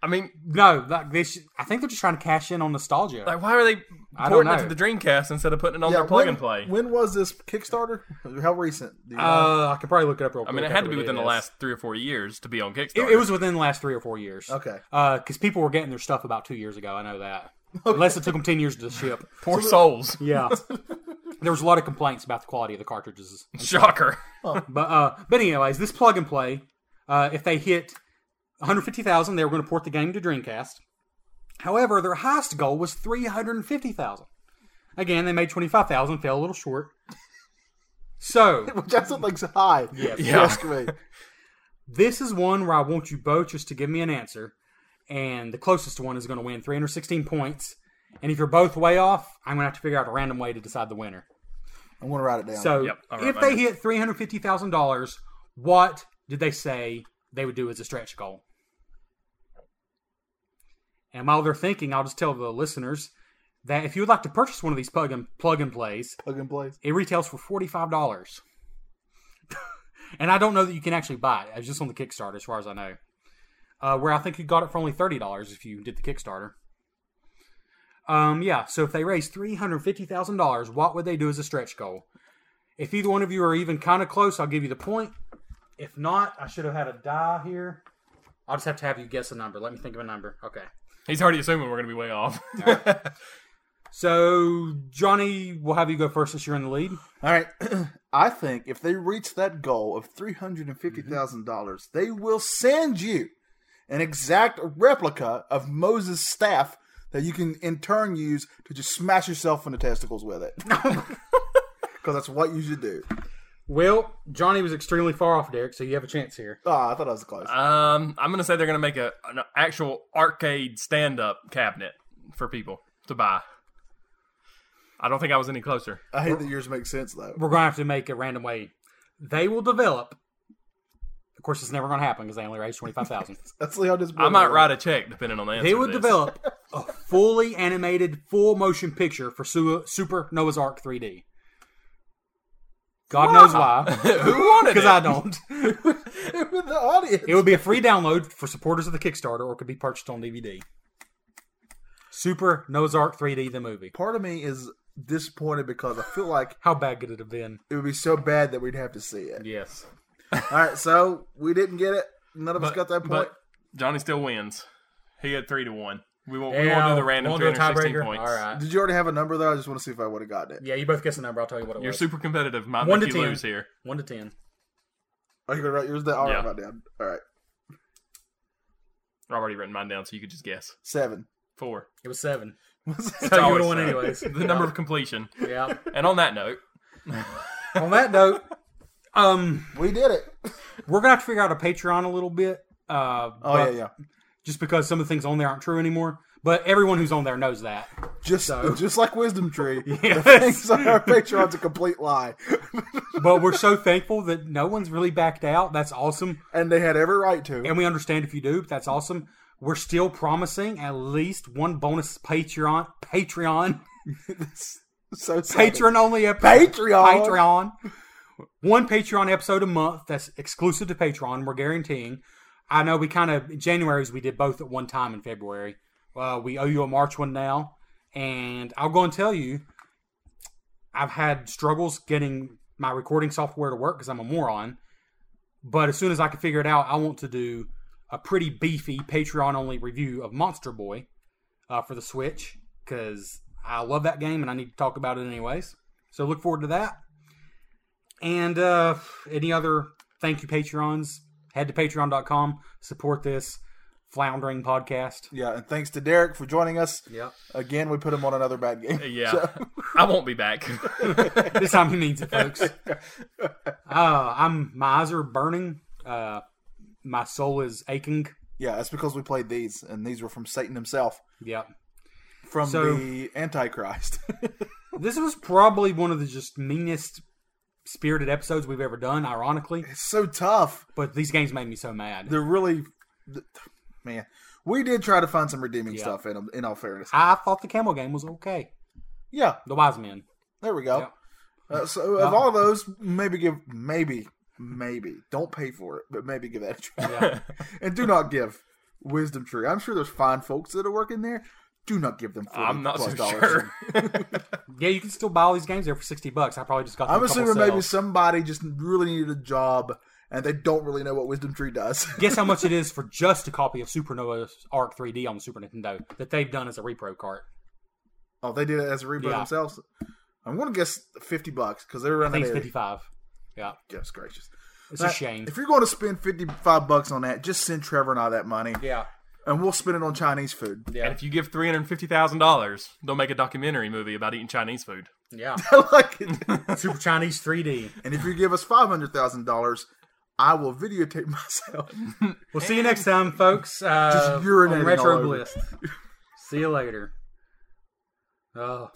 [SPEAKER 4] I mean,
[SPEAKER 2] No, like this. I think they're just trying to cash in on nostalgia.
[SPEAKER 4] like, why are they
[SPEAKER 2] I don't
[SPEAKER 4] porting it
[SPEAKER 2] know.
[SPEAKER 4] to the Dreamcast instead of putting it on
[SPEAKER 3] Yeah,
[SPEAKER 4] their plug
[SPEAKER 3] when,
[SPEAKER 4] and play?
[SPEAKER 3] When was this Kickstarter? How recent? Do you know?
[SPEAKER 2] uh, I could probably look it up real
[SPEAKER 4] I
[SPEAKER 2] quick.
[SPEAKER 4] mean, it had
[SPEAKER 2] after
[SPEAKER 4] to be
[SPEAKER 2] we do
[SPEAKER 4] within the
[SPEAKER 2] this.
[SPEAKER 4] last three or four years to be on Kickstarter.
[SPEAKER 2] It, it was within the last three or four years.
[SPEAKER 3] Okay.
[SPEAKER 4] uh,
[SPEAKER 2] Because people were getting their stuff about two years ago. I know that. Unless it took them ten years to ship.
[SPEAKER 4] poor souls.
[SPEAKER 2] Yeah. there was a lot of complaints about the quality of the cartridges.
[SPEAKER 4] Shocker.
[SPEAKER 2] But uh, but anyways, this plug and play, uh, if they hit 150,000, they were going to port the game to Dreamcast. However, their highest goal was 350,000. Again, they made 25,000, fell a little short. So
[SPEAKER 3] Which I still think's high. Yes.
[SPEAKER 4] Yeah.
[SPEAKER 3] Trust me.
[SPEAKER 2] this is one where I want you both just to give me an answer, and the closest one is going to win 316 points. And if you're both way off, I'm going to have to figure out a random way to decide the winner.
[SPEAKER 3] I'm gonna write it down.
[SPEAKER 2] So
[SPEAKER 4] Yep, I'll
[SPEAKER 2] if
[SPEAKER 4] write
[SPEAKER 2] they
[SPEAKER 4] mine.
[SPEAKER 2] hit three hundred fifty thousand dollars, what did they say they would do as a stretch goal? And while they're thinking, I'll just tell the listeners that if you would like to purchase one of these plug and plug and plays,
[SPEAKER 3] plug and play.
[SPEAKER 2] it retails for forty five dollars. and I don't know that you can actually buy it. It's just on the Kickstarter, as far as I know. Uh, where I think you got it for only thirty dollars if you did the Kickstarter. Um, yeah. So if they raised three hundred fifty thousand dollars, what would they do as a stretch goal? If either one of you are even kind of close, I'll give you the point. If not, I should have had a die here. I'll just have to have you guess a number. Let me think of a number. Okay.
[SPEAKER 4] He's already assuming we're going to be way off.
[SPEAKER 2] So Johnny, we'll have you go first since you're in the lead.
[SPEAKER 3] All right. I think if they reach that goal of three hundred and fifty thousand dollars,
[SPEAKER 4] Mm-hmm.
[SPEAKER 3] they will send you an exact replica of Moses' staff that you can in turn use to just smash yourself in the testicles with it. Because that's what you should do.
[SPEAKER 2] Well, Johnny was extremely far off, Derek, so you have a chance here.
[SPEAKER 3] Ah, I thought I was close.
[SPEAKER 4] um, I'm going to say they're going to make a, an actual arcade stand up cabinet for people to buy. I don't think I was any closer.
[SPEAKER 3] I hate that yours make sense though.
[SPEAKER 2] We're going to have to make a random way. They will develop. Of course, it's never going to happen because they only raised twenty five thousand.
[SPEAKER 3] That's how this.
[SPEAKER 4] I might write a check depending on the answer.
[SPEAKER 2] they
[SPEAKER 4] to
[SPEAKER 2] will
[SPEAKER 4] this.
[SPEAKER 2] develop a fully animated, full motion picture for Su- Super Noah's Ark 3D. God knows why,
[SPEAKER 4] Who wanted
[SPEAKER 2] because
[SPEAKER 4] it?
[SPEAKER 2] I don't.
[SPEAKER 3] with the audience.
[SPEAKER 2] It would be a free download for supporters of the Kickstarter, or it could be purchased on DVD. Super Noah's Ark 3D, the movie.
[SPEAKER 3] Part of me is disappointed because I feel like
[SPEAKER 2] How bad could it have been?
[SPEAKER 3] it would be so bad that we'd have to see it.
[SPEAKER 2] Yes.
[SPEAKER 3] All right, so we didn't get it. None of us
[SPEAKER 4] But-
[SPEAKER 3] got that point.
[SPEAKER 4] but Johnny still wins. He had three to one. We won't, we
[SPEAKER 2] Yeah,
[SPEAKER 4] won't do the random
[SPEAKER 2] won't do a
[SPEAKER 4] 316
[SPEAKER 2] tiebreaker?
[SPEAKER 4] points.
[SPEAKER 2] All right.
[SPEAKER 3] Did you already have a number though? I just want to see if I would have gotten it.
[SPEAKER 2] Yeah, you both guess the number. I'll tell you what it
[SPEAKER 4] You're
[SPEAKER 2] was.
[SPEAKER 4] super competitive. Might
[SPEAKER 2] One
[SPEAKER 4] make
[SPEAKER 2] to
[SPEAKER 4] you
[SPEAKER 2] ten.
[SPEAKER 4] lose here.
[SPEAKER 2] One to ten.
[SPEAKER 3] Are Oh, you gonna write yours down? I'll
[SPEAKER 4] Yeah.
[SPEAKER 3] write mine down. All right,
[SPEAKER 4] I've already written mine down, so you could just guess.
[SPEAKER 3] seven.
[SPEAKER 4] Four.
[SPEAKER 2] It was seven.
[SPEAKER 4] It's
[SPEAKER 2] So you would
[SPEAKER 4] always
[SPEAKER 2] have won
[SPEAKER 4] seven.
[SPEAKER 2] anyways.
[SPEAKER 4] The number of completion.
[SPEAKER 2] Yeah.
[SPEAKER 4] And on that note,
[SPEAKER 2] On that note, um,
[SPEAKER 3] we did it.
[SPEAKER 2] we're gonna have to figure out a Patreon a little bit. Uh,
[SPEAKER 3] Oh yeah, yeah.
[SPEAKER 2] Just because some of the things on there aren't true anymore. But everyone who's on there knows that.
[SPEAKER 3] Just just like Wisdom Tree, the
[SPEAKER 2] Yes.
[SPEAKER 3] things on our Patreon's a complete lie.
[SPEAKER 2] But we're so thankful that no one's really backed out. That's awesome.
[SPEAKER 3] and they had every right to.
[SPEAKER 2] And we understand if you do, but that's awesome. We're still promising at least one bonus Patreon Patreon
[SPEAKER 3] so sad.
[SPEAKER 2] Patreon only episode.
[SPEAKER 3] Patreon.
[SPEAKER 2] Patreon. One Patreon episode a month that's exclusive to Patreon. We're guaranteeing. I know we kind of January's we did both at one time in February. Uh, we owe you a March one now, and I'll go and tell you. I've had struggles getting my recording software to work because I'm a moron. But as soon as I can figure it out, I want to do a pretty beefy Patreon only review of Monster Boy uh, for the Switch because I love that game and I need to talk about it anyways. So look forward to that. And uh, any other thank you Patreons, head to patreon.com, support this floundering podcast.
[SPEAKER 3] Yeah, and thanks to Derek for joining us.
[SPEAKER 2] Yep.
[SPEAKER 3] Again, we put him on another bad game.
[SPEAKER 4] Yeah,
[SPEAKER 3] So-
[SPEAKER 4] I won't be back.
[SPEAKER 2] this time he means it, folks. Uh, I'm my eyes are burning. Uh, my soul is aching.
[SPEAKER 3] yeah, that's because we played these, and these were from Satan himself,
[SPEAKER 2] Yep.
[SPEAKER 3] from
[SPEAKER 2] So-
[SPEAKER 3] the Antichrist.
[SPEAKER 2] This was probably one of the just meanest spirited episodes we've ever done, ironically.
[SPEAKER 3] it's so tough.
[SPEAKER 2] But these games made me so mad.
[SPEAKER 3] They're really, th- man. We did try to find some redeeming
[SPEAKER 2] Yeah.
[SPEAKER 3] stuff in them. In all fairness,
[SPEAKER 2] I thought the camel game was okay.
[SPEAKER 3] yeah,
[SPEAKER 2] The wise men.
[SPEAKER 3] there we go. Uh, so, of
[SPEAKER 2] No.
[SPEAKER 3] all those, maybe give, maybe, maybe don't pay for it, but maybe give that a try,
[SPEAKER 2] Yeah.
[SPEAKER 3] and do not give Wisdom Tree. I'm sure there's fine folks that are working there. Do not give them. 40
[SPEAKER 4] I'm not
[SPEAKER 3] plus
[SPEAKER 4] so
[SPEAKER 3] dollars.
[SPEAKER 4] sure.
[SPEAKER 2] yeah, you can still buy all these games there for sixty bucks. I probably just got. them
[SPEAKER 3] I'm
[SPEAKER 2] a couple
[SPEAKER 3] assuming maybe
[SPEAKER 2] sales.
[SPEAKER 3] somebody just really needed a job and they don't really know what Wisdom Tree does.
[SPEAKER 2] Guess how much it is for just a copy of Supernova Arc 3D on the Super Nintendo that they've done as a repro cart.
[SPEAKER 3] oh, they did it as a repo
[SPEAKER 2] Yeah.
[SPEAKER 3] themselves. I'm going to guess 50 bucks because they're
[SPEAKER 2] I
[SPEAKER 3] running
[SPEAKER 2] think
[SPEAKER 3] it.
[SPEAKER 2] it's fifty-five. Yeah,
[SPEAKER 3] Yes, gracious.
[SPEAKER 2] it's
[SPEAKER 3] That-
[SPEAKER 2] a shame.
[SPEAKER 3] If you're going to spend 55 bucks on that, just send Trevor and I that money
[SPEAKER 2] Yeah,
[SPEAKER 3] and we'll spend it on Chinese food.
[SPEAKER 2] yeah,
[SPEAKER 4] And if you give three hundred fifty thousand dollars, they'll make a documentary movie about eating Chinese food.
[SPEAKER 2] yeah.
[SPEAKER 3] I like it.
[SPEAKER 2] Super Chinese 3D.
[SPEAKER 3] and if you give us $500,000, I will videotape myself.
[SPEAKER 2] We'll see you next time, folks. Uh,
[SPEAKER 3] Just urinating
[SPEAKER 2] on
[SPEAKER 3] all
[SPEAKER 2] Retro
[SPEAKER 3] over.
[SPEAKER 2] Bliss. see you later. Oh.